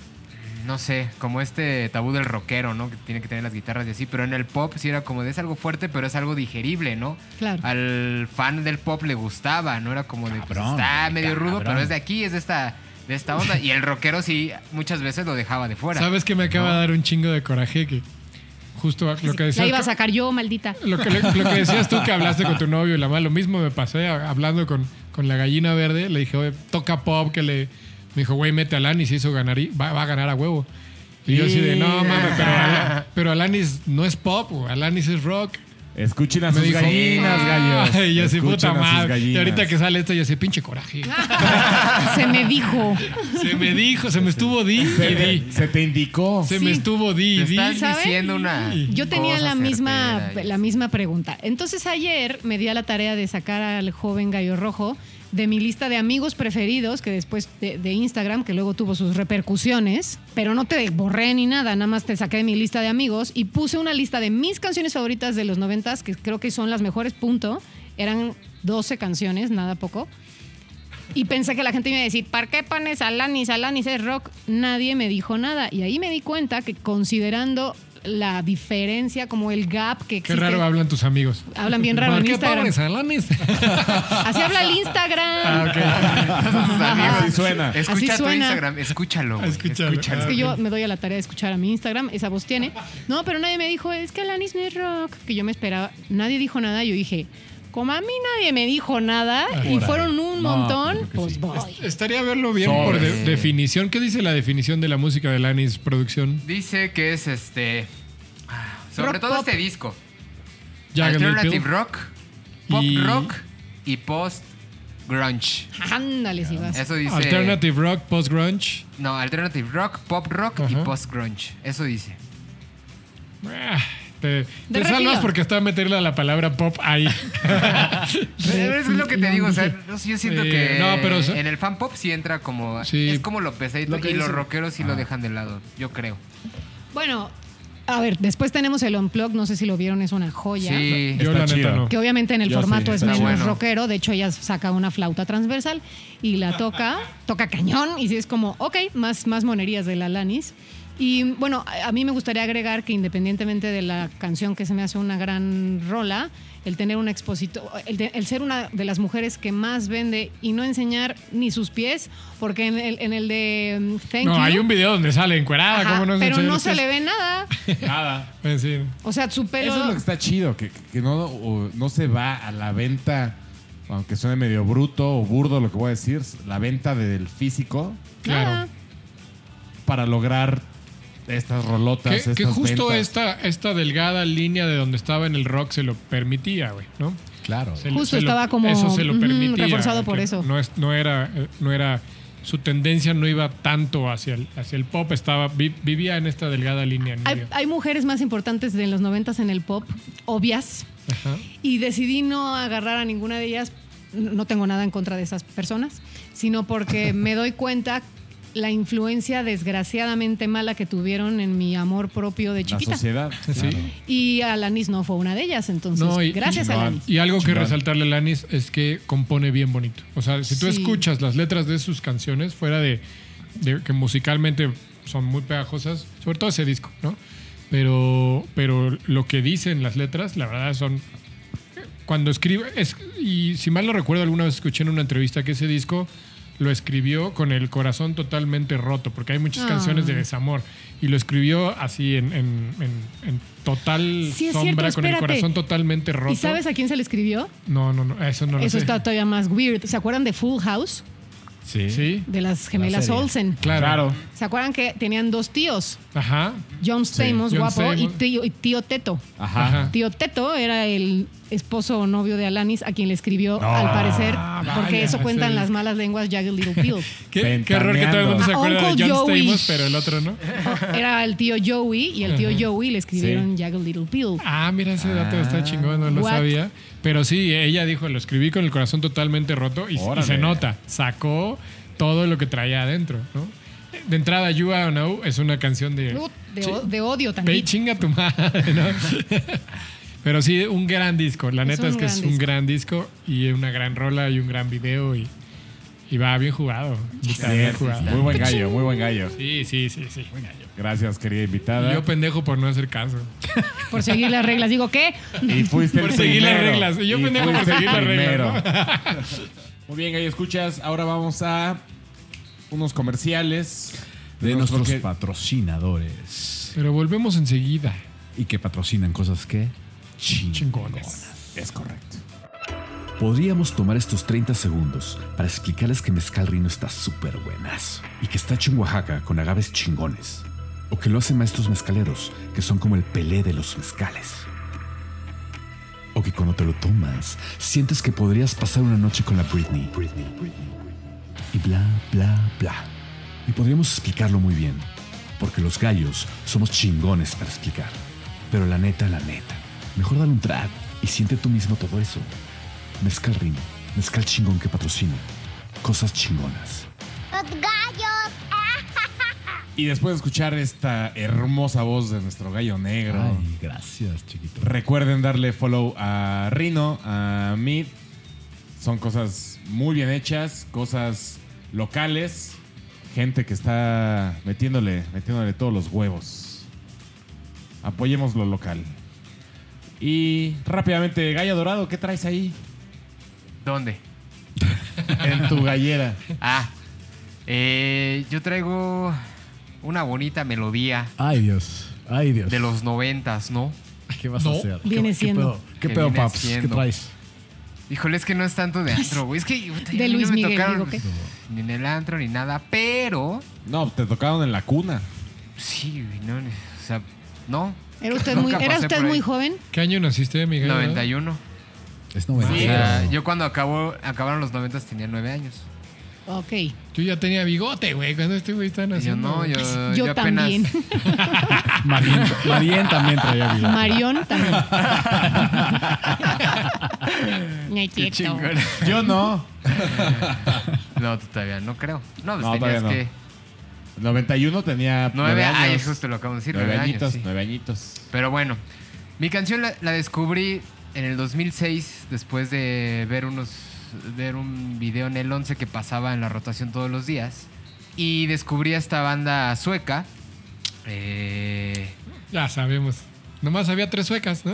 Speaker 3: No sé, como este tabú del rockero, ¿no? Que tiene que tener las guitarras y así. Pero en el pop sí era como de es algo fuerte, pero es algo digerible, ¿no?
Speaker 5: Claro.
Speaker 3: Al fan del pop le gustaba, ¿no? Era como de. pues,
Speaker 4: Cabrón,
Speaker 3: está
Speaker 4: güey,
Speaker 3: medio rudo,
Speaker 4: cabrón.
Speaker 3: pero es de aquí, es de esta, de esta onda. Y el rockero sí muchas veces lo dejaba de fuera.
Speaker 2: ¿Sabes que me acaba de dar un chingo de coraje? Que justo a- lo que
Speaker 5: la
Speaker 2: decías.
Speaker 5: iba a sacar yo, maldita.
Speaker 2: Lo que, lo que decías tú que hablaste con tu novio y la mamá, lo mismo me pasé a- hablando con, con la gallina verde. Le dije, oye, toca pop, que le. Me dijo, güey, mete a Alanis, hizo ganar y va, va a ganar a huevo. Y yo así de, no mames, pero, Ala- pero Alanis no es pop, güey, Alanis es rock.
Speaker 1: Escuchen a
Speaker 2: Me
Speaker 1: sus
Speaker 2: dijo,
Speaker 1: gallinas, gallos.
Speaker 2: Ay, ya sí,
Speaker 1: Escuchen a
Speaker 2: puta
Speaker 1: sus
Speaker 2: madre. Y
Speaker 1: gallinas.
Speaker 2: ahorita que sale esto, ya sé, pinche coraje.
Speaker 5: Ah. Se me dijo.
Speaker 2: Se me dijo, se me estuvo di y di.
Speaker 1: Se te indicó.
Speaker 2: Se me
Speaker 5: Sí.
Speaker 2: estuvo di
Speaker 3: Te
Speaker 2: y di.
Speaker 3: estás
Speaker 5: ¿Saben?
Speaker 3: diciendo una.
Speaker 5: Yo tenía
Speaker 3: cosa
Speaker 5: la misma,
Speaker 3: certera y-
Speaker 5: la misma pregunta. Entonces ayer me di a la tarea de sacar al joven Gallo Rojo de mi lista de amigos preferidos, que después de, de Instagram, que luego tuvo sus repercusiones, pero no te borré ni nada, nada más te saqué de mi lista de amigos y puse una lista de mis canciones favoritas de los noventas, que creo que son las mejores, punto. Eran 12 canciones, nada poco. Y pensé que la gente me iba a decir, ¿para qué pones a Alanis? Alanis es rock. Nadie me dijo nada. Y ahí me di cuenta que considerando la diferencia, como el gap que
Speaker 2: Qué
Speaker 5: existe...
Speaker 2: raro hablan tus amigos.
Speaker 5: Hablan bien raro en
Speaker 2: ¿Por qué
Speaker 5: Instagram.
Speaker 2: pobres Alanis?
Speaker 5: Así habla el Instagram.
Speaker 2: Ah,
Speaker 3: Sus amigos.
Speaker 1: Así suena.
Speaker 5: Así
Speaker 3: Escucha tu
Speaker 5: suena.
Speaker 3: Instagram, escúchalo. güey,
Speaker 2: Escúchalo.
Speaker 3: escúchalo.
Speaker 5: Es que yo me doy a la tarea de escuchar a mi Instagram, esa voz tiene. No, pero nadie me dijo, es que Alanis no es rock, que yo me esperaba. Nadie dijo nada, yo dije, como a mí nadie me dijo nada,
Speaker 2: Ah,
Speaker 5: y fueron un
Speaker 4: No,
Speaker 5: montón,
Speaker 4: pues creo que
Speaker 5: pues
Speaker 4: sí.
Speaker 5: voy.
Speaker 2: Estaría a verlo bien
Speaker 1: Sobre.
Speaker 2: por de- definición. ¿Qué dice la definición de la música de Alanis Producción?
Speaker 3: Dice que es este. ah, Sobre
Speaker 5: Rock
Speaker 3: todo
Speaker 5: pop.
Speaker 3: este disco.
Speaker 2: Jagged Little
Speaker 3: Alternative
Speaker 2: Pill.
Speaker 3: rock, pop
Speaker 2: Y-
Speaker 3: rock y post grunge.
Speaker 5: Ándale, si vas.
Speaker 3: Eso dice.
Speaker 2: Alternative rock, post grunge.
Speaker 3: No, alternative rock, pop rock y
Speaker 2: Ajá.
Speaker 3: post grunge. Eso dice.
Speaker 2: Ah, Te, te
Speaker 5: refilón.
Speaker 2: salvas porque está a meterle a la palabra pop ahí.
Speaker 3: Pero es lo que te digo, o sea, no sé, yo siento
Speaker 2: Sí,
Speaker 3: que
Speaker 2: no, pero eso-
Speaker 3: en el fan pop sí entra como
Speaker 2: Sí.
Speaker 3: es como lo pesadito
Speaker 4: Lo que
Speaker 3: y los
Speaker 4: dice-
Speaker 3: rockeros
Speaker 2: Ah.
Speaker 3: sí lo dejan de lado, yo creo.
Speaker 5: Bueno, a ver, después tenemos el Unplug, no sé si lo vieron, es una joya.
Speaker 3: Sí.
Speaker 2: Yo
Speaker 1: Está
Speaker 2: la
Speaker 1: chido.
Speaker 2: neta no.
Speaker 5: Que obviamente en el
Speaker 1: Yo
Speaker 5: formato
Speaker 1: sí,
Speaker 5: es
Speaker 1: está
Speaker 5: menos
Speaker 3: bueno.
Speaker 5: rockero, de hecho ella saca una flauta transversal y la toca, toca cañón y sí es como, ok, más, más monerías de la Lanis. Y bueno, a a mí me gustaría agregar que independientemente de la canción que se me hace una gran rola, el tener una expositor, el, te- el ser una de las mujeres que más vende y no enseñar ni sus pies, porque en el, en el de mm, Thank
Speaker 2: No,
Speaker 5: You,
Speaker 2: hay un video donde sale encuerada.
Speaker 5: ajá,
Speaker 2: ¿cómo no
Speaker 5: pero
Speaker 2: sé?
Speaker 5: no se le ve nada.
Speaker 1: Nada.
Speaker 2: Pues sí.
Speaker 5: O sea, su pelo...
Speaker 1: Eso es lo que está chido, que, que no, o no se va a la venta, aunque suene medio bruto o burdo lo que voy a decir, la venta del físico
Speaker 2: Claro.
Speaker 5: nada.
Speaker 1: para lograr estas rolotas,
Speaker 2: Que,
Speaker 1: estas
Speaker 2: que justo
Speaker 1: ventas.
Speaker 2: esta, esta delgada línea de donde estaba en el rock se lo permitía, güey, ¿no?
Speaker 4: Claro.
Speaker 2: Se lo-
Speaker 5: Justo
Speaker 2: se lo-
Speaker 5: estaba como,
Speaker 2: Eso se lo
Speaker 5: ujú,
Speaker 2: permitía.
Speaker 5: reforzado
Speaker 2: que
Speaker 5: por eso.
Speaker 2: No, es- no era, eh, no era. Su tendencia no iba tanto hacia el, hacia el pop, estaba, vi- vivía en esta delgada línea. en
Speaker 5: Hay,
Speaker 2: medio.
Speaker 5: hay mujeres más importantes de los noventas en el pop, obvias,
Speaker 2: Ajá.
Speaker 5: y decidí no agarrar a ninguna de ellas. N- No tengo nada en contra de esas personas, sino porque me doy cuenta la influencia desgraciadamente mala que tuvieron en mi amor propio de
Speaker 1: la
Speaker 5: chiquita.
Speaker 1: sociedad. claro.
Speaker 5: Y Alanis no fue una de ellas, entonces
Speaker 2: No, y-
Speaker 5: gracias
Speaker 2: y-
Speaker 5: Alanis.
Speaker 2: Y algo que
Speaker 1: Chingón.
Speaker 2: resaltarle a Lanis es que compone bien bonito. O sea, si tú
Speaker 5: Sí.
Speaker 2: escuchas las letras de sus canciones, fuera de, de que musicalmente son muy pegajosas, sobre todo ese disco, ¿no? Pero, pero lo que dicen las letras, la verdad son. Cuando escribe. es- y si mal no recuerdo, alguna vez escuché en una entrevista que ese disco lo escribió con el corazón totalmente roto, porque hay muchas
Speaker 5: Ah.
Speaker 2: canciones de desamor. Y lo escribió así en, en- en- en total
Speaker 5: Sí, es
Speaker 2: sombra,
Speaker 5: cierto,
Speaker 2: con el
Speaker 5: espérate.
Speaker 2: corazón totalmente roto.
Speaker 5: ¿Y sabes a quién se le escribió?
Speaker 2: No, no, no, eso no lo
Speaker 5: Eso
Speaker 2: sé.
Speaker 5: está todavía más weird. ¿Se acuerdan de Full House?
Speaker 4: Sí.
Speaker 2: Sí,
Speaker 5: De las gemelas
Speaker 4: serie.
Speaker 5: Olsen.
Speaker 2: claro.
Speaker 1: Claro.
Speaker 5: ¿Se acuerdan que tenían dos tíos?
Speaker 2: Ajá.
Speaker 5: John Stamos,
Speaker 2: John
Speaker 5: guapo, Y,
Speaker 2: Stamos.
Speaker 5: tío, y tío Teto.
Speaker 1: Ajá.
Speaker 2: Ajá.
Speaker 5: Tío Teto era el esposo o novio de Alanis, a quien le escribió, al parecer, porque
Speaker 2: vaya,
Speaker 5: eso
Speaker 2: es
Speaker 5: cuentan
Speaker 2: el-
Speaker 5: las malas lenguas Jagged Little Pill.
Speaker 2: Qué, qué horror que todo el mundo se
Speaker 5: Ventaneando.
Speaker 2: acuerda de
Speaker 5: Ah, Uncle
Speaker 2: John
Speaker 5: Joey.
Speaker 2: Stamos, pero el otro no.
Speaker 5: Era el tío Joey y el tío
Speaker 2: Ajá.
Speaker 5: Joey le escribieron Jagged Little Pill.
Speaker 2: Ah, mira, ese dato está chingón, no lo
Speaker 5: What?
Speaker 2: sabía. Pero sí, ella dijo, lo escribí con el corazón totalmente roto y, y se
Speaker 1: Órale.
Speaker 2: nota, sacó todo lo que traía adentro, ¿no? De entrada, You Are Now es una canción de...
Speaker 5: Uh, de,
Speaker 2: Sí.
Speaker 5: o- de odio
Speaker 2: Ve y
Speaker 5: también.
Speaker 2: chinga tu madre, ¿no? Pero sí, un gran disco. La
Speaker 5: Es
Speaker 2: neta
Speaker 5: un
Speaker 2: es que
Speaker 5: gran
Speaker 2: es un
Speaker 5: disco.
Speaker 2: gran disco y una gran rola y un gran video y, y va bien jugado. Está
Speaker 1: Bien,
Speaker 2: bien jugado.
Speaker 1: Muy buen gallo, muy buen gallo.
Speaker 2: Sí, sí, sí, sí.
Speaker 1: Gracias, querida
Speaker 2: Y
Speaker 1: invitada.
Speaker 2: yo pendejo por no hacer caso.
Speaker 5: Por seguir las reglas. Digo, ¿qué?
Speaker 1: Y fuiste
Speaker 2: Por
Speaker 1: el
Speaker 2: seguir las
Speaker 1: primero.
Speaker 2: reglas. Y yo pendejo por
Speaker 1: fuiste el
Speaker 2: seguir las
Speaker 1: primero.
Speaker 2: reglas,
Speaker 1: Muy bien, ahí escuchas. Ahora vamos a unos comerciales
Speaker 4: De nuestros
Speaker 1: que-
Speaker 4: patrocinadores.
Speaker 2: Pero volvemos enseguida.
Speaker 4: Y que patrocinan cosas que...
Speaker 2: Chingones.
Speaker 1: Es correcto.
Speaker 4: Podríamos tomar estos 30 segundos para explicarles que Mezcal Rino está súper buenas y que está hecho en Oaxaca con agaves chingones. O que lo hacen maestros mezcaleros, que son como el pelé de los mezcales. O que cuando te lo tomas, sientes que podrías pasar una noche con la Britney. Y bla, bla, bla. Y podríamos explicarlo muy bien, porque los gallos somos chingones para explicar. Pero la neta, la neta, mejor dale un trago y siente tú mismo todo eso. Mezcal Rino, mezcal chingón que patrocina. Cosas chingonas.
Speaker 6: Los gallos.
Speaker 1: Y después de escuchar esta hermosa voz de nuestro gallo negro,
Speaker 4: gracias, chiquito.
Speaker 1: recuerden darle follow a Rino, a Mid. Son cosas muy bien hechas, cosas locales, gente que está metiéndole, metiéndole todos los huevos. Apoyemos lo local. Y rápidamente, Gallo Dorado, ¿qué traes ahí
Speaker 3: ¿Dónde?
Speaker 1: en tu gallera?
Speaker 3: Ah, eh, yo traigo una bonita melodía
Speaker 7: Ay, Dios. Ay, Dios.
Speaker 3: de los noventas, ¿no?
Speaker 7: ¿Qué vas
Speaker 2: No.
Speaker 7: a hacer?
Speaker 5: Viene
Speaker 7: ¿Qué,
Speaker 5: siendo.
Speaker 7: ¿Qué pedo, ¿Qué
Speaker 3: Que
Speaker 7: pedo,
Speaker 3: viene
Speaker 7: paps? ¿Qué
Speaker 3: siendo.
Speaker 7: traes?
Speaker 3: Híjole, es que no es tanto de antro, güey. Es que puta,
Speaker 5: De
Speaker 3: a mí
Speaker 5: Luis
Speaker 3: no me
Speaker 5: Miguel,
Speaker 3: tocaron
Speaker 5: digo, ¿qué?
Speaker 3: ni en el antro ni nada, pero
Speaker 1: No, te tocaron en la cuna.
Speaker 3: sí, güey, no, o sea, no.
Speaker 5: ¿Era usted muy,
Speaker 3: Nunca
Speaker 5: ¿era
Speaker 3: pasé
Speaker 5: usted
Speaker 3: por
Speaker 5: muy
Speaker 3: ahí.
Speaker 5: joven?
Speaker 2: ¿Qué año naciste, Miguel?
Speaker 3: 91.
Speaker 4: Es
Speaker 3: O
Speaker 4: 90.
Speaker 3: sea, yo cuando acabo, acabaron los 90 tenía 9 años.
Speaker 5: Ok.
Speaker 3: Eh,
Speaker 2: Yo ya tenía bigote, güey, cuando este güey
Speaker 1: Ah,
Speaker 2: estaba
Speaker 3: Y yo
Speaker 2: naciendo.
Speaker 3: no, yo,
Speaker 5: Yo,
Speaker 3: apenas.
Speaker 5: también.
Speaker 7: Marien, Marien también traía vida.
Speaker 5: Marión también. No es
Speaker 3: Qué
Speaker 5: cierto.
Speaker 3: chingón.
Speaker 1: Yo no.
Speaker 3: No, tú todavía no creo. No, pues
Speaker 1: No,
Speaker 3: tenías
Speaker 1: todavía no.
Speaker 3: que.
Speaker 1: 91 tenía
Speaker 3: 9, años. Ah,
Speaker 1: años.
Speaker 3: justo lo acabo de decir, 9,
Speaker 1: nueve
Speaker 3: años.
Speaker 1: añitos,
Speaker 3: sí.
Speaker 1: nueve añitos.
Speaker 3: Pero bueno, mi canción la, la descubrí en el 2006 después de ver unos ver un video en el 11 que pasaba en la rotación todos los días y descubrí a esta banda sueca. Eh,
Speaker 2: Ya sabemos. Nomás había tres suecas, ¿no?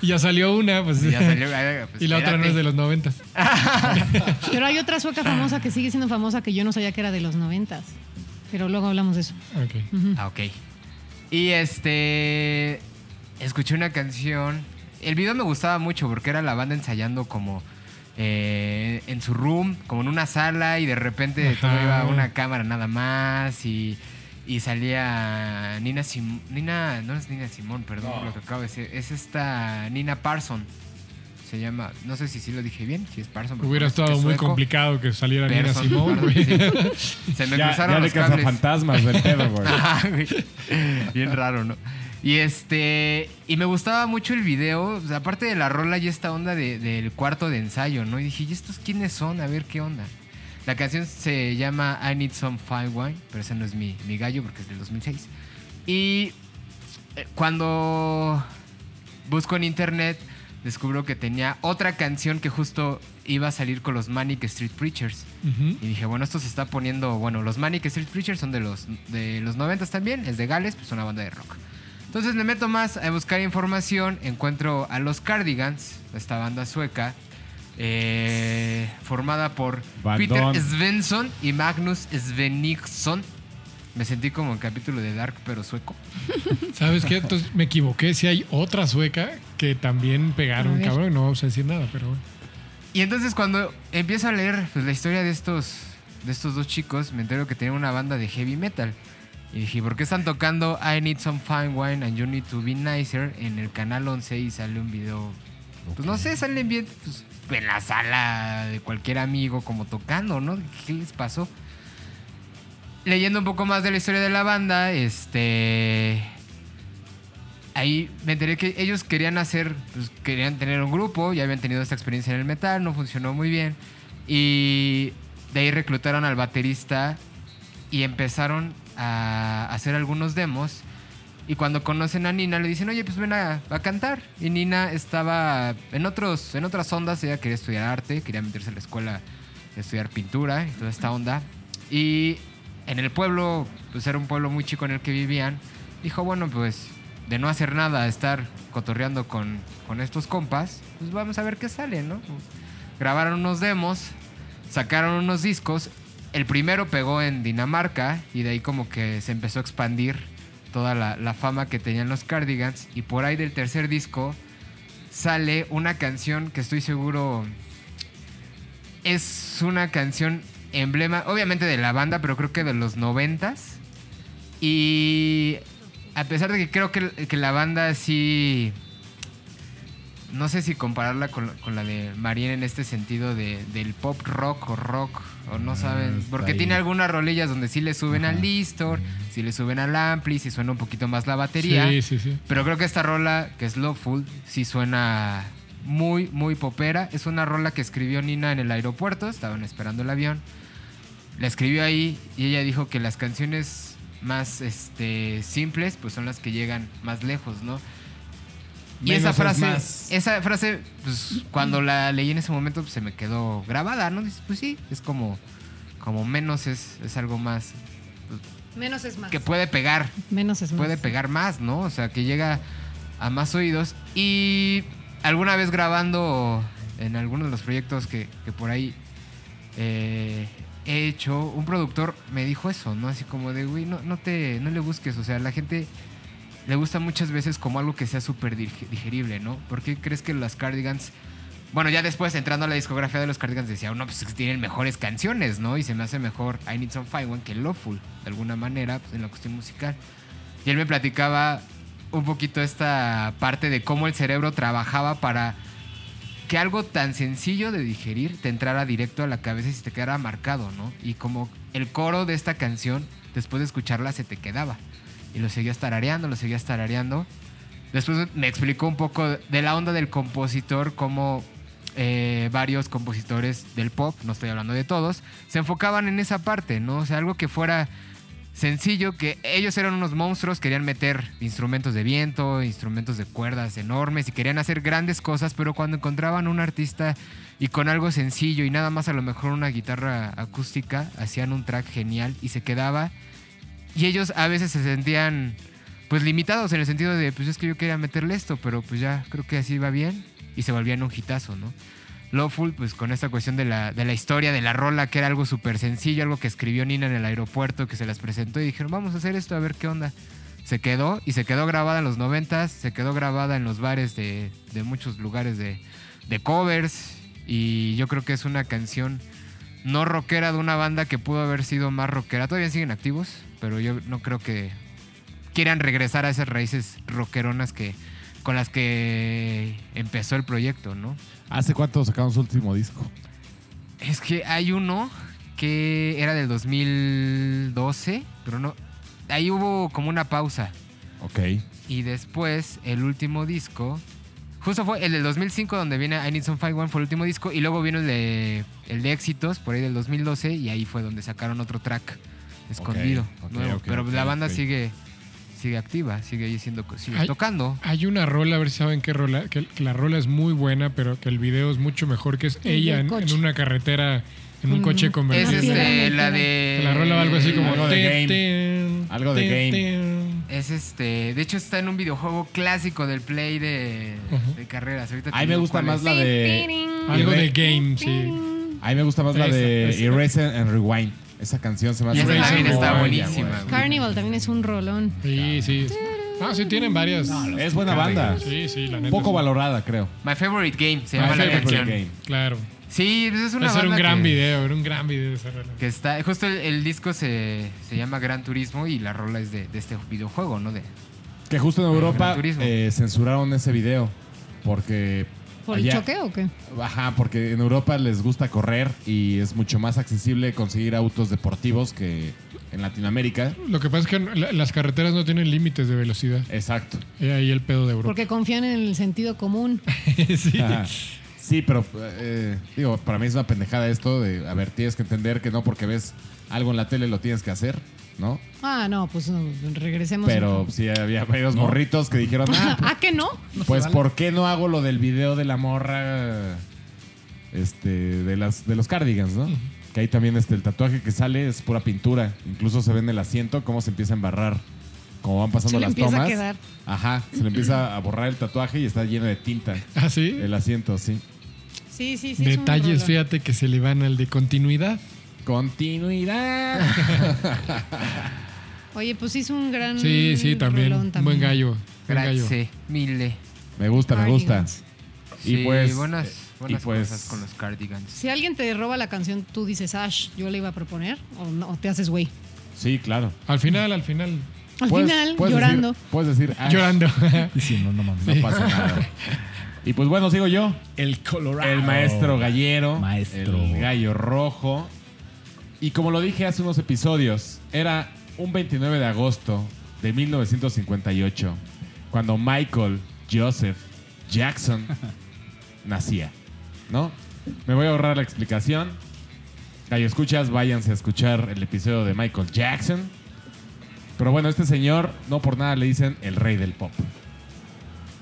Speaker 2: y ya salió una, pues.
Speaker 3: ya salió, eh, pues,
Speaker 2: y la otra no es de
Speaker 3: espérate.
Speaker 2: los noventas.
Speaker 5: Pero hay otra sueca famosa que sigue siendo famosa que yo no sabía que era de los noventas. Pero luego hablamos de eso.
Speaker 2: Ok.
Speaker 3: Ah, ok. Y este. Escuché una canción. El video me gustaba mucho porque era la banda ensayando como. eh, en su room, como en una sala, y de repente
Speaker 2: Ajá.
Speaker 3: todo iba a una cámara nada más. Y, y salía Nina Simón. Nina. No es Nina Simón, perdón por lo que acabo de decir. Es esta Nina Parson. Se llama. No sé si sí lo dije bien, si es Parson. porque
Speaker 2: Hubiera
Speaker 3: es- es
Speaker 2: estado muy
Speaker 3: sueco.
Speaker 2: complicado que saliera Nina
Speaker 3: Parson,
Speaker 2: Simón,
Speaker 3: perdón,
Speaker 2: güey.
Speaker 3: sí. Se me
Speaker 1: Ya,
Speaker 3: cruzaron
Speaker 1: ya de
Speaker 3: los cables.
Speaker 1: cazafantasmas del pedo, güey.
Speaker 3: Ajá, güey. Bien raro, ¿no? Y este. Y me gustaba mucho el video. o sea, aparte de la rola y esta onda de- del cuarto de ensayo, ¿no? Y dije, ¿y estos quiénes son? A ver qué onda. La canción se llama I Need Some Fine Wine, pero ese no es mi, mi gallo porque es del 2006. Y eh, cuando busco en internet, descubro que tenía otra canción que justo iba a salir con los Manic Street Preachers.
Speaker 2: Ujú.
Speaker 3: Y dije, bueno, esto se está poniendo. Bueno, los Manic Street Preachers son de los, de los 90 también, es de Gales, pues una banda de rock. Entonces me meto más a buscar información, encuentro a los Cardigans, esta banda sueca, eh, formada por
Speaker 1: Van
Speaker 3: Peter
Speaker 1: Damme.
Speaker 3: Svensson y Magnus Svenningsson. Me sentí como en capítulo de Dark, pero sueco.
Speaker 2: ¿Sabes qué? Entonces me equivoqué. Si hay otra sueca que también
Speaker 5: A
Speaker 2: pegaron,
Speaker 5: ver.
Speaker 2: cabrón. No vamos a decir nada, pero bueno.
Speaker 3: Y entonces cuando empiezo a leer pues, la historia de estos, de estos dos chicos, me entero que tenían una banda de heavy metal. Y dije, ¿por qué están tocando I Need Some Fine Wine and You Need to Be Nicer en el canal 11 y sale un video? Pues no sé, salen bien pues, en la sala de cualquier amigo como tocando, ¿no? ¿Qué les pasó? Leyendo un poco más de la historia de la banda, este ahí me enteré que ellos querían hacer, pues, querían tener un grupo, ya habían tenido esta experiencia en el metal, no funcionó muy bien. Y de ahí reclutaron al baterista y empezaron a hacer algunos demos. Y cuando conocen a Nina le dicen, oye, pues ven a, a cantar. Y Nina estaba en, otros, en otras ondas, ella quería estudiar arte, quería meterse a la escuela, a estudiar pintura y toda esta onda. Y en el pueblo, pues era un pueblo muy chico en el que vivían, dijo, bueno, pues de no hacer nada, estar cotorreando con, con estos compas, pues vamos a ver qué sale, ¿no? Grabaron unos demos, sacaron unos discos. El primero pegó en Dinamarca y de ahí como que se empezó a expandir toda la, la fama que tenían los Cardigans. Y por ahí del tercer disco sale una canción que estoy seguro es una canción emblema, obviamente de la banda, pero creo que de los noventas. Y a pesar de que creo que, que la banda sí... No sé si compararla con, con la de Marien en este sentido de, del pop rock o rock, o no saben.
Speaker 4: Ah, está
Speaker 3: Porque
Speaker 4: ahí.
Speaker 3: tiene algunas rolillas donde sí le suben al distor, sí le suben al ampli, sí suena un poquito más la batería.
Speaker 2: Sí, sí, sí.
Speaker 3: Pero creo que esta rola, que es Loveful, sí suena muy, muy popera. Es una rola que escribió Nina en el aeropuerto, estaban esperando el avión. La escribió ahí y ella dijo que las canciones más este, simples pues son las que llegan más lejos, ¿no? Y
Speaker 1: Menos
Speaker 3: esa
Speaker 1: es
Speaker 3: frase,
Speaker 1: más.
Speaker 3: esa frase, pues cuando la leí en ese momento pues, se me quedó grabada, ¿no? Dices, pues sí, es como, como menos es, es algo más
Speaker 5: Menos es más.
Speaker 3: que puede pegar,
Speaker 5: Menos es más.
Speaker 3: puede pegar más, ¿no? O sea, que llega a más oídos. Y alguna vez grabando en alguno de los proyectos que, que por ahí eh, he hecho, un productor me dijo eso, ¿no? Así como de, güey, no, no, te, no le busques. O sea, la gente le gusta muchas veces como algo que sea súper dig- digerible, ¿no? ¿Por qué crees que las Cardigans... Bueno, ya después entrando a la discografía de los Cardigans decía, no, pues es que tienen mejores canciones, ¿no? Y se me hace mejor I Need Some Fine One que Loveful, de alguna manera, pues, en la cuestión musical. Y él me platicaba un poquito esta parte de cómo el cerebro trabajaba para que algo tan sencillo de digerir te entrara directo a la cabeza y se te quedara marcado, ¿no? Y como el coro de esta canción, después de escucharla, se te quedaba. Y lo seguías tarareando, lo seguías tarareando. Después me explicó un poco de la onda del compositor, cómo eh, varios compositores del pop, no estoy hablando de todos, se enfocaban en esa parte, ¿no? O sea, algo que fuera sencillo, que ellos eran unos monstruos, querían meter instrumentos de viento, instrumentos de cuerdas enormes y querían hacer grandes cosas, pero cuando encontraban un artista y con algo sencillo y nada más a lo mejor una guitarra acústica, hacían un track genial y se quedaba. Y ellos a veces se sentían pues limitados en el sentido de, pues es que yo quería meterle esto, pero pues ya creo que así va bien. Y se volvían un hitazo, ¿no? Lawful, pues con esta cuestión de la, de la historia de la rola, que era algo súper sencillo, algo que escribió Nina en el aeropuerto, que se las presentó y dijeron, vamos a hacer esto, a ver qué onda. Se quedó y se quedó grabada en los noventas, se quedó grabada en los bares de, de muchos lugares de, de covers. Y yo creo que es una canción no rockera de una banda que pudo haber sido más rockera. Todavía siguen activos, pero yo no creo que quieran regresar a esas raíces rockeronas que con las que empezó el proyecto, ¿no?
Speaker 1: ¿Hace cuánto sacaron su último disco?
Speaker 3: Es que hay uno que era del 2012, pero no. Ahí hubo como una pausa.
Speaker 1: Ok.
Speaker 3: Y después, el último disco. Justo fue el del 2005 donde viene I Need Some Fine One, fue el último disco. Y luego vino el de, el de Éxitos, por ahí del 2012. Y ahí fue donde sacaron otro track escondido.
Speaker 1: ok,
Speaker 3: nuevo.
Speaker 1: ok,
Speaker 3: Pero
Speaker 1: ok,
Speaker 3: la banda
Speaker 1: ok.
Speaker 3: sigue sigue activa, sigue ahí siendo, sigue
Speaker 2: Ay.
Speaker 3: tocando.
Speaker 2: Hay una rola, a ver si saben qué rola, que, que la rola es muy buena, pero que el video es mucho mejor, que es
Speaker 5: El
Speaker 2: ella
Speaker 5: del
Speaker 2: en,
Speaker 5: coche.
Speaker 2: en una carretera, en un
Speaker 5: Mm.
Speaker 2: coche
Speaker 3: Es
Speaker 5: Una
Speaker 2: convertible.
Speaker 5: piedra en
Speaker 3: este,
Speaker 5: el
Speaker 3: la
Speaker 5: tierra.
Speaker 3: de.
Speaker 2: Que la rola va algo así como...
Speaker 1: Algo de
Speaker 2: tin,
Speaker 1: Game.
Speaker 2: tin,
Speaker 1: Algo de
Speaker 2: tin,
Speaker 1: Game.
Speaker 2: tin.
Speaker 3: Es este. De hecho, está en un videojuego clásico del play de, de carreras. Ahorita te
Speaker 1: A mí me
Speaker 3: digo
Speaker 1: gusta
Speaker 3: cuál
Speaker 1: más
Speaker 3: es.
Speaker 1: la de.
Speaker 2: Algo de game, sí.
Speaker 1: A mí me gusta más la de
Speaker 2: Esa, esa.
Speaker 1: Erase and Rewind. Esa canción se me hace
Speaker 3: Y esa
Speaker 2: Race
Speaker 3: también
Speaker 2: and
Speaker 3: está
Speaker 2: Rewind,
Speaker 3: buenísima. güey.
Speaker 5: Carnival también es un rolón.
Speaker 2: Sí, sí. Ah, sí, tienen varias.
Speaker 1: Es buena banda.
Speaker 2: Sí, sí, la neta.
Speaker 1: Poco
Speaker 2: es-
Speaker 1: valorada, creo.
Speaker 3: My Favorite Game se
Speaker 2: My
Speaker 3: llama la
Speaker 2: Favorite
Speaker 3: canción.
Speaker 1: Game.
Speaker 2: Claro.
Speaker 3: Sí, pues es una
Speaker 2: Ese era un
Speaker 3: banda
Speaker 2: gran
Speaker 3: que-
Speaker 2: video, era un gran video esa rola.
Speaker 3: Que está, justo el, el disco se, se llama Gran Turismo y la rola es de, de este videojuego, ¿no? De,
Speaker 1: Que justo en Europa
Speaker 3: Gran Turismo.
Speaker 1: eh, censuraron ese video. Porque.
Speaker 5: ¿Por
Speaker 1: allá-
Speaker 5: el choque o qué?
Speaker 1: Ajá, porque en Europa les gusta correr y es mucho más accesible conseguir autos deportivos que en Latinoamérica.
Speaker 2: Lo que pasa es que la- las carreteras no tienen límites de velocidad.
Speaker 1: Exacto.
Speaker 2: Y ahí el pedo de Europa.
Speaker 5: Porque confían en el sentido común.
Speaker 2: sí.
Speaker 3: Ah.
Speaker 1: Ajá. Sí, pero eh, digo, para mí es una pendejada esto de, a ver, tienes que entender que no porque ves algo en la tele lo tienes que hacer, ¿no?
Speaker 5: Ah, no, pues no, regresemos.
Speaker 1: Pero sí había varios morritos que dijeron, ah,
Speaker 5: ¿Ah, que no?
Speaker 1: pues ¿por qué no hago lo del video de la morra este, de, las, de los cardigans, no? Que ahí también este, el tatuaje que sale es pura pintura. Incluso se ve en el asiento cómo se empieza a embarrar. Como van pasando
Speaker 5: Se le
Speaker 1: las
Speaker 5: empieza a
Speaker 1: tomas.
Speaker 5: quedar.
Speaker 1: Ajá, se le empieza a borrar el tatuaje y está lleno de tinta.
Speaker 2: Ah, sí.
Speaker 1: El asiento, sí.
Speaker 5: Sí, sí, sí. es un
Speaker 2: Detalles,
Speaker 5: rolón.
Speaker 2: fíjate, que se le van al de continuidad.
Speaker 1: Continuidad.
Speaker 5: Oye, pues sí es un gran.
Speaker 2: Sí, sí, también.
Speaker 5: rolón
Speaker 2: Un Buen gallo. buen gallo.
Speaker 3: Grazie, mille.
Speaker 1: Me gusta, me gusta.
Speaker 5: Cardigans.
Speaker 1: Y pues, eh,
Speaker 3: buenas,
Speaker 1: y
Speaker 3: buenas
Speaker 1: pues-
Speaker 3: cosas con los cardigans.
Speaker 5: Si alguien te roba la canción, tú dices, Ash, yo le iba a proponer, o no, o te haces güey.
Speaker 1: Sí, claro.
Speaker 2: Al final, al final.
Speaker 5: Al
Speaker 1: Puedes-
Speaker 5: final,
Speaker 1: puedes
Speaker 5: llorando.
Speaker 1: decir- puedes decir, "Ah,
Speaker 2: Llorando.
Speaker 4: Diciendo, no mames.
Speaker 1: no pasa nada. Y pues bueno, sigo yo.
Speaker 4: El Colorado.
Speaker 1: El maestro gallero.
Speaker 4: Maestro.
Speaker 1: El gallo rojo. Y como lo dije hace unos episodios, era un 29 de agosto de 1958, cuando Michael Joseph Jackson nacía. ¿No? Me voy a ahorrar la explicación. Gallo escuchas, váyanse a escuchar el episodio de Michael Jackson. Pero bueno, este señor no por nada le dicen el rey del pop.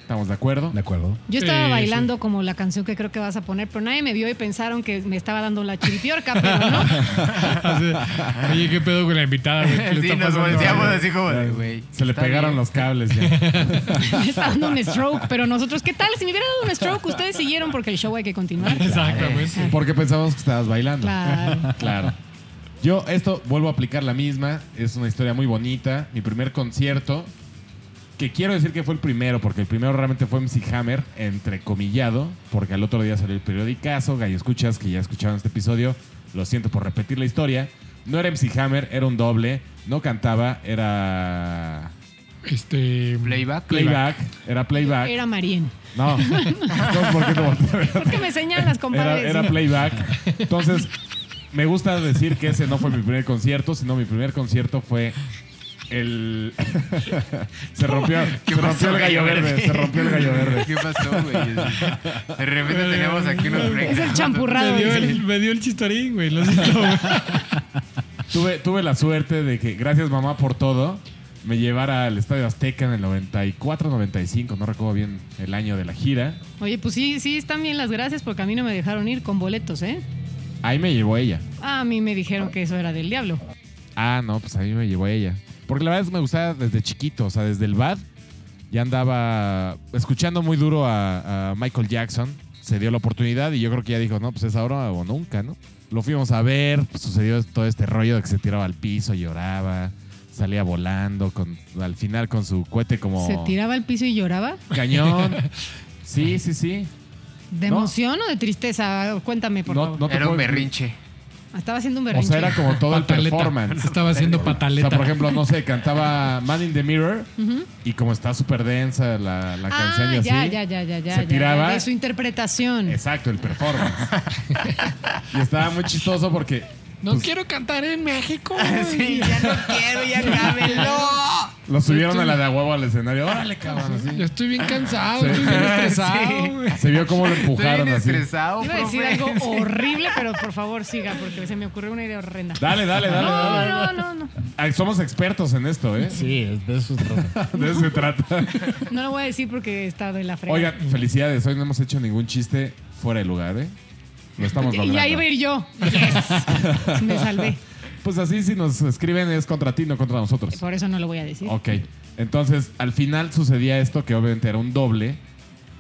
Speaker 1: ¿Estamos de acuerdo?
Speaker 4: De acuerdo.
Speaker 5: Yo estaba
Speaker 2: Sí,
Speaker 5: bailando como la canción que creo que vas a poner, pero nadie me vio y pensaron que me estaba dando la chiripiorca, pero no.
Speaker 2: Así, Oye, qué pedo con la invitada, güey. ¿Qué le
Speaker 3: Sí,
Speaker 2: está
Speaker 3: nos
Speaker 2: pasando?
Speaker 3: volteamos así como de,
Speaker 1: Ya,
Speaker 3: güey.
Speaker 1: Se le
Speaker 3: está
Speaker 1: pegaron
Speaker 3: bien.
Speaker 1: los cables ya.
Speaker 5: Me está dando un stroke, pero nosotros, ¿qué tal? Si me hubiera dado un stroke, ustedes siguieron porque el show hay que continuar.
Speaker 2: Exactamente.
Speaker 1: Porque pensábamos que estabas bailando.
Speaker 5: Claro.
Speaker 1: Claro. Yo esto vuelvo a aplicar la misma. Es una historia muy bonita. Mi primer concierto, que quiero decir que fue el primero, porque el primero realmente fue MC Hammer, entrecomillado, porque al otro día salió el periodicazo, Gallo Escuchas, que ya escucharon este episodio. Lo siento por repetir la historia. No era MC Hammer, era un doble. No cantaba, era
Speaker 2: Este.
Speaker 3: Playback.
Speaker 1: playback. Era playback.
Speaker 5: Era Marien.
Speaker 1: No, no, ¿por qué no volteé a ver?
Speaker 5: ¿Por qué me señalas,
Speaker 1: Era,
Speaker 5: compadre?
Speaker 1: era playback. Entonces, me gusta decir que ese no fue mi primer concierto, sino mi primer concierto fue el. se rompió, se rompió el gallo verde. Se rompió el gallo verde.
Speaker 3: ¿Qué pasó, güey? De repente tenemos aquí unos breaks.
Speaker 5: Es el champurrado.
Speaker 2: Me dio
Speaker 5: dice.
Speaker 2: el, me dio el chistorín, güey. Lo siento, güey.
Speaker 1: Tuve, tuve la suerte de que, gracias mamá por todo, me llevara al Estadio Azteca en el 94-95, no recuerdo bien el año de la gira.
Speaker 5: Oye, pues sí, sí, están bien las gracias porque a mí no me dejaron ir con boletos, ¿eh?
Speaker 1: Ahí me llevó ella.
Speaker 5: A mí me dijeron que eso era del diablo.
Speaker 1: Ah, no, pues a mí me llevó ella. Porque la verdad es que me gustaba desde chiquito, o sea, desde el bad. Ya andaba escuchando muy duro a, a Michael Jackson. Se dio la oportunidad y yo creo que ya dijo, no, pues es ahora o nunca, ¿no? Lo fuimos a ver, pues, sucedió todo este rollo de que se tiraba al piso, lloraba, salía volando, con, al final con su cohete como
Speaker 5: ¿Se tiraba al piso y lloraba?
Speaker 1: cañón. Sí, sí, sí.
Speaker 5: ¿De
Speaker 1: No.
Speaker 5: emoción o de tristeza? Cuéntame, por
Speaker 1: No,
Speaker 5: favor.
Speaker 1: no te
Speaker 3: Era un
Speaker 1: puedo-
Speaker 3: berrinche.
Speaker 5: Estaba haciendo un
Speaker 1: O
Speaker 5: berrinche.
Speaker 1: sea, era como todo el
Speaker 2: Pataleta.
Speaker 1: performance.
Speaker 2: Estaba haciendo pataleta.
Speaker 1: O sea, por ejemplo, no sé, cantaba Man in the Mirror y como está súper densa la, la canción
Speaker 5: ah,
Speaker 1: y así.
Speaker 5: ya, ya, ya, ya, ya.
Speaker 1: se
Speaker 5: ya,
Speaker 1: tiraba.
Speaker 5: ya, de su interpretación.
Speaker 1: Exacto, el performance. y estaba muy chistoso porque
Speaker 2: No quiero cantar en México.
Speaker 3: pues, Sí, ya no quiero, ya cábelo.
Speaker 1: lo subieron a la de a huevo al escenario. Órale, cabrón, así.
Speaker 2: Yo estoy bien cansado,
Speaker 1: Sí.
Speaker 2: estoy bien estresado, güey.
Speaker 1: Se vio cómo lo
Speaker 3: Estoy
Speaker 1: empujaron
Speaker 3: bien
Speaker 1: así.
Speaker 3: estresado,
Speaker 5: Iba a decir
Speaker 3: profe.
Speaker 5: algo horrible, pero por favor siga, porque se me ocurrió una idea horrenda.
Speaker 1: Dale, dale, dale.
Speaker 5: No,
Speaker 1: dale.
Speaker 5: no, no, no.
Speaker 1: Ay, Somos expertos en esto, ¿eh?
Speaker 4: Sí, de eso
Speaker 1: De eso se trata.
Speaker 5: No lo voy a decir porque está de la frente.
Speaker 1: Oigan, felicidades. Hoy no hemos hecho ningún chiste fuera de lugar, ¿eh? Lo estamos
Speaker 5: y
Speaker 1: logrando.
Speaker 5: ahí iba a ir yo. Yes. Me salvé.
Speaker 1: Pues así si nos escriben es contra ti, no contra nosotros.
Speaker 5: Por eso no lo voy a decir.
Speaker 1: Ok. Entonces, al final sucedía esto que obviamente era un doble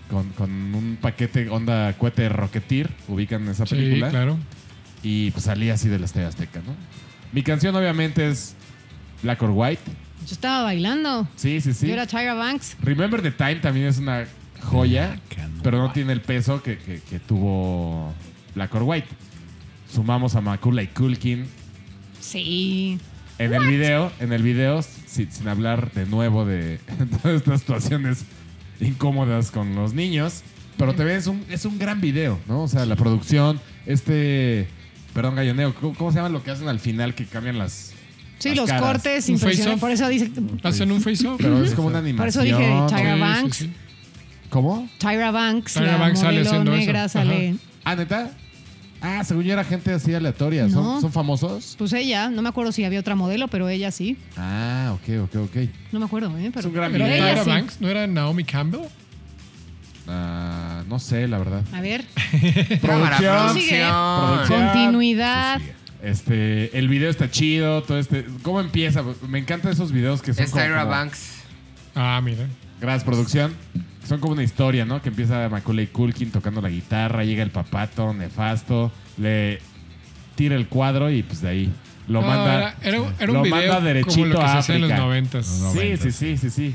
Speaker 1: con, con un paquete onda cohete Rocketeer. Ubican esa
Speaker 2: Sí,
Speaker 1: película.
Speaker 2: claro.
Speaker 1: Y pues salía así de la Estrella Azteca, ¿no? Mi canción obviamente es Black or White.
Speaker 5: Yo estaba bailando.
Speaker 1: Sí, sí, sí.
Speaker 5: Yo era Tyra Banks.
Speaker 1: Remember the Time también es una joya,
Speaker 4: Black and
Speaker 1: pero no tiene el peso que, que- que tuvo Black or White. Sumamos a Macula y Culkin
Speaker 5: Sí.
Speaker 1: en el video, en el video, sin, sin hablar de nuevo de todas estas situaciones incómodas con los niños. Pero también es un, es un gran video, ¿no? O sea, la producción, este. Perdón, galloneo, ¿cómo, cómo se llama lo que hacen al final que cambian las.
Speaker 5: Sí,
Speaker 1: las
Speaker 5: los
Speaker 1: caras?
Speaker 5: cortes
Speaker 2: Un
Speaker 5: impresionantes.
Speaker 2: face-off.
Speaker 5: Por eso dice
Speaker 2: Hacen un face-off.
Speaker 1: Pero es como una
Speaker 5: Por eso
Speaker 1: animación.
Speaker 5: dije Tyra
Speaker 2: Sí, sí,
Speaker 5: Banks.
Speaker 2: sí.
Speaker 1: ¿Cómo?
Speaker 5: Tyra Banks,
Speaker 2: Tyra
Speaker 5: la
Speaker 2: Banks sale
Speaker 5: modelo
Speaker 2: haciendo eso.
Speaker 5: negra,
Speaker 2: Ajá.
Speaker 5: sale.
Speaker 1: Ah, neta. Ah, según yo era gente así aleatoria. ¿Son-
Speaker 5: No.
Speaker 1: ¿Son famosos?
Speaker 5: Pues ella, no me acuerdo si había otra modelo, pero ella sí.
Speaker 1: Ah, ok, ok, ok.
Speaker 5: No me acuerdo, ¿eh? Pero,
Speaker 1: Es un gran
Speaker 5: pero
Speaker 2: ¿Era
Speaker 1: video.
Speaker 5: ella
Speaker 2: Tyra
Speaker 5: sí.
Speaker 2: Banks? ¿No era Naomi Campbell?
Speaker 1: Ah, no sé, la verdad.
Speaker 5: A ver,
Speaker 3: Cámara,
Speaker 1: Producción.
Speaker 5: Sigue.
Speaker 1: Producción.
Speaker 5: continuidad.
Speaker 1: pues, Este, el video está chido, todo este. ¿Cómo empieza? Me encantan esos videos que son.
Speaker 3: Es
Speaker 1: como-
Speaker 3: Tyra
Speaker 1: como-
Speaker 3: Banks.
Speaker 2: Ah, mira.
Speaker 1: Gracias, producción. Son como una historia, ¿no? Que empieza Macaulay Culkin tocando la guitarra, llega el papato, nefasto, le tira el cuadro y pues de ahí lo
Speaker 2: No,
Speaker 1: manda.
Speaker 2: Era, era- era un
Speaker 1: lo
Speaker 2: video
Speaker 1: manda derechito
Speaker 2: como lo que
Speaker 1: a
Speaker 2: se hacía en los
Speaker 1: África.
Speaker 2: noventas.
Speaker 1: Sí, sí, sí, sí, sí.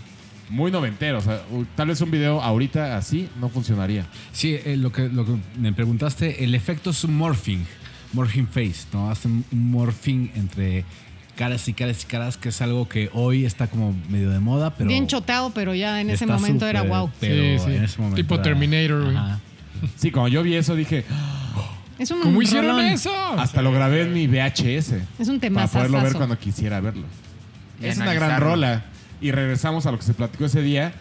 Speaker 1: Muy noventero. O sea, u- tal vez un video ahorita así no funcionaría.
Speaker 4: Sí, eh, lo, que, lo que me preguntaste, el efecto es un morphing, morphing face, ¿no? Hacen un morphing entre caras y caras y caras, que es algo que hoy está como medio de moda, pero...
Speaker 5: bien choteado, pero ya en ese
Speaker 4: está
Speaker 5: momento era
Speaker 4: súper,
Speaker 5: wow.
Speaker 4: pero
Speaker 2: Sí, sí.
Speaker 4: en ese momento
Speaker 2: Tipo
Speaker 4: era-
Speaker 2: Terminator, güey.
Speaker 4: Ajá.
Speaker 1: Sí, cuando yo vi eso dije,
Speaker 5: Es un
Speaker 2: ¿Cómo hicieron
Speaker 5: rolón.
Speaker 2: eso?
Speaker 1: hasta lo grabé en mi VHS.
Speaker 5: Es un
Speaker 1: Para
Speaker 5: tema
Speaker 1: poderlo ver cuando quisiera verlo.
Speaker 3: Y
Speaker 1: es una gran
Speaker 3: analizarlo.
Speaker 1: rola. Y regresamos a lo que se platicó ese día.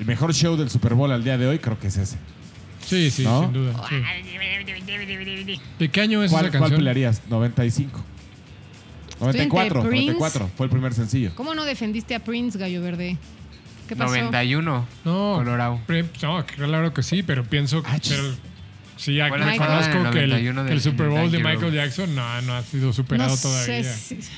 Speaker 1: El mejor show del Super Bowl al día de hoy creo que es ese.
Speaker 2: Sí, sí,
Speaker 1: ¿No?
Speaker 2: sin duda. sí. ¿De qué año es
Speaker 1: ¿Cuál,
Speaker 2: esa
Speaker 1: cuál
Speaker 2: canción?
Speaker 1: pelearías? 95. 94,
Speaker 5: Prince.
Speaker 1: 94. Fue el primer sencillo.
Speaker 5: ¿Cómo no defendiste a Prince, Gallo Verde? ¿Qué pasó?
Speaker 3: 91.
Speaker 2: no,
Speaker 3: Colorado.
Speaker 2: pre- no, claro que sí, pero pienso que...
Speaker 1: Ah, chis.
Speaker 2: pero- sí, ya
Speaker 3: ¿Cuál es la
Speaker 2: reconozco
Speaker 3: del
Speaker 2: que el,
Speaker 3: 91
Speaker 2: que el
Speaker 3: del
Speaker 2: Super Bowl de
Speaker 3: Guitar
Speaker 2: Michael
Speaker 3: Hero?
Speaker 2: Jackson no, no ha sido superado
Speaker 5: no
Speaker 2: todavía.
Speaker 5: sé si-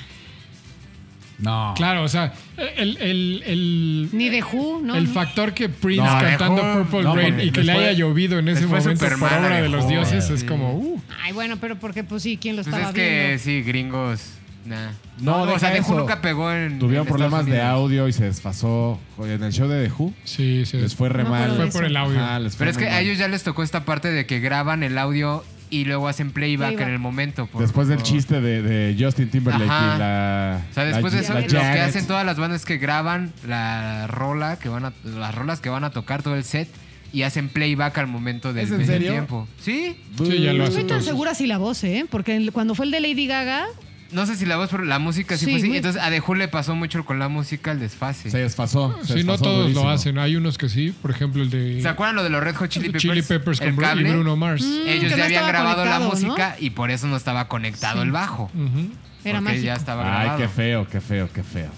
Speaker 4: No.
Speaker 2: Claro, o sea, el... el, el-
Speaker 5: Ni de Who, ¿no?
Speaker 2: el
Speaker 5: no.
Speaker 2: factor que Prince
Speaker 3: No,
Speaker 2: cantando
Speaker 3: dejó-
Speaker 2: Purple
Speaker 1: no,
Speaker 2: Rain
Speaker 1: porque
Speaker 2: y que le
Speaker 1: después-
Speaker 2: haya llovido en ese
Speaker 3: después
Speaker 2: momento por
Speaker 3: Superman la
Speaker 2: obra de los
Speaker 3: dejó,
Speaker 2: dioses
Speaker 3: eh,
Speaker 2: es
Speaker 3: sí.
Speaker 2: como... uh,
Speaker 5: Ay, bueno, pero porque pues sí, ¿quién lo
Speaker 3: Pues
Speaker 5: estaba
Speaker 3: es que
Speaker 5: viendo?
Speaker 3: sí, gringos. Nah.
Speaker 1: No,
Speaker 3: o sea,
Speaker 1: deja
Speaker 3: The Who
Speaker 1: eso.
Speaker 3: nunca pegó en.
Speaker 1: Tuvieron
Speaker 3: en Estados
Speaker 1: problemas de
Speaker 3: Unidos.
Speaker 1: audio y se desfasó. Joder, En el show de The Who
Speaker 2: sí, sí.
Speaker 1: les fue re
Speaker 5: No me
Speaker 1: mal.
Speaker 5: acuerdo
Speaker 2: Fue
Speaker 5: de eso.
Speaker 2: por el audio.
Speaker 1: Ajá, les fue
Speaker 3: Pero es
Speaker 1: muy
Speaker 3: que a
Speaker 1: mal.
Speaker 3: ellos ya les tocó esta parte de que graban el audio y luego hacen playback,
Speaker 5: Playback.
Speaker 3: en el momento. pues, por-
Speaker 1: Después del
Speaker 3: por-
Speaker 1: chiste de, de Justin Timberlake
Speaker 3: Ajá.
Speaker 1: y la.
Speaker 3: O sea,
Speaker 1: la-
Speaker 3: después de
Speaker 1: la
Speaker 3: eso, lo que
Speaker 1: Janet.
Speaker 3: hacen todas las bandas es que graban la rola que van a, las rolas que van a tocar todo el set y hacen playback al momento del,
Speaker 1: ¿Es en
Speaker 3: del
Speaker 1: serio?
Speaker 3: tiempo. Sí.
Speaker 2: Sí, ya lo hace
Speaker 5: No estoy tan
Speaker 2: entonces.
Speaker 5: segura si la voz, ¿eh? Porque el- cuando fue el de Lady Gaga,
Speaker 3: No sé si la voz, pero la música sí,
Speaker 5: Sí,
Speaker 3: fue así.
Speaker 5: güey.
Speaker 3: Entonces a The Who le pasó mucho con la música el desfase.
Speaker 1: Se desfasó. se
Speaker 2: Sí, no
Speaker 1: desfasó
Speaker 2: todos
Speaker 1: durísimo.
Speaker 2: lo hacen. Hay unos que sí, por ejemplo el de
Speaker 3: ¿Se acuerdan lo de los Red Hot Chili Peppers?
Speaker 2: Chili Peppers
Speaker 3: el
Speaker 2: con Bru- y
Speaker 3: cable.
Speaker 2: Bruno Mars.
Speaker 5: Mm,
Speaker 3: Ellos
Speaker 5: que
Speaker 3: ya
Speaker 5: no
Speaker 3: habían
Speaker 5: estaba
Speaker 3: grabado la
Speaker 5: conectado, ¿no?
Speaker 3: música y por eso no estaba conectado el bajo.
Speaker 5: Mm.
Speaker 2: Ujú.
Speaker 5: era
Speaker 3: porque
Speaker 5: mágico.
Speaker 3: ya estaba
Speaker 1: Ay,
Speaker 3: grabado.
Speaker 1: qué feo, qué feo, qué feo.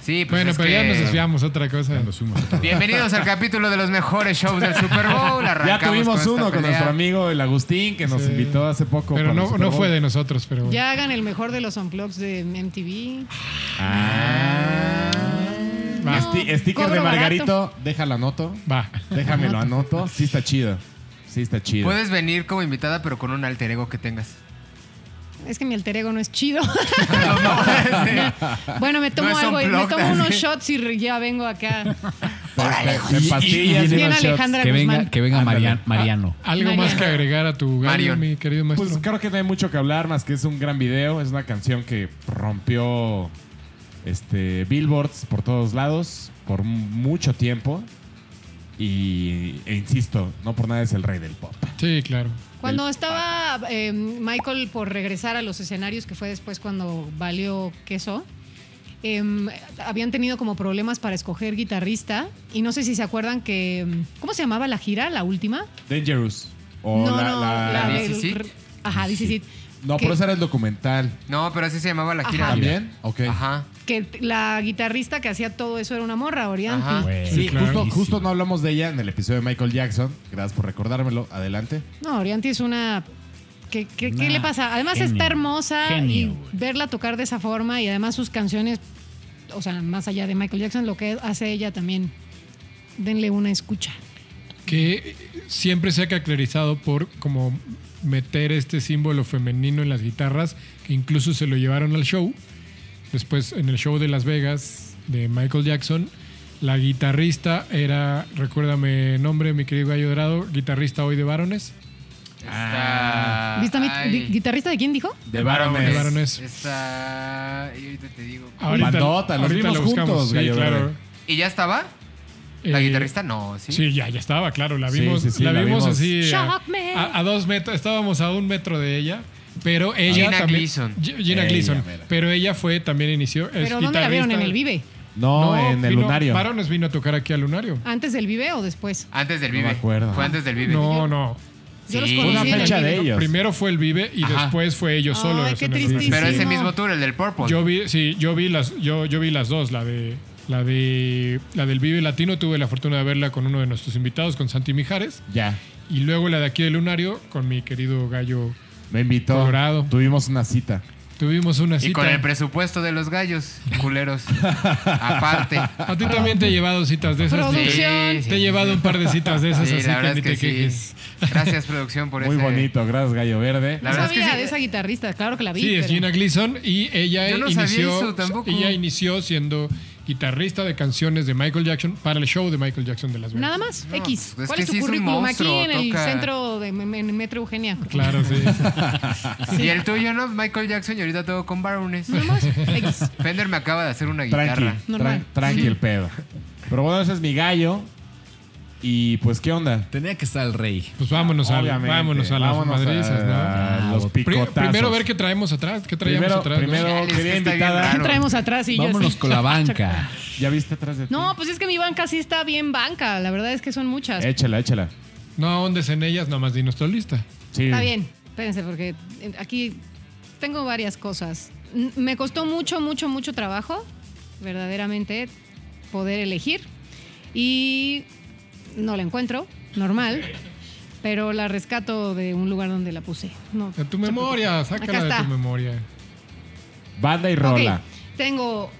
Speaker 3: Sí, pues
Speaker 2: Bueno,
Speaker 3: es
Speaker 2: pero ya
Speaker 3: que-
Speaker 2: nos desviamos a otra cosa.
Speaker 4: Nos fuimos a otro lado.
Speaker 3: Bienvenidos al capítulo de los mejores shows del Super Bowl.
Speaker 1: Ya
Speaker 3: Arrancamos
Speaker 1: tuvimos
Speaker 3: con
Speaker 1: uno
Speaker 3: esta
Speaker 1: con
Speaker 3: pelea.
Speaker 1: nuestro amigo el Agustín que nos
Speaker 2: Sí.
Speaker 1: invitó hace poco.
Speaker 2: Pero
Speaker 1: para el
Speaker 2: no,
Speaker 1: Super
Speaker 2: no
Speaker 1: Bowl.
Speaker 2: fue de nosotros, pero bueno.
Speaker 5: Ya hagan el mejor de los unplugs de MTV.
Speaker 1: Ah.
Speaker 2: Va.
Speaker 1: Esti- sticker
Speaker 5: Cobro
Speaker 1: de
Speaker 5: barato.
Speaker 1: Margarito, déjala anoto.
Speaker 2: Va.
Speaker 1: Déjamelo anoto. Sí está chido. Sí está chido.
Speaker 3: Puedes venir como invitada, pero con un alter ego que tengas.
Speaker 5: Es que mi alter ego no es chido.
Speaker 3: No, no, sí.
Speaker 5: bueno, me tomo
Speaker 3: No es
Speaker 5: algo y me
Speaker 3: unplugged,
Speaker 5: tomo unos
Speaker 3: así.
Speaker 5: shots y ya vengo acá.
Speaker 1: Te- te- te
Speaker 4: y
Speaker 1: pastillas y
Speaker 5: Bien
Speaker 1: unos shots.
Speaker 5: Alejandra
Speaker 4: Que venga,
Speaker 5: Guzmán.
Speaker 4: que venga
Speaker 1: Ándale.
Speaker 4: Marian- Mariano.
Speaker 2: Algo más
Speaker 5: Mariano.
Speaker 2: que agregar a tu gallo,
Speaker 3: Marion.
Speaker 2: mi querido maestro.
Speaker 1: Pues creo que no hay mucho que hablar más que es un gran video. Es una canción que rompió este, billboards por todos lados por m- mucho tiempo. Y, e insisto, no por nada es el rey del pop.
Speaker 2: Sí, claro.
Speaker 5: Cuando estaba eh, Michael por regresar a los escenarios, que fue después cuando valió queso, em, habían tenido como problemas para escoger guitarrista. Y no sé si se acuerdan que. em, ¿Cómo se llamaba la gira, la última?
Speaker 1: Dangerous. O
Speaker 5: no,
Speaker 1: la,
Speaker 5: no,
Speaker 1: la-
Speaker 5: la
Speaker 3: Oh, de-
Speaker 5: del-
Speaker 3: This Is It.
Speaker 5: Ajá, This Is It.
Speaker 1: No,
Speaker 5: que-
Speaker 1: pero ese era el documental.
Speaker 3: No, pero así se llamaba la gira.
Speaker 5: Ajá.
Speaker 1: ¿También? Ok.
Speaker 3: Ajá.
Speaker 5: Que la guitarrista que hacía todo eso era una morra, Orianti.
Speaker 3: Ajá.
Speaker 4: Güey,
Speaker 1: Sí,
Speaker 2: claro.
Speaker 1: justo, justo no hablamos de ella en el episodio de Michael Jackson. Gracias por recordármelo. Adelante.
Speaker 5: No, Orianti es una ¿Qué, qué- qué
Speaker 7: Nah,
Speaker 5: le pasa? Además
Speaker 7: genio,
Speaker 5: está hermosa
Speaker 7: genio,
Speaker 5: y
Speaker 7: güey.
Speaker 5: verla tocar de esa forma y además sus canciones, o sea, más allá de Michael Jackson, lo que hace ella también, denle una escucha.
Speaker 2: que siempre se ha caracterizado por como meter este símbolo femenino en las guitarras, que incluso se lo llevaron al show. Después, en el show de Las Vegas de Michael Jackson, la guitarrista era, recuérdame nombre, mi querido Gallo Dorado, guitarrista hoy de Varones. Ah.
Speaker 3: Está.
Speaker 5: ¿Viste a mi-
Speaker 3: ay,
Speaker 5: di- guitarrista de quién dijo?
Speaker 1: De varones.
Speaker 2: De Varones.
Speaker 3: Está. Y ahorita te digo.
Speaker 2: Ah.
Speaker 1: Bandota, los vimos
Speaker 2: lo
Speaker 1: juntos,
Speaker 2: sí,
Speaker 1: Gallo
Speaker 2: claro.
Speaker 1: Dorado.
Speaker 3: ¿Y ya estaba? ¿La
Speaker 2: Eh,
Speaker 3: guitarrista? No, sí.
Speaker 2: Sí, ya, ya estaba, claro. La
Speaker 1: Sí,
Speaker 2: vimos,
Speaker 1: sí, sí,
Speaker 2: la
Speaker 1: la
Speaker 2: vimos,
Speaker 1: vimos.
Speaker 2: así. A,
Speaker 5: Shock me.
Speaker 2: a- a dos metros, estábamos a un metro de ella. Pero ella
Speaker 3: Gina
Speaker 2: también.
Speaker 3: Gleason.
Speaker 2: G- Gina
Speaker 1: Ella,
Speaker 2: Gleason.
Speaker 1: mira.
Speaker 2: Pero ella fue, también inició. es
Speaker 5: ¿Pero dónde la vieron?
Speaker 2: guitarrista.
Speaker 5: ¿En el Vive?
Speaker 1: No, en el
Speaker 2: vino-
Speaker 1: lunario.
Speaker 2: Varones vino a tocar aquí al Lunario.
Speaker 5: ¿Antes del Vive o después?
Speaker 3: Antes del Vive.
Speaker 1: me acuerdo.
Speaker 3: Fue antes del Vive.
Speaker 2: No, no.
Speaker 5: Yo los
Speaker 3: Sí.
Speaker 5: conocí
Speaker 1: Una
Speaker 5: en el
Speaker 1: fecha
Speaker 5: Vive.
Speaker 1: de ellos.
Speaker 2: Primero fue el Vive y
Speaker 3: Ajá.
Speaker 2: después fue ellos
Speaker 5: Ay,
Speaker 2: solos.
Speaker 5: qué
Speaker 2: en el Vive.
Speaker 5: tristísimo.
Speaker 3: Pero ese
Speaker 5: Sí.
Speaker 3: mismo tour, el del Purple.
Speaker 2: Yo vi, sí, yo vi las, yo, yo vi las dos, la de la de la del Vive Latino, tuve la fortuna de verla con uno de nuestros invitados, con Santi Mijares,
Speaker 1: Ya.
Speaker 2: y luego la de aquí de Lunario con mi querido gallo.
Speaker 1: Me invitó.
Speaker 2: Colorado.
Speaker 1: Tuvimos una cita.
Speaker 2: Tuvimos una cita.
Speaker 3: y con el presupuesto de los gallos, culeros. Aparte.
Speaker 2: A ti también te he llevado citas de esas.
Speaker 5: Producción.
Speaker 2: Te he llevado un par de citas de esas,
Speaker 3: Sí,
Speaker 2: así
Speaker 3: la
Speaker 2: que
Speaker 3: verdad
Speaker 2: ni
Speaker 3: es que
Speaker 2: te
Speaker 3: sí.
Speaker 2: quejes.
Speaker 3: Gracias, producción, por
Speaker 1: Muy
Speaker 3: ese-
Speaker 1: bonito, gracias Gallo Verde.
Speaker 3: La
Speaker 5: no
Speaker 3: verdad es que
Speaker 5: sabía
Speaker 3: sí.
Speaker 5: de esa guitarrista, claro que la vi.
Speaker 2: Sí, es
Speaker 5: pero-
Speaker 2: Gina Gleason y ella
Speaker 3: Yo no sabía
Speaker 2: inició,
Speaker 3: eso tampoco.
Speaker 2: ella inició siendo guitarrista de canciones de Michael Jackson para el show de Michael Jackson de Las Vegas.
Speaker 5: Nada más,
Speaker 3: No,
Speaker 5: X.
Speaker 3: pues es
Speaker 5: ¿Cuál
Speaker 3: que
Speaker 5: es tu
Speaker 3: sí es un
Speaker 5: currículum?
Speaker 3: monstruo,
Speaker 5: Aquí en el
Speaker 3: toca-
Speaker 5: centro de en- en Metro Eugenia.
Speaker 2: Claro, sí.
Speaker 3: Y el tuyo, ¿no? Michael Jackson y ahorita todo con Barones.
Speaker 5: Nada más, X.
Speaker 3: Fender me acaba de hacer una
Speaker 1: Tranqui,
Speaker 3: guitarra.
Speaker 5: Normal.
Speaker 1: tran- tranqui el pedo. Pero bueno, ese es mi gallo. Y pues, ¿qué onda?
Speaker 4: Tenía que estar el rey.
Speaker 2: Pues vámonos a,
Speaker 1: Obviamente,
Speaker 2: vámonos a las
Speaker 1: vámonos
Speaker 2: madrizas,
Speaker 1: a-
Speaker 2: ¿no?
Speaker 1: a los
Speaker 2: Pri-
Speaker 1: picotazos.
Speaker 2: primero ver qué traemos atrás, qué traíamos
Speaker 1: Primero-
Speaker 2: atrás. ¿no?
Speaker 1: primero-
Speaker 3: Chale, es que
Speaker 1: quería
Speaker 3: está bien
Speaker 1: invitada-
Speaker 3: raro.
Speaker 5: Traemos atrás y yo
Speaker 4: Ah, Vámonos
Speaker 5: así. ah,
Speaker 4: con la banca.
Speaker 1: ¿Ya viste atrás de ti?
Speaker 5: No, pues es que mi banca sí está bien banca. La verdad es que son muchas.
Speaker 1: Échala, échala.
Speaker 2: No ahondes en ellas, nada más dinos tu lista.
Speaker 1: Sí.
Speaker 5: Está bien. Espérense, porque eh, aquí tengo varias cosas. N- Me costó mucho, mucho, mucho trabajo, verdaderamente, poder elegir. Y no la encuentro, normal. Pero la rescato de un lugar donde la puse. No,
Speaker 2: De tu memoria,
Speaker 5: Acá
Speaker 2: sácala de
Speaker 5: está.
Speaker 2: tu memoria.
Speaker 1: Banda y
Speaker 5: Ok,
Speaker 1: rola.
Speaker 5: tengo.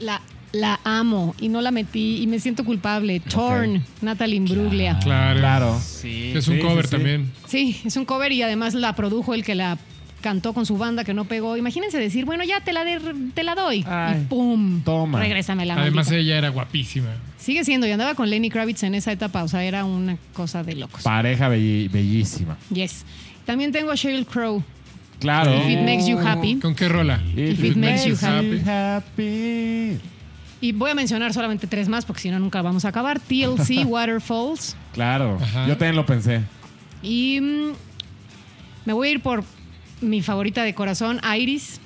Speaker 5: La, la amo y no la metí y me siento culpable. Torn, Natalie Imbruglia.
Speaker 2: Claro.
Speaker 1: Claro.
Speaker 3: Sí.
Speaker 2: Es un
Speaker 1: Sí, sí,
Speaker 2: cover
Speaker 1: sí.
Speaker 2: también.
Speaker 5: Sí, es un cover y además la produjo el que la cantó con su banda que no pegó. Imagínense decir, bueno, ya te la, de- te la doy.
Speaker 1: Ay,
Speaker 5: y pum.
Speaker 1: toma.
Speaker 5: Regrésame la
Speaker 2: Además eh,
Speaker 5: maldita.
Speaker 2: ella era guapísima.
Speaker 5: Sigue siendo, y andaba con Lenny Kravitz en esa etapa. O sea, era una cosa de locos.
Speaker 1: Pareja belli- bellísima.
Speaker 5: yes. También tengo a Sheryl Crow.
Speaker 1: Claro.
Speaker 5: If it makes you happy.
Speaker 2: ¿Con qué rola?
Speaker 5: If it makes you
Speaker 2: happy.
Speaker 1: happy.
Speaker 5: Y voy a mencionar solamente tres más porque si no, nunca vamos a acabar. TLC, Waterfalls.
Speaker 1: Claro.
Speaker 2: Ajá.
Speaker 1: Yo también lo pensé.
Speaker 5: Y mm, me voy a ir por mi favorita de corazón, Iris,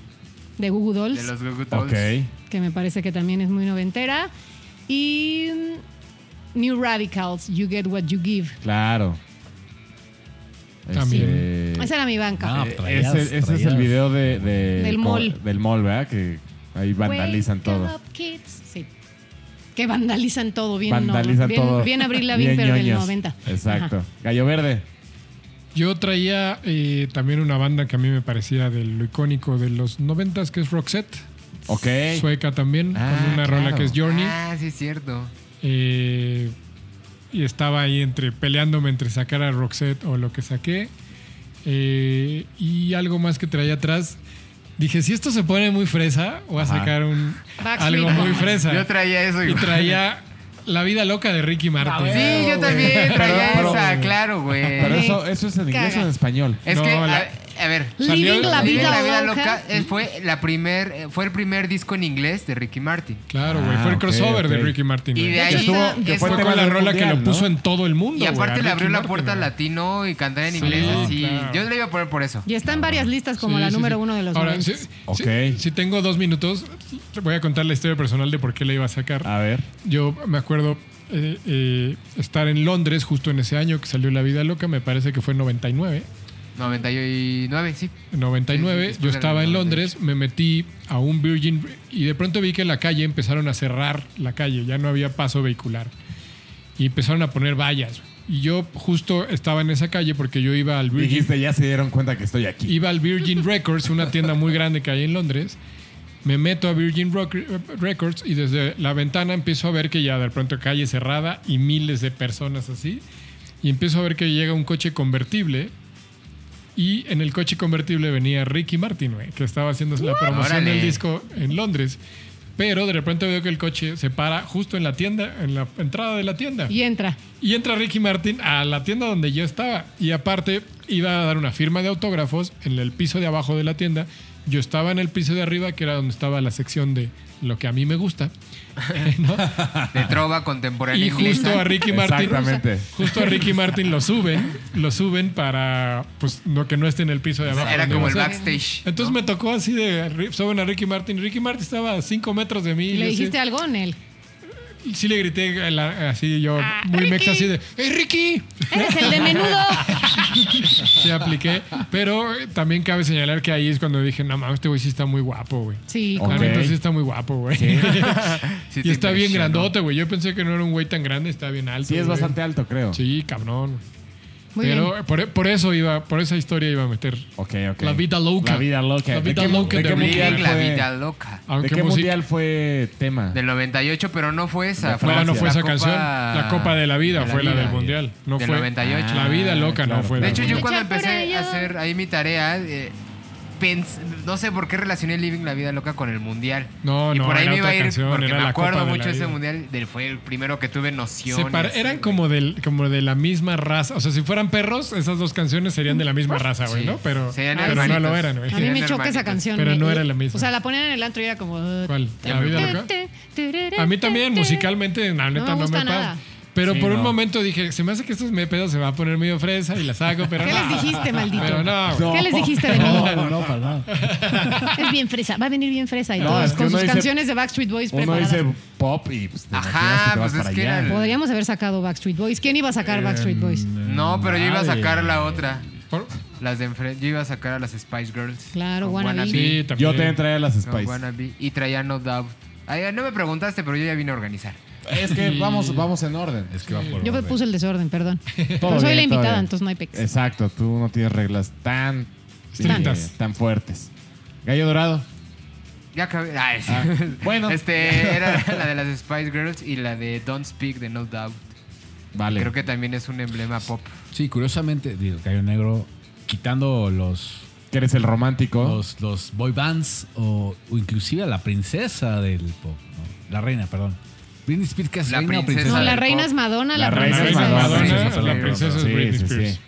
Speaker 5: de Google
Speaker 3: De
Speaker 5: Dolls,
Speaker 3: los Goo Goo Dolls.
Speaker 1: Ok.
Speaker 5: que me parece que también es muy noventera. Y mm, New Radicals, You Get What You Give.
Speaker 1: Claro.
Speaker 2: También.
Speaker 1: Este-
Speaker 5: Esa era mi banca.
Speaker 4: Ah,
Speaker 1: Eh,
Speaker 4: traías,
Speaker 1: ese, ese es
Speaker 4: traías.
Speaker 1: el video de, de-
Speaker 5: Del
Speaker 1: co-
Speaker 5: mall.
Speaker 1: Del mall, ¿verdad? Que ahí vandalizan
Speaker 5: Wake
Speaker 1: todo.
Speaker 5: up, kids. Sí. Que vandalizan todo, bien,
Speaker 1: vandalizan
Speaker 5: no, bien,
Speaker 1: todo.
Speaker 5: bien Abril Lavigne, pero del
Speaker 1: ñoños.
Speaker 5: 90.
Speaker 1: Exacto.
Speaker 5: Ajá.
Speaker 1: Gallo Verde.
Speaker 2: Yo traía eh, también una banda que a mí me parecía de lo icónico de los noventas, que es Roxette,
Speaker 1: Ok.
Speaker 2: sueca también,
Speaker 1: Ah,
Speaker 2: con una
Speaker 1: claro.
Speaker 2: rola que es Journey.
Speaker 3: Ah, sí, es cierto.
Speaker 2: Eh, y estaba ahí entre peleándome entre sacar a Roxette o lo que saqué. Eh, y algo más que traía atrás. Dije, si esto se pone muy fresa, voy a
Speaker 1: Ajá.
Speaker 2: sacar un,
Speaker 5: Backstreet
Speaker 2: algo muy
Speaker 5: Boys.
Speaker 2: fresa.
Speaker 3: Yo traía eso
Speaker 2: y
Speaker 3: igual.
Speaker 2: traía La vida loca de Ricky Martin.
Speaker 3: Sí, yo también traía
Speaker 1: Pero-
Speaker 3: esa, claro,
Speaker 1: Pero
Speaker 3: güey.
Speaker 5: Me
Speaker 1: eso, eso es en inglés
Speaker 5: caga.
Speaker 1: o en español.
Speaker 3: Es
Speaker 2: No,
Speaker 3: que,
Speaker 2: la-
Speaker 3: a, a ver.
Speaker 2: Salió-
Speaker 5: Living la
Speaker 3: Living
Speaker 5: vida,
Speaker 3: la vida
Speaker 5: loca.
Speaker 3: loca eh, fue la primer eh, fue el primer disco en inglés de Ricky Martin.
Speaker 2: Claro, güey.
Speaker 1: Ah,
Speaker 2: fue el
Speaker 1: ok,
Speaker 2: crossover de
Speaker 1: ok.
Speaker 2: Ricky Martin.
Speaker 3: Y
Speaker 2: güey.
Speaker 3: de ahí
Speaker 1: estuvo- que
Speaker 3: es-
Speaker 1: fue
Speaker 2: fue con
Speaker 1: tema
Speaker 2: la
Speaker 1: del
Speaker 2: rola que
Speaker 1: mundial,
Speaker 2: lo puso
Speaker 1: ¿no?
Speaker 2: en todo el mundo.
Speaker 3: Y aparte
Speaker 2: güey, a
Speaker 3: le
Speaker 2: Ricky
Speaker 3: abrió la
Speaker 2: Martin,
Speaker 3: puerta al
Speaker 2: güey.
Speaker 3: latino y cantaba en
Speaker 2: Sí,
Speaker 3: inglés
Speaker 2: claro.
Speaker 3: así. Yo le iba a poner por eso.
Speaker 5: Y está en varias listas como
Speaker 2: Sí,
Speaker 5: la
Speaker 2: sí,
Speaker 5: número
Speaker 2: sí.
Speaker 5: uno de los
Speaker 2: Ahora,
Speaker 5: 90.
Speaker 2: si,
Speaker 1: Ok.
Speaker 2: si- si tengo dos minutos, te voy a contar la historia personal de por qué la iba a sacar.
Speaker 1: A ver.
Speaker 2: Yo me acuerdo eh, eh, estar en Londres justo en ese año que salió La Vida Loca, me parece que fue en 99.
Speaker 3: 99, sí.
Speaker 2: En 99,
Speaker 3: Sí, sí,
Speaker 2: yo
Speaker 3: después del
Speaker 2: estaba en
Speaker 3: 98.
Speaker 2: Londres, me metí a un Virgin y de pronto vi que en la calle empezaron a cerrar la calle, ya no había paso vehicular. Y empezaron a poner vallas. güey. Y yo justo estaba en esa calle porque yo iba al Virgin,
Speaker 1: Dijiste, ya se dieron cuenta que estoy aquí.
Speaker 2: iba al Virgin Records, una tienda muy grande que hay en Londres. Me meto a Virgin Rock- Records y desde la ventana empiezo a ver que ya de pronto calle cerrada y miles de personas así. Y empiezo a ver que llega un coche convertible. Y en el coche convertible venía Ricky Martin, güey, que estaba haciendo la promoción
Speaker 3: Órale.
Speaker 2: del disco en Londres. Pero de repente veo que el coche se para justo en la tienda, en la entrada de la tienda.
Speaker 5: Y entra.
Speaker 2: Y entra Ricky Martin a la tienda donde yo estaba. Y aparte, iba a dar una firma de autógrafos en el piso de abajo de la tienda. Yo estaba en el piso de arriba, que era donde estaba la sección de lo que a mí me gusta. ¿no?
Speaker 3: De trova contemporánea
Speaker 2: Y
Speaker 3: inglesa.
Speaker 2: justo a Ricky Martin.
Speaker 1: Exactamente.
Speaker 2: Justo a Ricky Martin lo suben. Lo suben para pues, no que no esté en el piso de abajo.
Speaker 3: Era
Speaker 2: donde
Speaker 3: como
Speaker 2: va
Speaker 3: el
Speaker 2: a ser.
Speaker 3: backstage.
Speaker 2: Entonces me tocó así de ri- suben a Ricky Martin. Ricky Martin estaba a 5 metros de mí. y
Speaker 5: ¿Le
Speaker 2: yo así-
Speaker 5: dijiste algo, Nel?
Speaker 2: Sí le grité a la- así yo,
Speaker 5: Ah,
Speaker 2: muy mexa
Speaker 5: Ricky.
Speaker 2: así de ¡Hey Ricky!
Speaker 5: ¡Eres el de menudo!
Speaker 2: Sí, apliqué. Pero eh, también cabe señalar que ahí es cuando dije, no mames, este güey sí está muy guapo, güey.
Speaker 5: Sí,
Speaker 1: Ok.
Speaker 2: La
Speaker 5: como-
Speaker 2: neta sí está muy guapo, güey.
Speaker 3: Sí te
Speaker 2: y está bien
Speaker 3: impresionó.
Speaker 2: grandote, güey. Yo pensé que no era un güey tan grande, está bien alto.
Speaker 1: Sí, es
Speaker 2: güey.
Speaker 1: bastante alto, creo.
Speaker 2: Sí, cabrón.
Speaker 5: Muy
Speaker 2: güey. Pero
Speaker 5: bien.
Speaker 2: eh, por, por eso iba, por esa historia iba a meter.
Speaker 1: Ok, ok.
Speaker 2: La vida loca.
Speaker 1: La vida loca.
Speaker 2: La vida
Speaker 1: ¿De qué,
Speaker 2: loca
Speaker 1: de
Speaker 2: de
Speaker 1: qué
Speaker 2: Ricky.
Speaker 1: mundial
Speaker 3: La
Speaker 1: fue-
Speaker 3: vida loca.
Speaker 1: ¿De
Speaker 2: Aunque
Speaker 1: qué
Speaker 2: música-
Speaker 1: mundial fue tema?
Speaker 3: Del 98, pero no fue esa.
Speaker 2: No, no fue
Speaker 3: la
Speaker 2: esa
Speaker 3: Copa-
Speaker 2: canción. La Copa de la Vida
Speaker 3: de la
Speaker 2: fue la
Speaker 3: Vida.
Speaker 2: del mundial. No
Speaker 3: Del
Speaker 2: fue.
Speaker 3: 98.
Speaker 2: La vida loca
Speaker 1: Ah, claro.
Speaker 2: no fue.
Speaker 3: De
Speaker 2: la
Speaker 3: hecho,
Speaker 2: del
Speaker 3: yo cuando
Speaker 5: Luchar por
Speaker 3: empecé
Speaker 5: ello.
Speaker 3: a hacer ahí mi tarea, eh, pens- no sé por qué relacioné Living la Vida Loca con el Mundial.
Speaker 2: No,
Speaker 3: y
Speaker 2: no,
Speaker 3: por ahí
Speaker 2: era
Speaker 3: me iba a
Speaker 2: otra
Speaker 3: ir,
Speaker 2: canción,
Speaker 3: porque
Speaker 2: era
Speaker 3: me
Speaker 2: la Copa de
Speaker 3: acuerdo
Speaker 2: la
Speaker 3: mucho de ese
Speaker 2: Vida.
Speaker 3: Mundial, del- fue el primero que tuve noción.
Speaker 2: Se par-
Speaker 3: y así,
Speaker 2: eran
Speaker 3: güey.
Speaker 2: como, del, como de la misma raza. O sea, si fueran perros, esas dos canciones serían de la misma raza, güey,
Speaker 3: Sí.
Speaker 2: ¿no? Pero,
Speaker 3: Serían
Speaker 2: pero no
Speaker 3: hermanitos.
Speaker 2: lo eran, güey.
Speaker 5: A mí me
Speaker 3: Eran
Speaker 5: choca esa
Speaker 3: hermanitos.
Speaker 5: canción.
Speaker 2: Pero
Speaker 5: me-
Speaker 2: no era la misma.
Speaker 5: O sea, la ponían en el antro y era como...
Speaker 2: ¿Cuál?
Speaker 3: Ya
Speaker 2: ¿La
Speaker 3: me
Speaker 2: vida
Speaker 3: acuerdo.
Speaker 2: loca? A mí también, musicalmente, la neta, no me,
Speaker 5: gusta
Speaker 2: pasa.
Speaker 5: nada.
Speaker 2: Pero
Speaker 1: Sí,
Speaker 2: por un
Speaker 1: no.
Speaker 2: momento dije, se me hace que estos me pedos se va a poner medio fresa y la saco, pero
Speaker 5: ¿Qué
Speaker 2: no.
Speaker 5: les dijiste, maldito?
Speaker 2: Pero no, güey.
Speaker 5: ¿Qué les dijiste de mí?
Speaker 7: No, no, para nada.
Speaker 5: Es bien fresa, va a venir bien fresa y
Speaker 1: No,
Speaker 5: todos
Speaker 1: es que
Speaker 5: con
Speaker 1: uno
Speaker 5: sus
Speaker 1: dice-
Speaker 5: canciones de Backstreet Boys
Speaker 1: Uno
Speaker 5: preparadas.
Speaker 1: dice pop y pues, te
Speaker 3: Ajá,
Speaker 1: imaginas que te vas
Speaker 3: pues, es
Speaker 1: para
Speaker 3: que
Speaker 1: allá.
Speaker 3: era-
Speaker 5: Podríamos haber sacado Backstreet Boys. ¿Quién iba a sacar Backstreet Boys?
Speaker 3: No, pero yo iba a sacar la otra.
Speaker 2: Por-
Speaker 3: Las de enfrente. Yo iba a sacar a las Spice Girls.
Speaker 5: Claro,
Speaker 3: con
Speaker 5: Wannabe.
Speaker 2: sí,
Speaker 1: Yo
Speaker 2: también.
Speaker 1: te traía las
Speaker 3: con
Speaker 1: Spice.
Speaker 3: Wannabe. Y traía No Doubt. Ay, no me preguntaste, pero yo ya vine a organizar.
Speaker 1: Es que vamos, vamos en orden.
Speaker 4: Es que va por
Speaker 5: Yo me
Speaker 4: orden.
Speaker 5: puse el desorden, perdón.
Speaker 1: Todo
Speaker 5: Pero soy
Speaker 1: bien,
Speaker 5: la
Speaker 1: todo
Speaker 5: invitada,
Speaker 1: bien.
Speaker 5: entonces no hay pex.
Speaker 1: Exacto, tú no tienes reglas tan,
Speaker 2: Estrictas.
Speaker 1: eh, tan fuertes. Gallo Dorado.
Speaker 3: Ya acabé. Ay, sí.
Speaker 1: bueno.
Speaker 3: Este, era la de las Spice Girls y la de Don't Speak de No Doubt.
Speaker 1: Vale.
Speaker 3: Creo que también es un emblema pop.
Speaker 4: Sí, curiosamente, digo, Gallo Negro, quitando los,
Speaker 1: que eres el romántico.
Speaker 4: los, los boy bands o, o inclusive a la princesa del pop, ¿no? la reina, perdón. Britney Spears, ¿qué es
Speaker 3: La
Speaker 4: reina o
Speaker 3: princesa.
Speaker 4: princesa?
Speaker 5: No,
Speaker 3: del
Speaker 5: la
Speaker 3: pop.
Speaker 5: reina es Madonna,
Speaker 1: La
Speaker 5: la,
Speaker 2: La
Speaker 1: reina
Speaker 5: princesa
Speaker 2: reina es
Speaker 5: es
Speaker 1: Madonna,
Speaker 2: Madonna,
Speaker 1: sí, sí,
Speaker 2: la
Speaker 1: sí,
Speaker 2: princesa es
Speaker 1: sí,
Speaker 2: Britney
Speaker 1: sí,
Speaker 2: Spears.
Speaker 1: sí.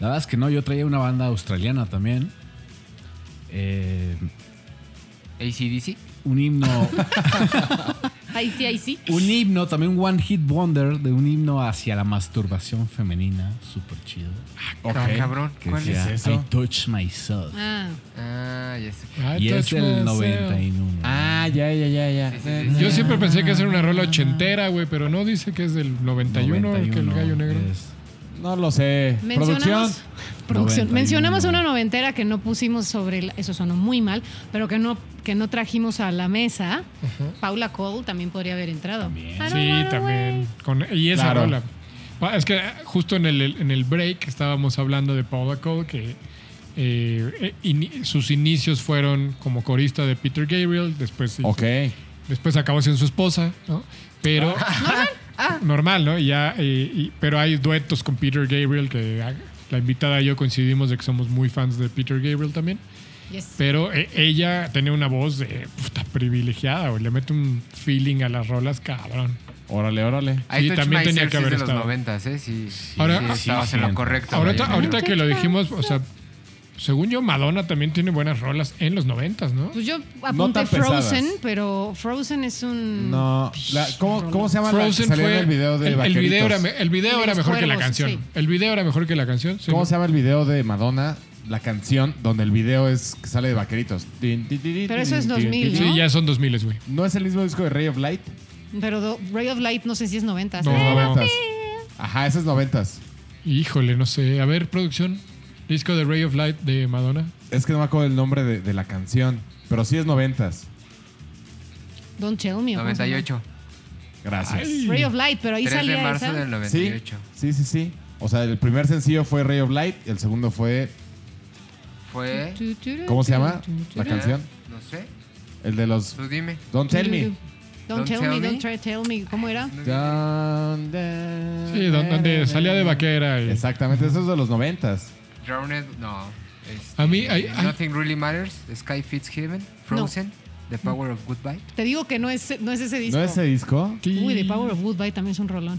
Speaker 4: La verdad es que no, yo traía una banda australiana también. Eh,
Speaker 3: ACDC.
Speaker 4: un himno,
Speaker 5: Ahí sí, ahí sí.
Speaker 4: un himno, también un one hit wonder de un himno hacia la masturbación femenina, súper chido.
Speaker 1: Ok.
Speaker 3: Ah, cabrón.
Speaker 4: Que
Speaker 3: ¿Cuál
Speaker 4: decía,
Speaker 1: es eso?
Speaker 4: I touch myself.
Speaker 5: Ah,
Speaker 3: Ah, ya sé.
Speaker 2: I
Speaker 4: y es
Speaker 2: touch
Speaker 4: del
Speaker 2: myself.
Speaker 4: 91.
Speaker 1: Ah, ya, ya, ya, ya.
Speaker 3: Sí, sí, sí.
Speaker 2: Yo siempre pensé que esa era una rola ochentera, güey, pero no dice que es del 91, que el gallo negro.
Speaker 4: es-
Speaker 1: No lo sé. Producción.
Speaker 5: mencionamos, producción.
Speaker 4: 91.
Speaker 5: mencionamos una noventera que no pusimos sobre, la- eso sonó muy mal, pero que no, que no trajimos a la mesa. Paula Cole también podría haber entrado. I don't
Speaker 2: Sí,
Speaker 5: wanna
Speaker 2: también.
Speaker 5: wait.
Speaker 2: Con, e- y esa
Speaker 1: Claro.
Speaker 2: rola. Pa- Es que justo en el, en el break estábamos hablando de Paula Cole, que eh, eh, ini- sus inicios fueron como corista de Peter Gabriel, después,
Speaker 1: Ok.
Speaker 2: después acabó siendo su esposa, ¿no? Pero.
Speaker 5: Ah.
Speaker 2: normal, ¿no? Y ya, eh, y- pero hay duetos con Peter Gabriel, que ah, la invitada y yo coincidimos de que somos muy fans de Peter Gabriel también.
Speaker 5: Yes.
Speaker 2: Pero eh, ella tenía una voz de, puta, privilegiada, güey. Le mete un feeling a las rolas, cabrón.
Speaker 1: Órale, órale.
Speaker 3: Ahí
Speaker 2: Y
Speaker 3: también tenía que haber de
Speaker 2: estado.
Speaker 3: los 90, ¿eh? Sí, sí,
Speaker 2: Ahora-
Speaker 3: sí,
Speaker 2: ah,
Speaker 3: estabas
Speaker 4: sí,
Speaker 3: en lo
Speaker 4: siento.
Speaker 3: correcto.
Speaker 2: Ahorita,
Speaker 3: Gallo Negro.
Speaker 2: ahorita que lo dijimos, o sea, según yo, Madonna también tiene buenas rolas en los noventas, ¿no?
Speaker 5: Pues yo
Speaker 1: No
Speaker 5: apunté
Speaker 1: tan pesadas.
Speaker 5: Frozen, pero Frozen es un...
Speaker 1: No. la- ¿cómo, cómo se llama la que
Speaker 2: Frozen
Speaker 1: salió
Speaker 2: fue.
Speaker 1: en el video de
Speaker 2: el- el,
Speaker 1: Vaqueritos?
Speaker 2: video era, me- el video
Speaker 5: De
Speaker 2: era
Speaker 5: los
Speaker 2: mejor que la
Speaker 5: cuervos,
Speaker 2: canción.
Speaker 5: sí.
Speaker 2: El video era mejor que la canción. sí.
Speaker 1: ¿Cómo se llama el video de Madonna? La canción donde el video es que sale de Vaqueritos. Pero
Speaker 5: Pero eso es 2000,
Speaker 2: Sí,
Speaker 5: ¿no?
Speaker 2: ya son 2000, güey.
Speaker 1: ¿No es el mismo disco de Ray of Light?
Speaker 5: Pero do- Ray of Light no sé si es 90.
Speaker 2: No.
Speaker 1: Es noventas. Ajá, ese es noventas.
Speaker 2: Híjole, no sé. A ver, producción. Disco de Ray of Light de Madonna.
Speaker 1: Es que no me acuerdo el nombre de, de la canción, pero sí es noventas.
Speaker 5: Don't tell me. ¿o cómo se llama?
Speaker 3: 98.
Speaker 1: Gracias.
Speaker 5: Ray of Light, pero ahí
Speaker 3: 3 de
Speaker 5: salía
Speaker 3: marzo
Speaker 5: esa.
Speaker 3: del
Speaker 1: Sí,
Speaker 3: 98.
Speaker 1: sí, sí, sí. O sea, el primer sencillo fue Ray of Light, el segundo fue.
Speaker 3: Fue.
Speaker 5: Tu, tu, tu,
Speaker 1: ¿Cómo se
Speaker 5: tu,
Speaker 1: llama
Speaker 5: tu, tu,
Speaker 1: la
Speaker 5: tu.
Speaker 1: canción?
Speaker 3: No sé.
Speaker 1: El de los.
Speaker 3: Tú dime.
Speaker 1: Don't tell me.
Speaker 5: Don't, tell, me, don't try tell me. ¿Cómo era?
Speaker 1: Don't
Speaker 2: Sí, donde,
Speaker 1: Eh.
Speaker 2: donde salía de vaquera. y-
Speaker 1: Exactamente, eso es de los noventas.
Speaker 3: Drowned. No. Este,
Speaker 2: A mí, hay- hay-
Speaker 3: Nothing Really Matters. Sky Fits Heaven. Frozen. The Power of Goodbye.
Speaker 5: Te digo que no es, no es ese disco.
Speaker 1: ¿No es ese disco?
Speaker 5: Uy, The Power of Goodbye también es un rolón.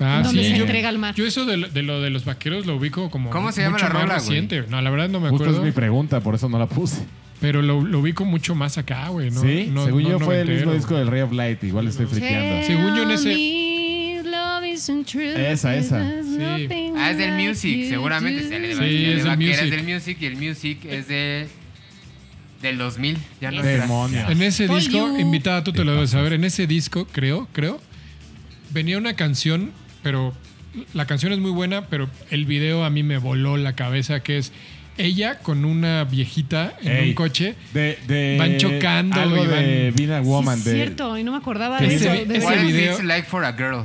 Speaker 2: Ah,
Speaker 5: donde
Speaker 2: sí.
Speaker 5: se
Speaker 2: yo-
Speaker 5: entrega al mar.
Speaker 2: Yo eso de, lo- de lo de los vaqueros lo ubico como
Speaker 3: ¿Cómo se llama
Speaker 2: mucho
Speaker 3: la
Speaker 2: más
Speaker 3: rola, güey?
Speaker 2: reciente. No, la verdad no me
Speaker 1: Justo es
Speaker 2: acuerdo.
Speaker 1: mi pregunta, por eso no la puse.
Speaker 2: Pero lo, lo ubico mucho más acá, güey. ¿no?
Speaker 1: sí,
Speaker 2: No-
Speaker 1: según
Speaker 2: no
Speaker 1: yo fue el
Speaker 2: noventero.
Speaker 1: mismo disco del Ray of Light, igual estoy friqueando.
Speaker 2: Según yo en ese-
Speaker 5: Me, love isn't true,
Speaker 1: Esa, esa.
Speaker 5: there's
Speaker 2: Sí.
Speaker 5: nothing
Speaker 3: Ah, es del
Speaker 5: like
Speaker 3: Music,
Speaker 5: you
Speaker 3: seguramente.
Speaker 5: do.
Speaker 3: Es el de,
Speaker 2: Sí,
Speaker 3: vaquera,
Speaker 2: es del
Speaker 3: vaquera,
Speaker 2: Music.
Speaker 3: es del Music y el Music es de. Del 2000. Ya no es
Speaker 1: Demonios.
Speaker 2: En ese
Speaker 5: Told
Speaker 2: disco,
Speaker 5: you.
Speaker 2: invitada, tú te lo debes saber. En ese disco, creo, creo, venía una canción, pero la canción es muy buena, pero el video a mí me voló la cabeza, que es ella con una viejita en
Speaker 1: Ey.
Speaker 2: un coche.
Speaker 1: De, de-
Speaker 2: Van chocando
Speaker 1: algo
Speaker 2: y
Speaker 1: de
Speaker 2: van-
Speaker 1: Being a Woman.
Speaker 5: Sí,
Speaker 1: de-
Speaker 5: cierto, y no me acordaba
Speaker 2: Que
Speaker 5: de eso.
Speaker 2: ese-
Speaker 5: de
Speaker 2: ese
Speaker 5: esa-
Speaker 3: What is
Speaker 2: video-
Speaker 3: this like for a girl?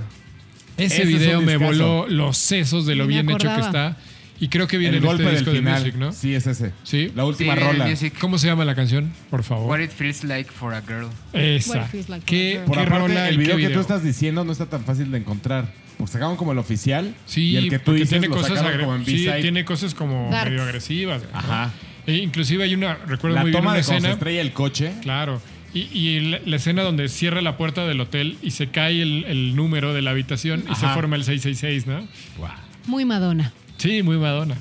Speaker 2: Ese
Speaker 1: Ese es un
Speaker 2: video me
Speaker 1: discazo.
Speaker 2: voló los sesos de lo
Speaker 5: Ni me
Speaker 2: bien hecho que
Speaker 5: acordaba.
Speaker 2: está. Y creo que
Speaker 1: el
Speaker 2: viene en
Speaker 1: golpe
Speaker 2: este
Speaker 1: del
Speaker 2: disco
Speaker 1: final.
Speaker 2: de Music, ¿no?
Speaker 1: Sí, es ese.
Speaker 2: Sí.
Speaker 1: La última
Speaker 3: Sí,
Speaker 1: rola.
Speaker 3: Music.
Speaker 2: ¿Cómo se llama la canción? Por
Speaker 3: What
Speaker 2: favor.
Speaker 3: it feels like for a girl.
Speaker 5: What
Speaker 2: Esa.
Speaker 5: it feels like
Speaker 2: ¿Qué,
Speaker 5: for a
Speaker 1: Por
Speaker 2: qué
Speaker 1: aparte,
Speaker 2: rola
Speaker 1: el
Speaker 2: y qué
Speaker 1: video, que
Speaker 2: video?
Speaker 1: tú estás diciendo no está tan fácil de encontrar. Porque sacaron como el oficial
Speaker 2: Sí,
Speaker 1: y el que tú
Speaker 2: porque
Speaker 1: dices
Speaker 2: tiene
Speaker 1: lo
Speaker 2: cosas
Speaker 1: sacaron
Speaker 2: agre-
Speaker 1: como en
Speaker 2: sí,
Speaker 1: B-side.
Speaker 2: tiene cosas como
Speaker 5: Darks.
Speaker 2: medio agresivas. ¿no?
Speaker 1: Ajá.
Speaker 2: E inclusive hay una, recuerdo
Speaker 1: La
Speaker 2: muy bien
Speaker 1: toma
Speaker 2: una
Speaker 1: de cuando se
Speaker 2: escena.
Speaker 1: estrella el coche.
Speaker 2: Claro. Y, y la, la escena donde cierra la puerta del hotel y se cae el, el número de la habitación y se
Speaker 1: Ajá.
Speaker 2: forma el 666, ¿no?
Speaker 5: Muy Madonna.
Speaker 2: Sí, muy Madonna.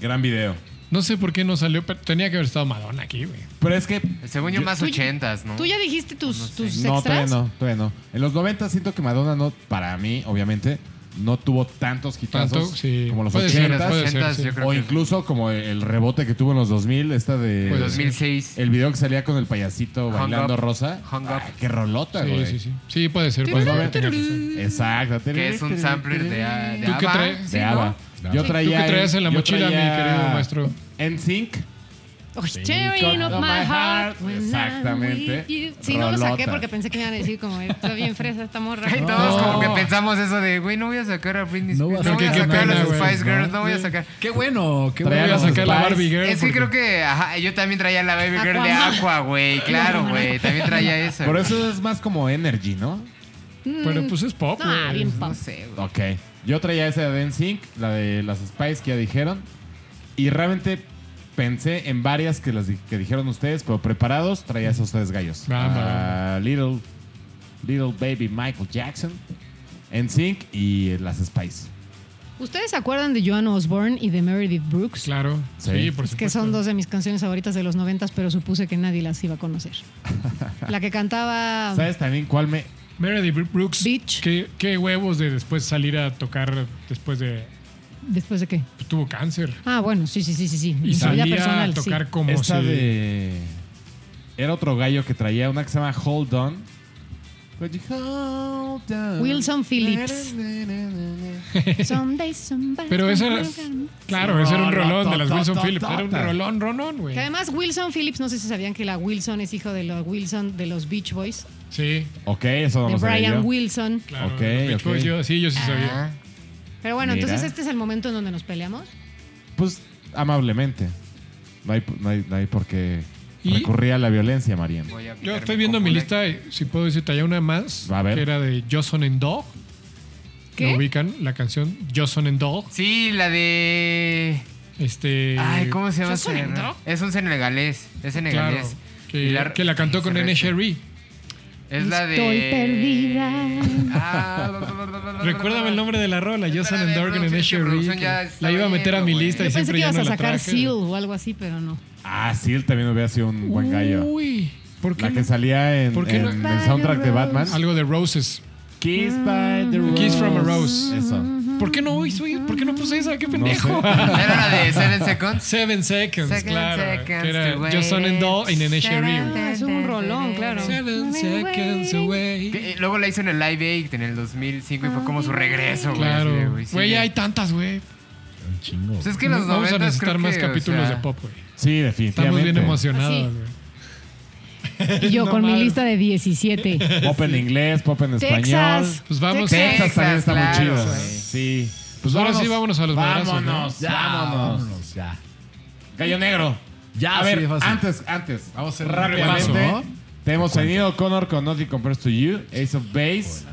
Speaker 1: Gran video.
Speaker 2: No sé por qué no salió, pero tenía que haber estado Madonna aquí, güey.
Speaker 1: Pero es que
Speaker 3: Según yo, más
Speaker 5: Tú-
Speaker 3: ochentas, ¿no?
Speaker 5: ¿Tú ya dijiste tus, tus
Speaker 1: No,
Speaker 5: extras?
Speaker 1: todavía no, todavía no. En los 90 siento que Madonna no, para mí, obviamente, no tuvo tantos hitazos
Speaker 2: Tanto, sí.
Speaker 1: como los
Speaker 2: Puede
Speaker 3: Sí, en los
Speaker 1: 80
Speaker 2: puede ser,
Speaker 3: ochentas
Speaker 2: sí.
Speaker 3: yo creo
Speaker 1: o
Speaker 3: que-
Speaker 1: incluso como el rebote que tuvo en los 2000, esta de
Speaker 2: Puede ser.
Speaker 3: 2006.
Speaker 1: el video que salía con el payasito
Speaker 3: Pues Hung
Speaker 1: bailando
Speaker 3: Up.
Speaker 1: rosa.
Speaker 3: Hung Up.
Speaker 1: Ay, qué rolota,
Speaker 2: Sí,
Speaker 1: Ah, güey.
Speaker 2: sí, sí. Sí, puede ser.
Speaker 1: Pues
Speaker 2: puede ser
Speaker 1: no
Speaker 2: que
Speaker 1: me-
Speaker 2: tenga razón.
Speaker 1: Exacto.
Speaker 3: Que es un sampler de, a- de
Speaker 2: ¿Tú qué
Speaker 3: ABBA,
Speaker 2: traes?
Speaker 3: ¿sí,
Speaker 1: de
Speaker 3: no?
Speaker 1: ABBA. Yo
Speaker 2: Sí.
Speaker 1: traía
Speaker 2: ¿Tú qué traías en la
Speaker 1: yo
Speaker 2: mochila, mi
Speaker 1: traía
Speaker 2: querido maestro?
Speaker 1: NSYNC.
Speaker 5: Oh, tearing
Speaker 1: Of
Speaker 5: of
Speaker 1: my
Speaker 5: my heart.
Speaker 1: heart.
Speaker 5: when I'm
Speaker 1: Exactamente.
Speaker 5: with you. Sí, no lo saqué
Speaker 1: Rolota.
Speaker 5: porque pensé que me iban a decir como, está bien fresa esta morra.
Speaker 3: Ay, todos como que pensamos eso de, güey, no voy a sacar a Britney
Speaker 4: No voy a
Speaker 3: Spears, no voy a
Speaker 2: sacar-
Speaker 3: sacar,
Speaker 2: qué
Speaker 3: a
Speaker 2: pena,
Speaker 3: los
Speaker 2: güey,
Speaker 3: Spice Girls, no voy a sacar.
Speaker 4: Qué bueno, qué
Speaker 1: Traía
Speaker 2: Voy a
Speaker 1: los
Speaker 4: bueno.
Speaker 2: sacar la
Speaker 1: Spice.
Speaker 2: Barbie Girl.
Speaker 3: Es que
Speaker 2: porque-
Speaker 3: creo que, ajá, yo también traía la Baby Girl de
Speaker 5: Aquaman.
Speaker 3: Aqua, güey, claro, güey, también traía eso.
Speaker 1: Por eso es más como Energy, ¿no?
Speaker 2: Pero pues es pop,
Speaker 5: Ah,
Speaker 2: güey.
Speaker 5: bien
Speaker 3: güey.
Speaker 5: pop.
Speaker 3: No sé, güey.
Speaker 1: Ok. Yo traía esa de NSYNC, la de las Spice que ya dijeron. Y realmente pensé en varias que las di- que dijeron ustedes, pero preparados traía esos tres gallos.
Speaker 2: Ah,
Speaker 1: Ah, little, little Baby Michael Jackson, NSYNC y las Spice.
Speaker 5: ¿Ustedes se acuerdan de Joan Osborne y de Meredith Brooks?
Speaker 2: Claro. Sí,
Speaker 1: Sí.
Speaker 2: por
Speaker 5: Es que son
Speaker 2: supuesto.
Speaker 5: dos de mis canciones favoritas de los noventas, pero supuse que nadie las iba a conocer. La que cantaba...
Speaker 1: ¿Sabes también cuál me...?
Speaker 2: Meredith Br- Brooks.
Speaker 5: Bitch.
Speaker 2: Qué, qué huevos de después salir a tocar después de.
Speaker 5: ¿Después de qué?
Speaker 2: pues, tuvo cáncer.
Speaker 5: Ah, bueno, sí, sí, sí, sí. sí. En
Speaker 2: Y
Speaker 5: su vida
Speaker 2: salía
Speaker 5: personal,
Speaker 2: a
Speaker 5: sí.
Speaker 2: tocar como
Speaker 1: Esta
Speaker 2: si-
Speaker 1: de... Era otro gallo que traía, una que se llama Hold On. But you hold on.
Speaker 5: Wilson Phillips. Someday somebody-
Speaker 2: Pero esa era. Claro, ese era un rolón de las Wilson Phillips. Era un
Speaker 1: ta.
Speaker 2: rolón, rolón, güey.
Speaker 5: Que además Wilson Phillips, no sé si sabían que la Wilson es hijo de los Wilson de los Beach Boys,
Speaker 2: Sí,
Speaker 1: Ok, eso no
Speaker 5: de
Speaker 1: lo sabía yo.
Speaker 5: Brian Wilson.
Speaker 2: claro.
Speaker 1: Ok,
Speaker 2: de los Beach
Speaker 1: ok.
Speaker 2: Boys, yo- sí, yo sí sabía.
Speaker 3: Ah,
Speaker 5: Pero bueno,
Speaker 1: Mira.
Speaker 5: entonces este es el momento en donde nos peleamos.
Speaker 1: Pues amablemente. No hay, no hay, no hay por qué
Speaker 2: Y-
Speaker 1: recurrir a la violencia, Mariam.
Speaker 3: voy a
Speaker 2: Yo
Speaker 3: picar
Speaker 2: estoy viendo mi
Speaker 3: cópula.
Speaker 2: lista, y si puedo decirte, hay una más.
Speaker 1: A ver.
Speaker 2: Que era de Jocelyn and Dog. ¿Lo
Speaker 5: ¿Qué?
Speaker 2: ubican? La canción Jocelyn and Dog.
Speaker 3: Sí, la de...
Speaker 2: Este.
Speaker 3: Ay, ¿cómo se llama?
Speaker 5: ¿Yo soy
Speaker 3: ese,
Speaker 5: un
Speaker 3: no?
Speaker 5: drog?
Speaker 3: Es un senegalés, es
Speaker 2: Claro.
Speaker 3: senegalés.
Speaker 2: Que
Speaker 3: Y
Speaker 2: la, que la cantó
Speaker 3: y
Speaker 2: con
Speaker 3: se
Speaker 2: N.
Speaker 3: resta.
Speaker 2: Sherry.
Speaker 3: Es la de...
Speaker 5: Estoy perdida.
Speaker 3: Ah, bla, bla, bla, bla, bla,
Speaker 2: Recuérdame el
Speaker 3: bla, bla.
Speaker 2: nombre de la rola,
Speaker 3: Yo
Speaker 2: Jocelyn and
Speaker 3: también,
Speaker 2: Dog
Speaker 3: producción,
Speaker 2: en
Speaker 3: que
Speaker 2: Sherry.
Speaker 3: producción ya
Speaker 2: que
Speaker 3: estaba
Speaker 2: La iba a meter a
Speaker 3: viendo,
Speaker 2: mi
Speaker 3: güey.
Speaker 2: lista
Speaker 5: Yo
Speaker 2: y
Speaker 5: pensé
Speaker 2: siempre
Speaker 5: que
Speaker 2: ya
Speaker 5: ibas
Speaker 2: no
Speaker 5: a
Speaker 2: la
Speaker 5: sacar
Speaker 2: traje.
Speaker 5: Seal o algo así, pero no.
Speaker 1: Ah, sí, él también hubiera sido un buen gallo.
Speaker 2: Uy, ¿por qué
Speaker 1: La que
Speaker 2: no?
Speaker 1: salía en,
Speaker 2: ¿Por qué no?
Speaker 1: en el soundtrack de Batman.
Speaker 2: Algo de Roses.
Speaker 1: Kiss by the Rose.
Speaker 2: Mm. Kiss from a Rose.
Speaker 1: Eso.
Speaker 2: ¿Por qué no, hizo- ¿Por qué no puse esa? ¡Qué pendejo!
Speaker 3: Era la de Seven Seconds.
Speaker 2: Seven Seconds,
Speaker 3: Seven
Speaker 2: claro.
Speaker 3: seconds
Speaker 2: que era
Speaker 3: to wait.
Speaker 2: Just Son and Doll y Nene Sherry.
Speaker 5: Ah, es un rolón, claro.
Speaker 2: Seven Seconds Away.
Speaker 3: Que, eh, Luego la hizo en el Live Aid en el 2005 y fue como su regreso, güey. así de,
Speaker 2: Claro.
Speaker 3: sí,
Speaker 2: Güey,
Speaker 3: ya.
Speaker 2: hay tantas, güey.
Speaker 4: Un chingo.
Speaker 3: Pues es que en los
Speaker 2: Vamos a
Speaker 3: 90s creo
Speaker 2: necesitar más
Speaker 3: que, o
Speaker 2: capítulos
Speaker 3: sea, Ah,
Speaker 2: de pop, güey.
Speaker 1: Sí,
Speaker 2: Estamos
Speaker 1: definitivamente.
Speaker 2: bien emocionados,
Speaker 5: Así.
Speaker 2: güey.
Speaker 5: Y yo
Speaker 2: No
Speaker 5: con mi
Speaker 2: mames.
Speaker 5: lista de 17.
Speaker 1: Pop en inglés, pop en español.
Speaker 5: Texas.
Speaker 2: Pues vamos.
Speaker 5: Texas.
Speaker 1: Texas también está
Speaker 3: Claro,
Speaker 1: muy chido.
Speaker 3: güey.
Speaker 1: Sí. Pues
Speaker 2: Ahora
Speaker 1: vámonos.
Speaker 2: sí, vámonos a los madrazos, ¿no?
Speaker 1: Vámonos,
Speaker 4: Ya,
Speaker 1: vámonos.
Speaker 4: vámonos, ya.
Speaker 1: Gallo Negro.
Speaker 4: Ya,
Speaker 1: a
Speaker 4: sí,
Speaker 1: ver,
Speaker 4: fácil.
Speaker 1: antes, antes.
Speaker 7: Vamos a hacer un
Speaker 1: rápidamente.
Speaker 7: repaso, ¿no?
Speaker 1: Te hemos tenido Connor con Nothing Compares to You, Ace of Base,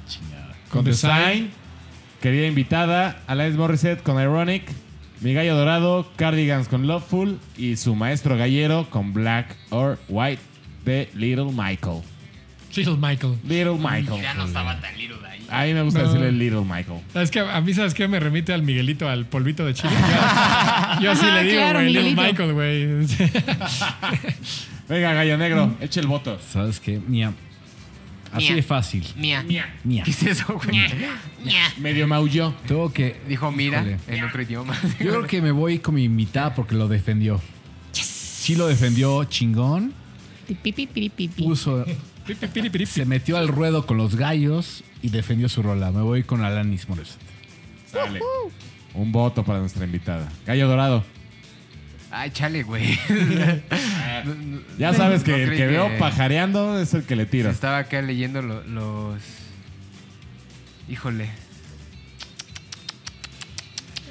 Speaker 1: con Design, querida invitada, Alanis Morissette con Ironic, mi gallo dorado, Cardigans con Loveful y su maestro gallero con Black or White de Little Michael.
Speaker 2: Little Michael.
Speaker 1: Little Michael.
Speaker 3: Ya no estaba tan lindo de ahí.
Speaker 1: A mí me gusta
Speaker 2: No.
Speaker 1: decirle Little Michael.
Speaker 2: Es que a mí, ¿sabes qué? Me remite al Miguelito, al polvito de Chile. Yo, yo así
Speaker 5: Ajá,
Speaker 2: le digo,
Speaker 5: claro,
Speaker 2: güey. Little
Speaker 5: Miguelito.
Speaker 2: Michael, güey.
Speaker 1: Venga, gallo negro, eche el voto.
Speaker 4: ¿Sabes qué? Mía. Así
Speaker 3: Mía.
Speaker 4: de fácil.
Speaker 3: Mía.
Speaker 4: Mía.
Speaker 3: ¿Qué es eso, güey? Mía.
Speaker 1: Medio maulló.
Speaker 4: Tengo que.
Speaker 3: Dijo mira
Speaker 4: Híjole.
Speaker 3: en otro idioma.
Speaker 4: Yo creo que me voy con mi mitad porque lo defendió. Sí lo defendió chingón.
Speaker 5: Pi, pi, pi, pi, pi.
Speaker 4: Puso. se metió al ruedo con los gallos y defendió su rola. Me voy con Alanis Morissette.
Speaker 1: Sale. Un voto para nuestra invitada. Gallo dorado.
Speaker 3: Ay, chale, güey.
Speaker 1: Ya sabes que
Speaker 3: No
Speaker 1: el
Speaker 3: creí
Speaker 1: que veo
Speaker 3: que-
Speaker 1: pajareando es el que le tira.
Speaker 3: Estaba acá leyendo lo- los... Híjole.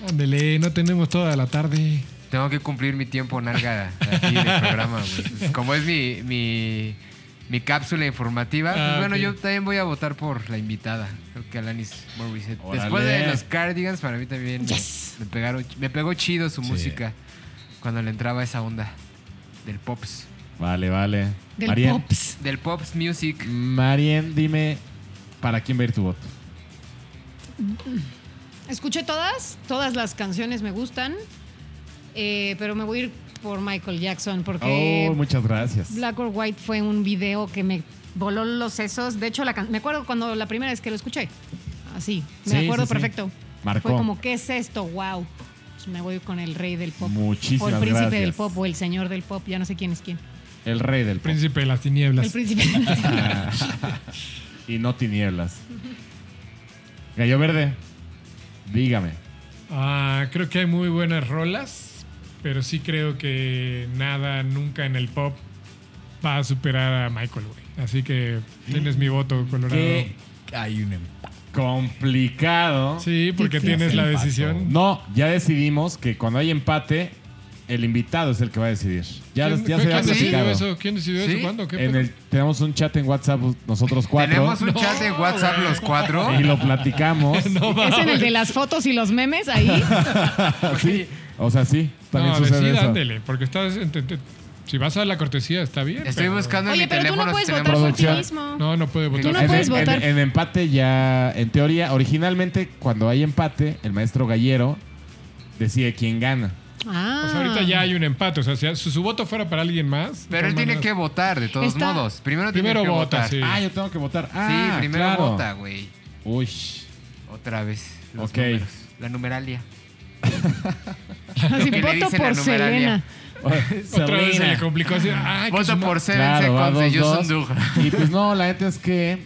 Speaker 2: Ándele, no tenemos toda la tarde.
Speaker 3: Tengo que cumplir mi tiempo narga aquí del programa, güey. Pues, Como es mi, mi, mi cápsula informativa, pues
Speaker 2: Ah,
Speaker 3: bueno,
Speaker 2: ok.
Speaker 3: yo también voy a votar por la invitada. Creo que Alanis Morissette.
Speaker 1: Órale.
Speaker 3: Después de los Cardigans, para mí también me- me, pegaron, me pegó chido su música cuando le entraba esa onda del pops.
Speaker 1: Vale, vale.
Speaker 5: Del
Speaker 1: Marien,
Speaker 5: Pops.
Speaker 3: Del pops music.
Speaker 1: Marien, dime para quién va a ir tu voto.
Speaker 5: Escuché todas, todas las canciones me gustan, eh, pero me voy a ir por Michael Jackson porque
Speaker 1: Oh, muchas gracias.
Speaker 5: Black or White fue un video que me voló los sesos. De hecho, la can- me acuerdo cuando la primera vez que lo escuché. Así, me
Speaker 1: Sí,
Speaker 5: acuerdo
Speaker 1: sí, sí.
Speaker 5: perfecto.
Speaker 1: Marcó.
Speaker 5: Fue como, ¿qué es esto? ¡Wow! Pues me voy con el rey del pop.
Speaker 1: Muchísimas
Speaker 5: O el príncipe
Speaker 1: gracias.
Speaker 5: del pop o el señor del pop, ya no sé quién es quién.
Speaker 1: El rey del pop.
Speaker 2: Príncipe de las tinieblas.
Speaker 5: El príncipe.
Speaker 1: Y no tinieblas. Gallo verde, dígame.
Speaker 2: Ah, creo que hay muy buenas rolas, pero sí creo que nada nunca en el pop va a superar a Michael, güey. Así que tienes mi voto, Colorado.
Speaker 1: Qué
Speaker 4: Hay un em- empate.
Speaker 1: complicado.
Speaker 2: Sí, porque
Speaker 5: Qué
Speaker 2: tienes la
Speaker 4: feo.
Speaker 2: decisión.
Speaker 1: No, ya decidimos que cuando hay empate, el invitado es el que va a decidir. Ya,
Speaker 2: ¿Quién,
Speaker 1: ya se había
Speaker 2: ¿quién decidió
Speaker 1: platicado.
Speaker 2: eso? ¿Quién decidió
Speaker 3: ¿Sí?
Speaker 2: eso? ¿Cuándo? ¿Qué
Speaker 1: En
Speaker 2: pedo?
Speaker 1: el, tenemos un chat en WhatsApp nosotros cuatro.
Speaker 3: Tenemos un chat de WhatsApp los cuatro.
Speaker 1: Y lo platicamos.
Speaker 2: No
Speaker 5: ¿Es en el
Speaker 2: mames.
Speaker 5: de las fotos y los memes ahí?
Speaker 1: Sí. O sea, sí. También
Speaker 2: no,
Speaker 1: sucede
Speaker 2: decida,
Speaker 1: eso.
Speaker 2: ándele, porque estás. en- te- te- si vas a la cortesía, está bien.
Speaker 3: Estoy
Speaker 2: pero-
Speaker 3: buscando en
Speaker 5: Oye,
Speaker 3: mi
Speaker 5: pero tú
Speaker 3: teléfono
Speaker 5: no puedes
Speaker 3: si
Speaker 5: votar
Speaker 3: tenemos-
Speaker 5: por ti
Speaker 1: producción.
Speaker 5: mismo.
Speaker 2: No, no puede votar.
Speaker 3: Tú no
Speaker 1: En-
Speaker 5: puedes
Speaker 1: en,
Speaker 5: votar.
Speaker 1: en empate ya, en teoría, originalmente cuando hay empate, el maestro gallero decide quién gana.
Speaker 5: Ah.
Speaker 2: O sea, ahorita ya hay un empate. O sea, si su, su voto fuera para alguien más.
Speaker 3: Pero
Speaker 2: de
Speaker 3: él
Speaker 2: todas
Speaker 3: tiene que
Speaker 2: maneras-
Speaker 3: votar, de todos
Speaker 5: Está-
Speaker 3: modos. Primero,
Speaker 2: Primero
Speaker 3: tiene que
Speaker 2: vota,
Speaker 3: votar.
Speaker 2: sí.
Speaker 3: Sí,
Speaker 1: Ah, yo tengo que votar. Ah,
Speaker 3: primero
Speaker 1: claro.
Speaker 3: vota, güey.
Speaker 1: Uy.
Speaker 3: Otra vez. Los
Speaker 1: Ok.
Speaker 3: números. La numeralia. que
Speaker 5: Así,
Speaker 3: le
Speaker 5: voto
Speaker 3: dicen a
Speaker 5: por
Speaker 3: numeralia.
Speaker 5: Selena.
Speaker 2: Otra vez se
Speaker 1: Sabrina.
Speaker 2: le complicó así. Ay, que su
Speaker 3: Voto
Speaker 2: ma-
Speaker 3: por Seven
Speaker 1: Claro, va
Speaker 3: Seconds de
Speaker 1: dos,
Speaker 3: Justin
Speaker 1: dos.
Speaker 3: Dugan.
Speaker 1: Y pues no, la neta es que.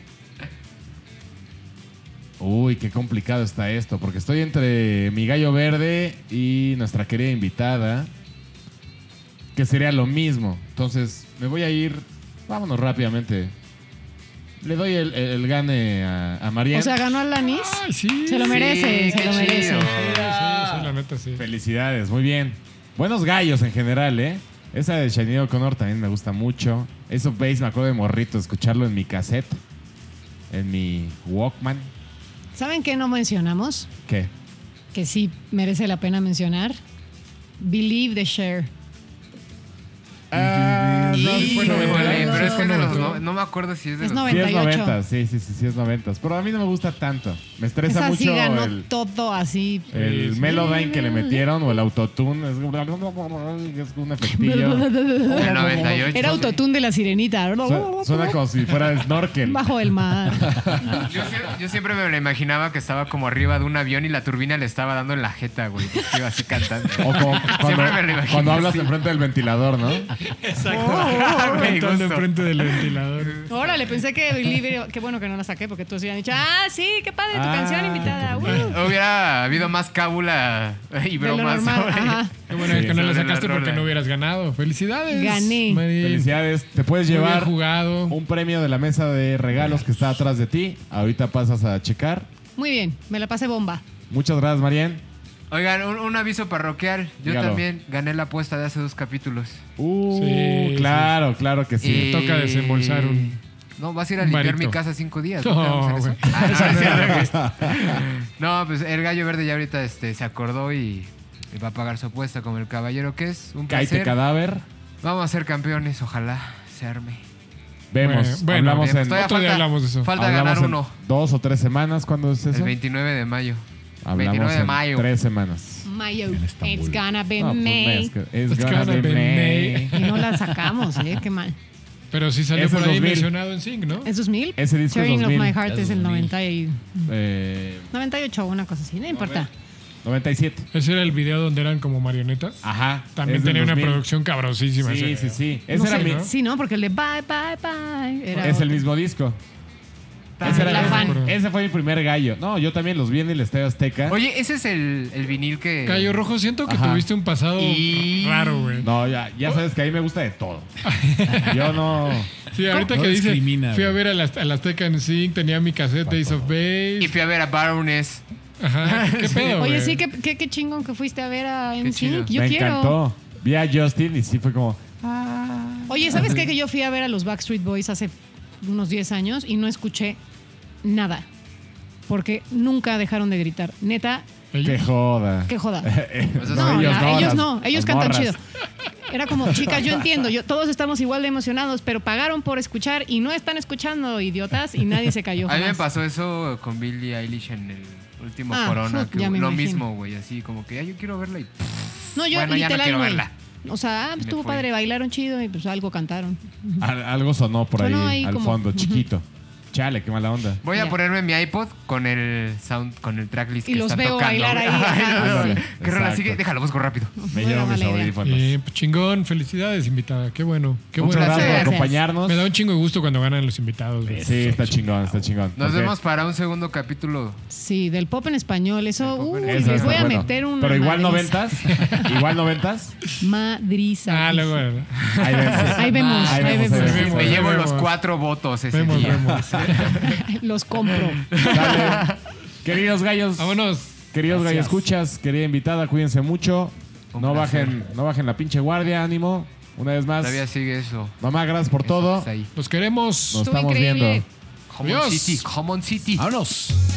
Speaker 1: Uy, qué complicado está esto, porque estoy entre mi gallo verde y nuestra querida invitada, que sería lo mismo. Entonces, me voy a ir. Vámonos rápidamente. Le doy el, el- el gane a, a María.
Speaker 5: O sea, ganó Alanis.
Speaker 2: Ay, sí.
Speaker 5: Se lo merece,
Speaker 3: Sí,
Speaker 5: se
Speaker 3: qué
Speaker 5: lo merece.
Speaker 3: chido.
Speaker 2: Sí, sí,
Speaker 1: Ah.
Speaker 2: la neta sí.
Speaker 1: Felicidades, muy bien. Buenos gallos en general, ¿eh? Esa de Shanino Connor también me gusta mucho. Eso bass me acuerdo de morrito, escucharlo en mi cassette, en mi Walkman.
Speaker 5: ¿Saben qué no mencionamos?
Speaker 1: ¿Qué?
Speaker 5: Que sí merece la pena mencionar. Believe the Share.
Speaker 1: Ah, no, sí fue
Speaker 3: Híjole,
Speaker 1: noventero.
Speaker 3: eh, pero es
Speaker 2: Sí,
Speaker 3: que es de los
Speaker 2: noventa.
Speaker 3: no, no me acuerdo si es de
Speaker 5: Es
Speaker 3: los
Speaker 1: Sí es
Speaker 5: 98.
Speaker 1: noventas, sí, sí, sí, sí es noventas. Pero a mí no me gusta tanto. Me estresa
Speaker 5: Esa sí
Speaker 1: mucho
Speaker 5: ganó
Speaker 1: el,
Speaker 5: todo así.
Speaker 1: el
Speaker 2: Sí, sí.
Speaker 1: Melodyne que le metieron o el autotune. Es, un- es un efectillo.
Speaker 3: del 98.
Speaker 5: Era autotune de la sirenita.
Speaker 1: Su- Suena como si fuera de snorkel.
Speaker 5: Bajo el mar.
Speaker 3: Yo, sie- yo siempre me lo imaginaba que estaba como arriba de un avión y la turbina le estaba dando en la jeta, güey. porque Iba así cantando.
Speaker 1: O como cuando,
Speaker 3: Siempre me lo imagino
Speaker 1: cuando hablas
Speaker 3: así. Ah,
Speaker 1: enfrente del ventilador, ¿no?
Speaker 2: Exacto.
Speaker 3: Me
Speaker 2: Cantando
Speaker 3: gusto.
Speaker 2: enfrente del ventilador.
Speaker 5: Órale, pensé que Believer, qué bueno que no la saqué porque todos hubieran dicho, ah, sí, qué padre, tu
Speaker 4: Ah,
Speaker 5: canción invitada.
Speaker 4: tu-
Speaker 5: uh".
Speaker 3: Hubiera habido más cábula y
Speaker 5: de lo
Speaker 3: bromas.
Speaker 5: normal.
Speaker 3: sobre-
Speaker 5: Ajá.
Speaker 2: Qué bueno que no la
Speaker 3: sobre la
Speaker 2: sacaste porque
Speaker 3: rola.
Speaker 2: no hubieras ganado. ¡Felicidades!
Speaker 5: Gané.
Speaker 2: Marín.
Speaker 1: Felicidades. Te puedes
Speaker 2: Muy bien
Speaker 1: llevar
Speaker 2: jugado.
Speaker 1: un premio de la mesa de regalos que está atrás de ti. Ahorita pasas a checar.
Speaker 5: Muy bien, me la pasé bomba.
Speaker 1: Muchas gracias, Marian.
Speaker 3: Oigan, un, un aviso parroquial. Yo
Speaker 1: Dígalo.
Speaker 3: también gané la apuesta de hace dos capítulos.
Speaker 1: Uh,
Speaker 2: Sí,
Speaker 1: claro, claro que
Speaker 3: Eh,
Speaker 1: sí.
Speaker 2: Y- toca desembolsar un-
Speaker 3: No, vas a ir a
Speaker 2: un
Speaker 3: limpiar
Speaker 2: varito.
Speaker 3: mi casa cinco días.
Speaker 2: No,
Speaker 3: ¿Vamos a hacer eso?
Speaker 2: güey.
Speaker 3: Ah, no, no es cierto, güey. No, pues el gallo verde ya ahorita este, se acordó y, y va a pagar su apuesta como el caballero que es. Un
Speaker 1: Caite
Speaker 3: placer.
Speaker 1: cadáver.
Speaker 3: Vamos a ser campeones, ojalá se arme.
Speaker 1: Vemos.
Speaker 2: Bueno,
Speaker 1: hablamos
Speaker 3: Bien,
Speaker 1: en,
Speaker 3: todavía
Speaker 2: otro día hablamos de eso.
Speaker 3: Falta
Speaker 1: hablamos
Speaker 3: ganar
Speaker 1: en
Speaker 3: uno.
Speaker 1: Dos o tres semanas. ¿Cuándo es
Speaker 3: El
Speaker 1: eso?
Speaker 3: 29 de mayo.
Speaker 1: Hablamos
Speaker 3: 29 de
Speaker 1: en
Speaker 3: mayo.
Speaker 1: Tres semanas.
Speaker 5: Mayo,
Speaker 4: En Estambul.
Speaker 5: it's gonna be
Speaker 1: No, pues,
Speaker 5: May.
Speaker 1: es que- it's
Speaker 2: It's
Speaker 1: gonna
Speaker 2: gonna
Speaker 1: be
Speaker 2: be
Speaker 1: May.
Speaker 2: May.
Speaker 5: Y no la sacamos, ¿eh? Qué mal.
Speaker 2: Pero sí salió
Speaker 1: Ese
Speaker 2: por
Speaker 1: es
Speaker 2: ahí
Speaker 1: 2000.
Speaker 2: mencionado en Sync, ¿no?
Speaker 5: ¿Es 2000?
Speaker 1: Ese disco es
Speaker 5: Tearing
Speaker 1: 2000.
Speaker 5: of My Heart es el 90 y-
Speaker 1: Eh,
Speaker 5: 98 o una cosa así, no importa.
Speaker 1: 97.
Speaker 2: Ese era el video donde eran como marionetas.
Speaker 1: Ajá.
Speaker 2: También
Speaker 1: es del
Speaker 2: tenía una
Speaker 1: 2000.
Speaker 2: producción cabrosísima.
Speaker 1: Sí,
Speaker 2: ese
Speaker 1: sí,
Speaker 2: video.
Speaker 1: sí.
Speaker 5: No
Speaker 1: Ese era
Speaker 5: sé,
Speaker 1: mi.
Speaker 2: ¿no?
Speaker 5: Sí, ¿no? Porque el de bye, bye, bye. era
Speaker 1: Es el
Speaker 5: otro.
Speaker 1: mismo disco.
Speaker 5: Ah,
Speaker 1: Ese,
Speaker 5: la
Speaker 1: era-
Speaker 5: fan.
Speaker 1: ese fue mi primer gallo. No, yo también los vi en el Estadio Azteca.
Speaker 3: Oye, ese es el, el vinil que.
Speaker 2: Cayo Rojo, siento que
Speaker 1: Ajá.
Speaker 2: tuviste un pasado
Speaker 3: Y-
Speaker 2: raro, güey.
Speaker 1: No, ya, ya sabes que a mí me gusta de todo. Yo no.
Speaker 2: Sí, ahorita
Speaker 4: No
Speaker 2: que dice,
Speaker 4: discrimina,
Speaker 2: fui a
Speaker 4: güey.
Speaker 2: ver a la, a la Azteca en Sync, tenía mi cassette Ace of
Speaker 3: Y
Speaker 2: Base.
Speaker 3: fui a ver a Baroness.
Speaker 2: Ajá, qué pedo,
Speaker 5: Oye,
Speaker 2: güey?
Speaker 5: sí, qué, qué, qué chingón que fuiste a ver a
Speaker 3: chido.
Speaker 5: NSYNC. Yo
Speaker 1: me
Speaker 5: quiero.
Speaker 1: encantó. Vi a Justin y sí fue como.
Speaker 5: Oye, ¿sabes qué? Que yo fui a ver a los Backstreet Boys hace unos 10 años y no escuché nada. Porque nunca dejaron de gritar. Neta,
Speaker 1: ¡Qué
Speaker 2: Ellos-
Speaker 1: joda!
Speaker 5: qué joda.
Speaker 3: O sea,
Speaker 5: No,
Speaker 1: ellos no,
Speaker 3: son-
Speaker 5: ellos, no, ellos,
Speaker 1: las-
Speaker 5: no, ellos
Speaker 1: las
Speaker 5: cantan
Speaker 1: morras.
Speaker 5: chido. Era como, chicas, yo entiendo, yo, todos estamos igual de emocionados, pero pagaron por escuchar y no están escuchando, idiotas, y nadie se cayó.
Speaker 3: A mí me
Speaker 5: jamás.
Speaker 3: pasó eso con Billie Eilish en el último
Speaker 5: Ah,
Speaker 3: Corona.
Speaker 5: ujú,
Speaker 3: que
Speaker 5: ya
Speaker 3: hubo.
Speaker 5: me
Speaker 3: lo
Speaker 5: imagino.
Speaker 3: mismo, güey. Así como que, ay, yo quiero verla y.
Speaker 5: No, yo
Speaker 3: Bueno, ya no
Speaker 5: literal,
Speaker 3: quiero
Speaker 5: güey.
Speaker 3: verla.
Speaker 5: O sea, ah,
Speaker 3: Me
Speaker 5: estuvo
Speaker 3: fui.
Speaker 5: padre, bailaron chido y pues algo cantaron.
Speaker 1: Al- algo sonó por ahí,
Speaker 5: Sonó ahí
Speaker 1: al
Speaker 5: como-
Speaker 1: fondo, chiquito. Chale, qué mala onda.
Speaker 3: Voy a
Speaker 5: Ya.
Speaker 3: ponerme mi iPod con el sound, con el tracklist
Speaker 5: Y
Speaker 3: que
Speaker 5: los
Speaker 3: están
Speaker 5: veo
Speaker 3: tocando.
Speaker 5: bailar ahí,
Speaker 3: güey. Ay,
Speaker 5: ajá,
Speaker 3: no, no,
Speaker 1: ándale,
Speaker 3: no. ¿Qué rola
Speaker 1: exacto.
Speaker 3: sigue? Déjalo, busco rápido.
Speaker 1: Me
Speaker 5: No era
Speaker 1: llevo mis
Speaker 5: mala idea.
Speaker 1: audífonos.
Speaker 2: Eh, pues chingón, felicidades, invitada. Qué bueno, qué
Speaker 1: Muchas
Speaker 2: bueno.
Speaker 1: gracias por
Speaker 5: Gracias.
Speaker 1: acompañarnos.
Speaker 2: Me da un chingo de gusto cuando ganan los invitados. güey.
Speaker 1: Sí, está chingón, está chingón.
Speaker 3: Nos
Speaker 1: Porque
Speaker 3: vemos para un segundo capítulo.
Speaker 5: Sí, del pop en español, eso,
Speaker 3: Del pop en
Speaker 5: uy,
Speaker 1: eso
Speaker 5: les
Speaker 1: está
Speaker 5: voy a
Speaker 1: bueno.
Speaker 5: meter una
Speaker 1: Pero igual
Speaker 5: madriza.
Speaker 1: noventas. Igual noventas.
Speaker 5: Madriza.
Speaker 2: Ah, luego. eh,
Speaker 1: Ahí vemos.
Speaker 5: Ahí vemos,
Speaker 1: Ahí
Speaker 5: ahí
Speaker 1: vemos,
Speaker 5: vemos.
Speaker 1: ahí vemos.
Speaker 3: Me llevo
Speaker 2: vemos.
Speaker 3: los cuatro votos ese
Speaker 2: Vemos,
Speaker 3: día.
Speaker 2: vemos.
Speaker 5: Los compro.
Speaker 1: Dale. Queridos gallos.
Speaker 2: Vámonos.
Speaker 1: Queridos gallos escuchas, querida invitada, cuídense mucho.
Speaker 3: Un
Speaker 1: No
Speaker 3: placer.
Speaker 1: bajen, no bajen la pinche guardia, ánimo. Una vez más.
Speaker 3: Todavía sigue eso.
Speaker 1: Mamá, gracias por
Speaker 3: Eso
Speaker 1: todo.
Speaker 3: que está ahí.
Speaker 2: Los queremos.
Speaker 1: Nos
Speaker 5: Estuvo
Speaker 1: estamos
Speaker 5: increíble.
Speaker 1: viendo.
Speaker 3: Common
Speaker 2: Adiós.
Speaker 3: City, Common City.
Speaker 4: Vámonos.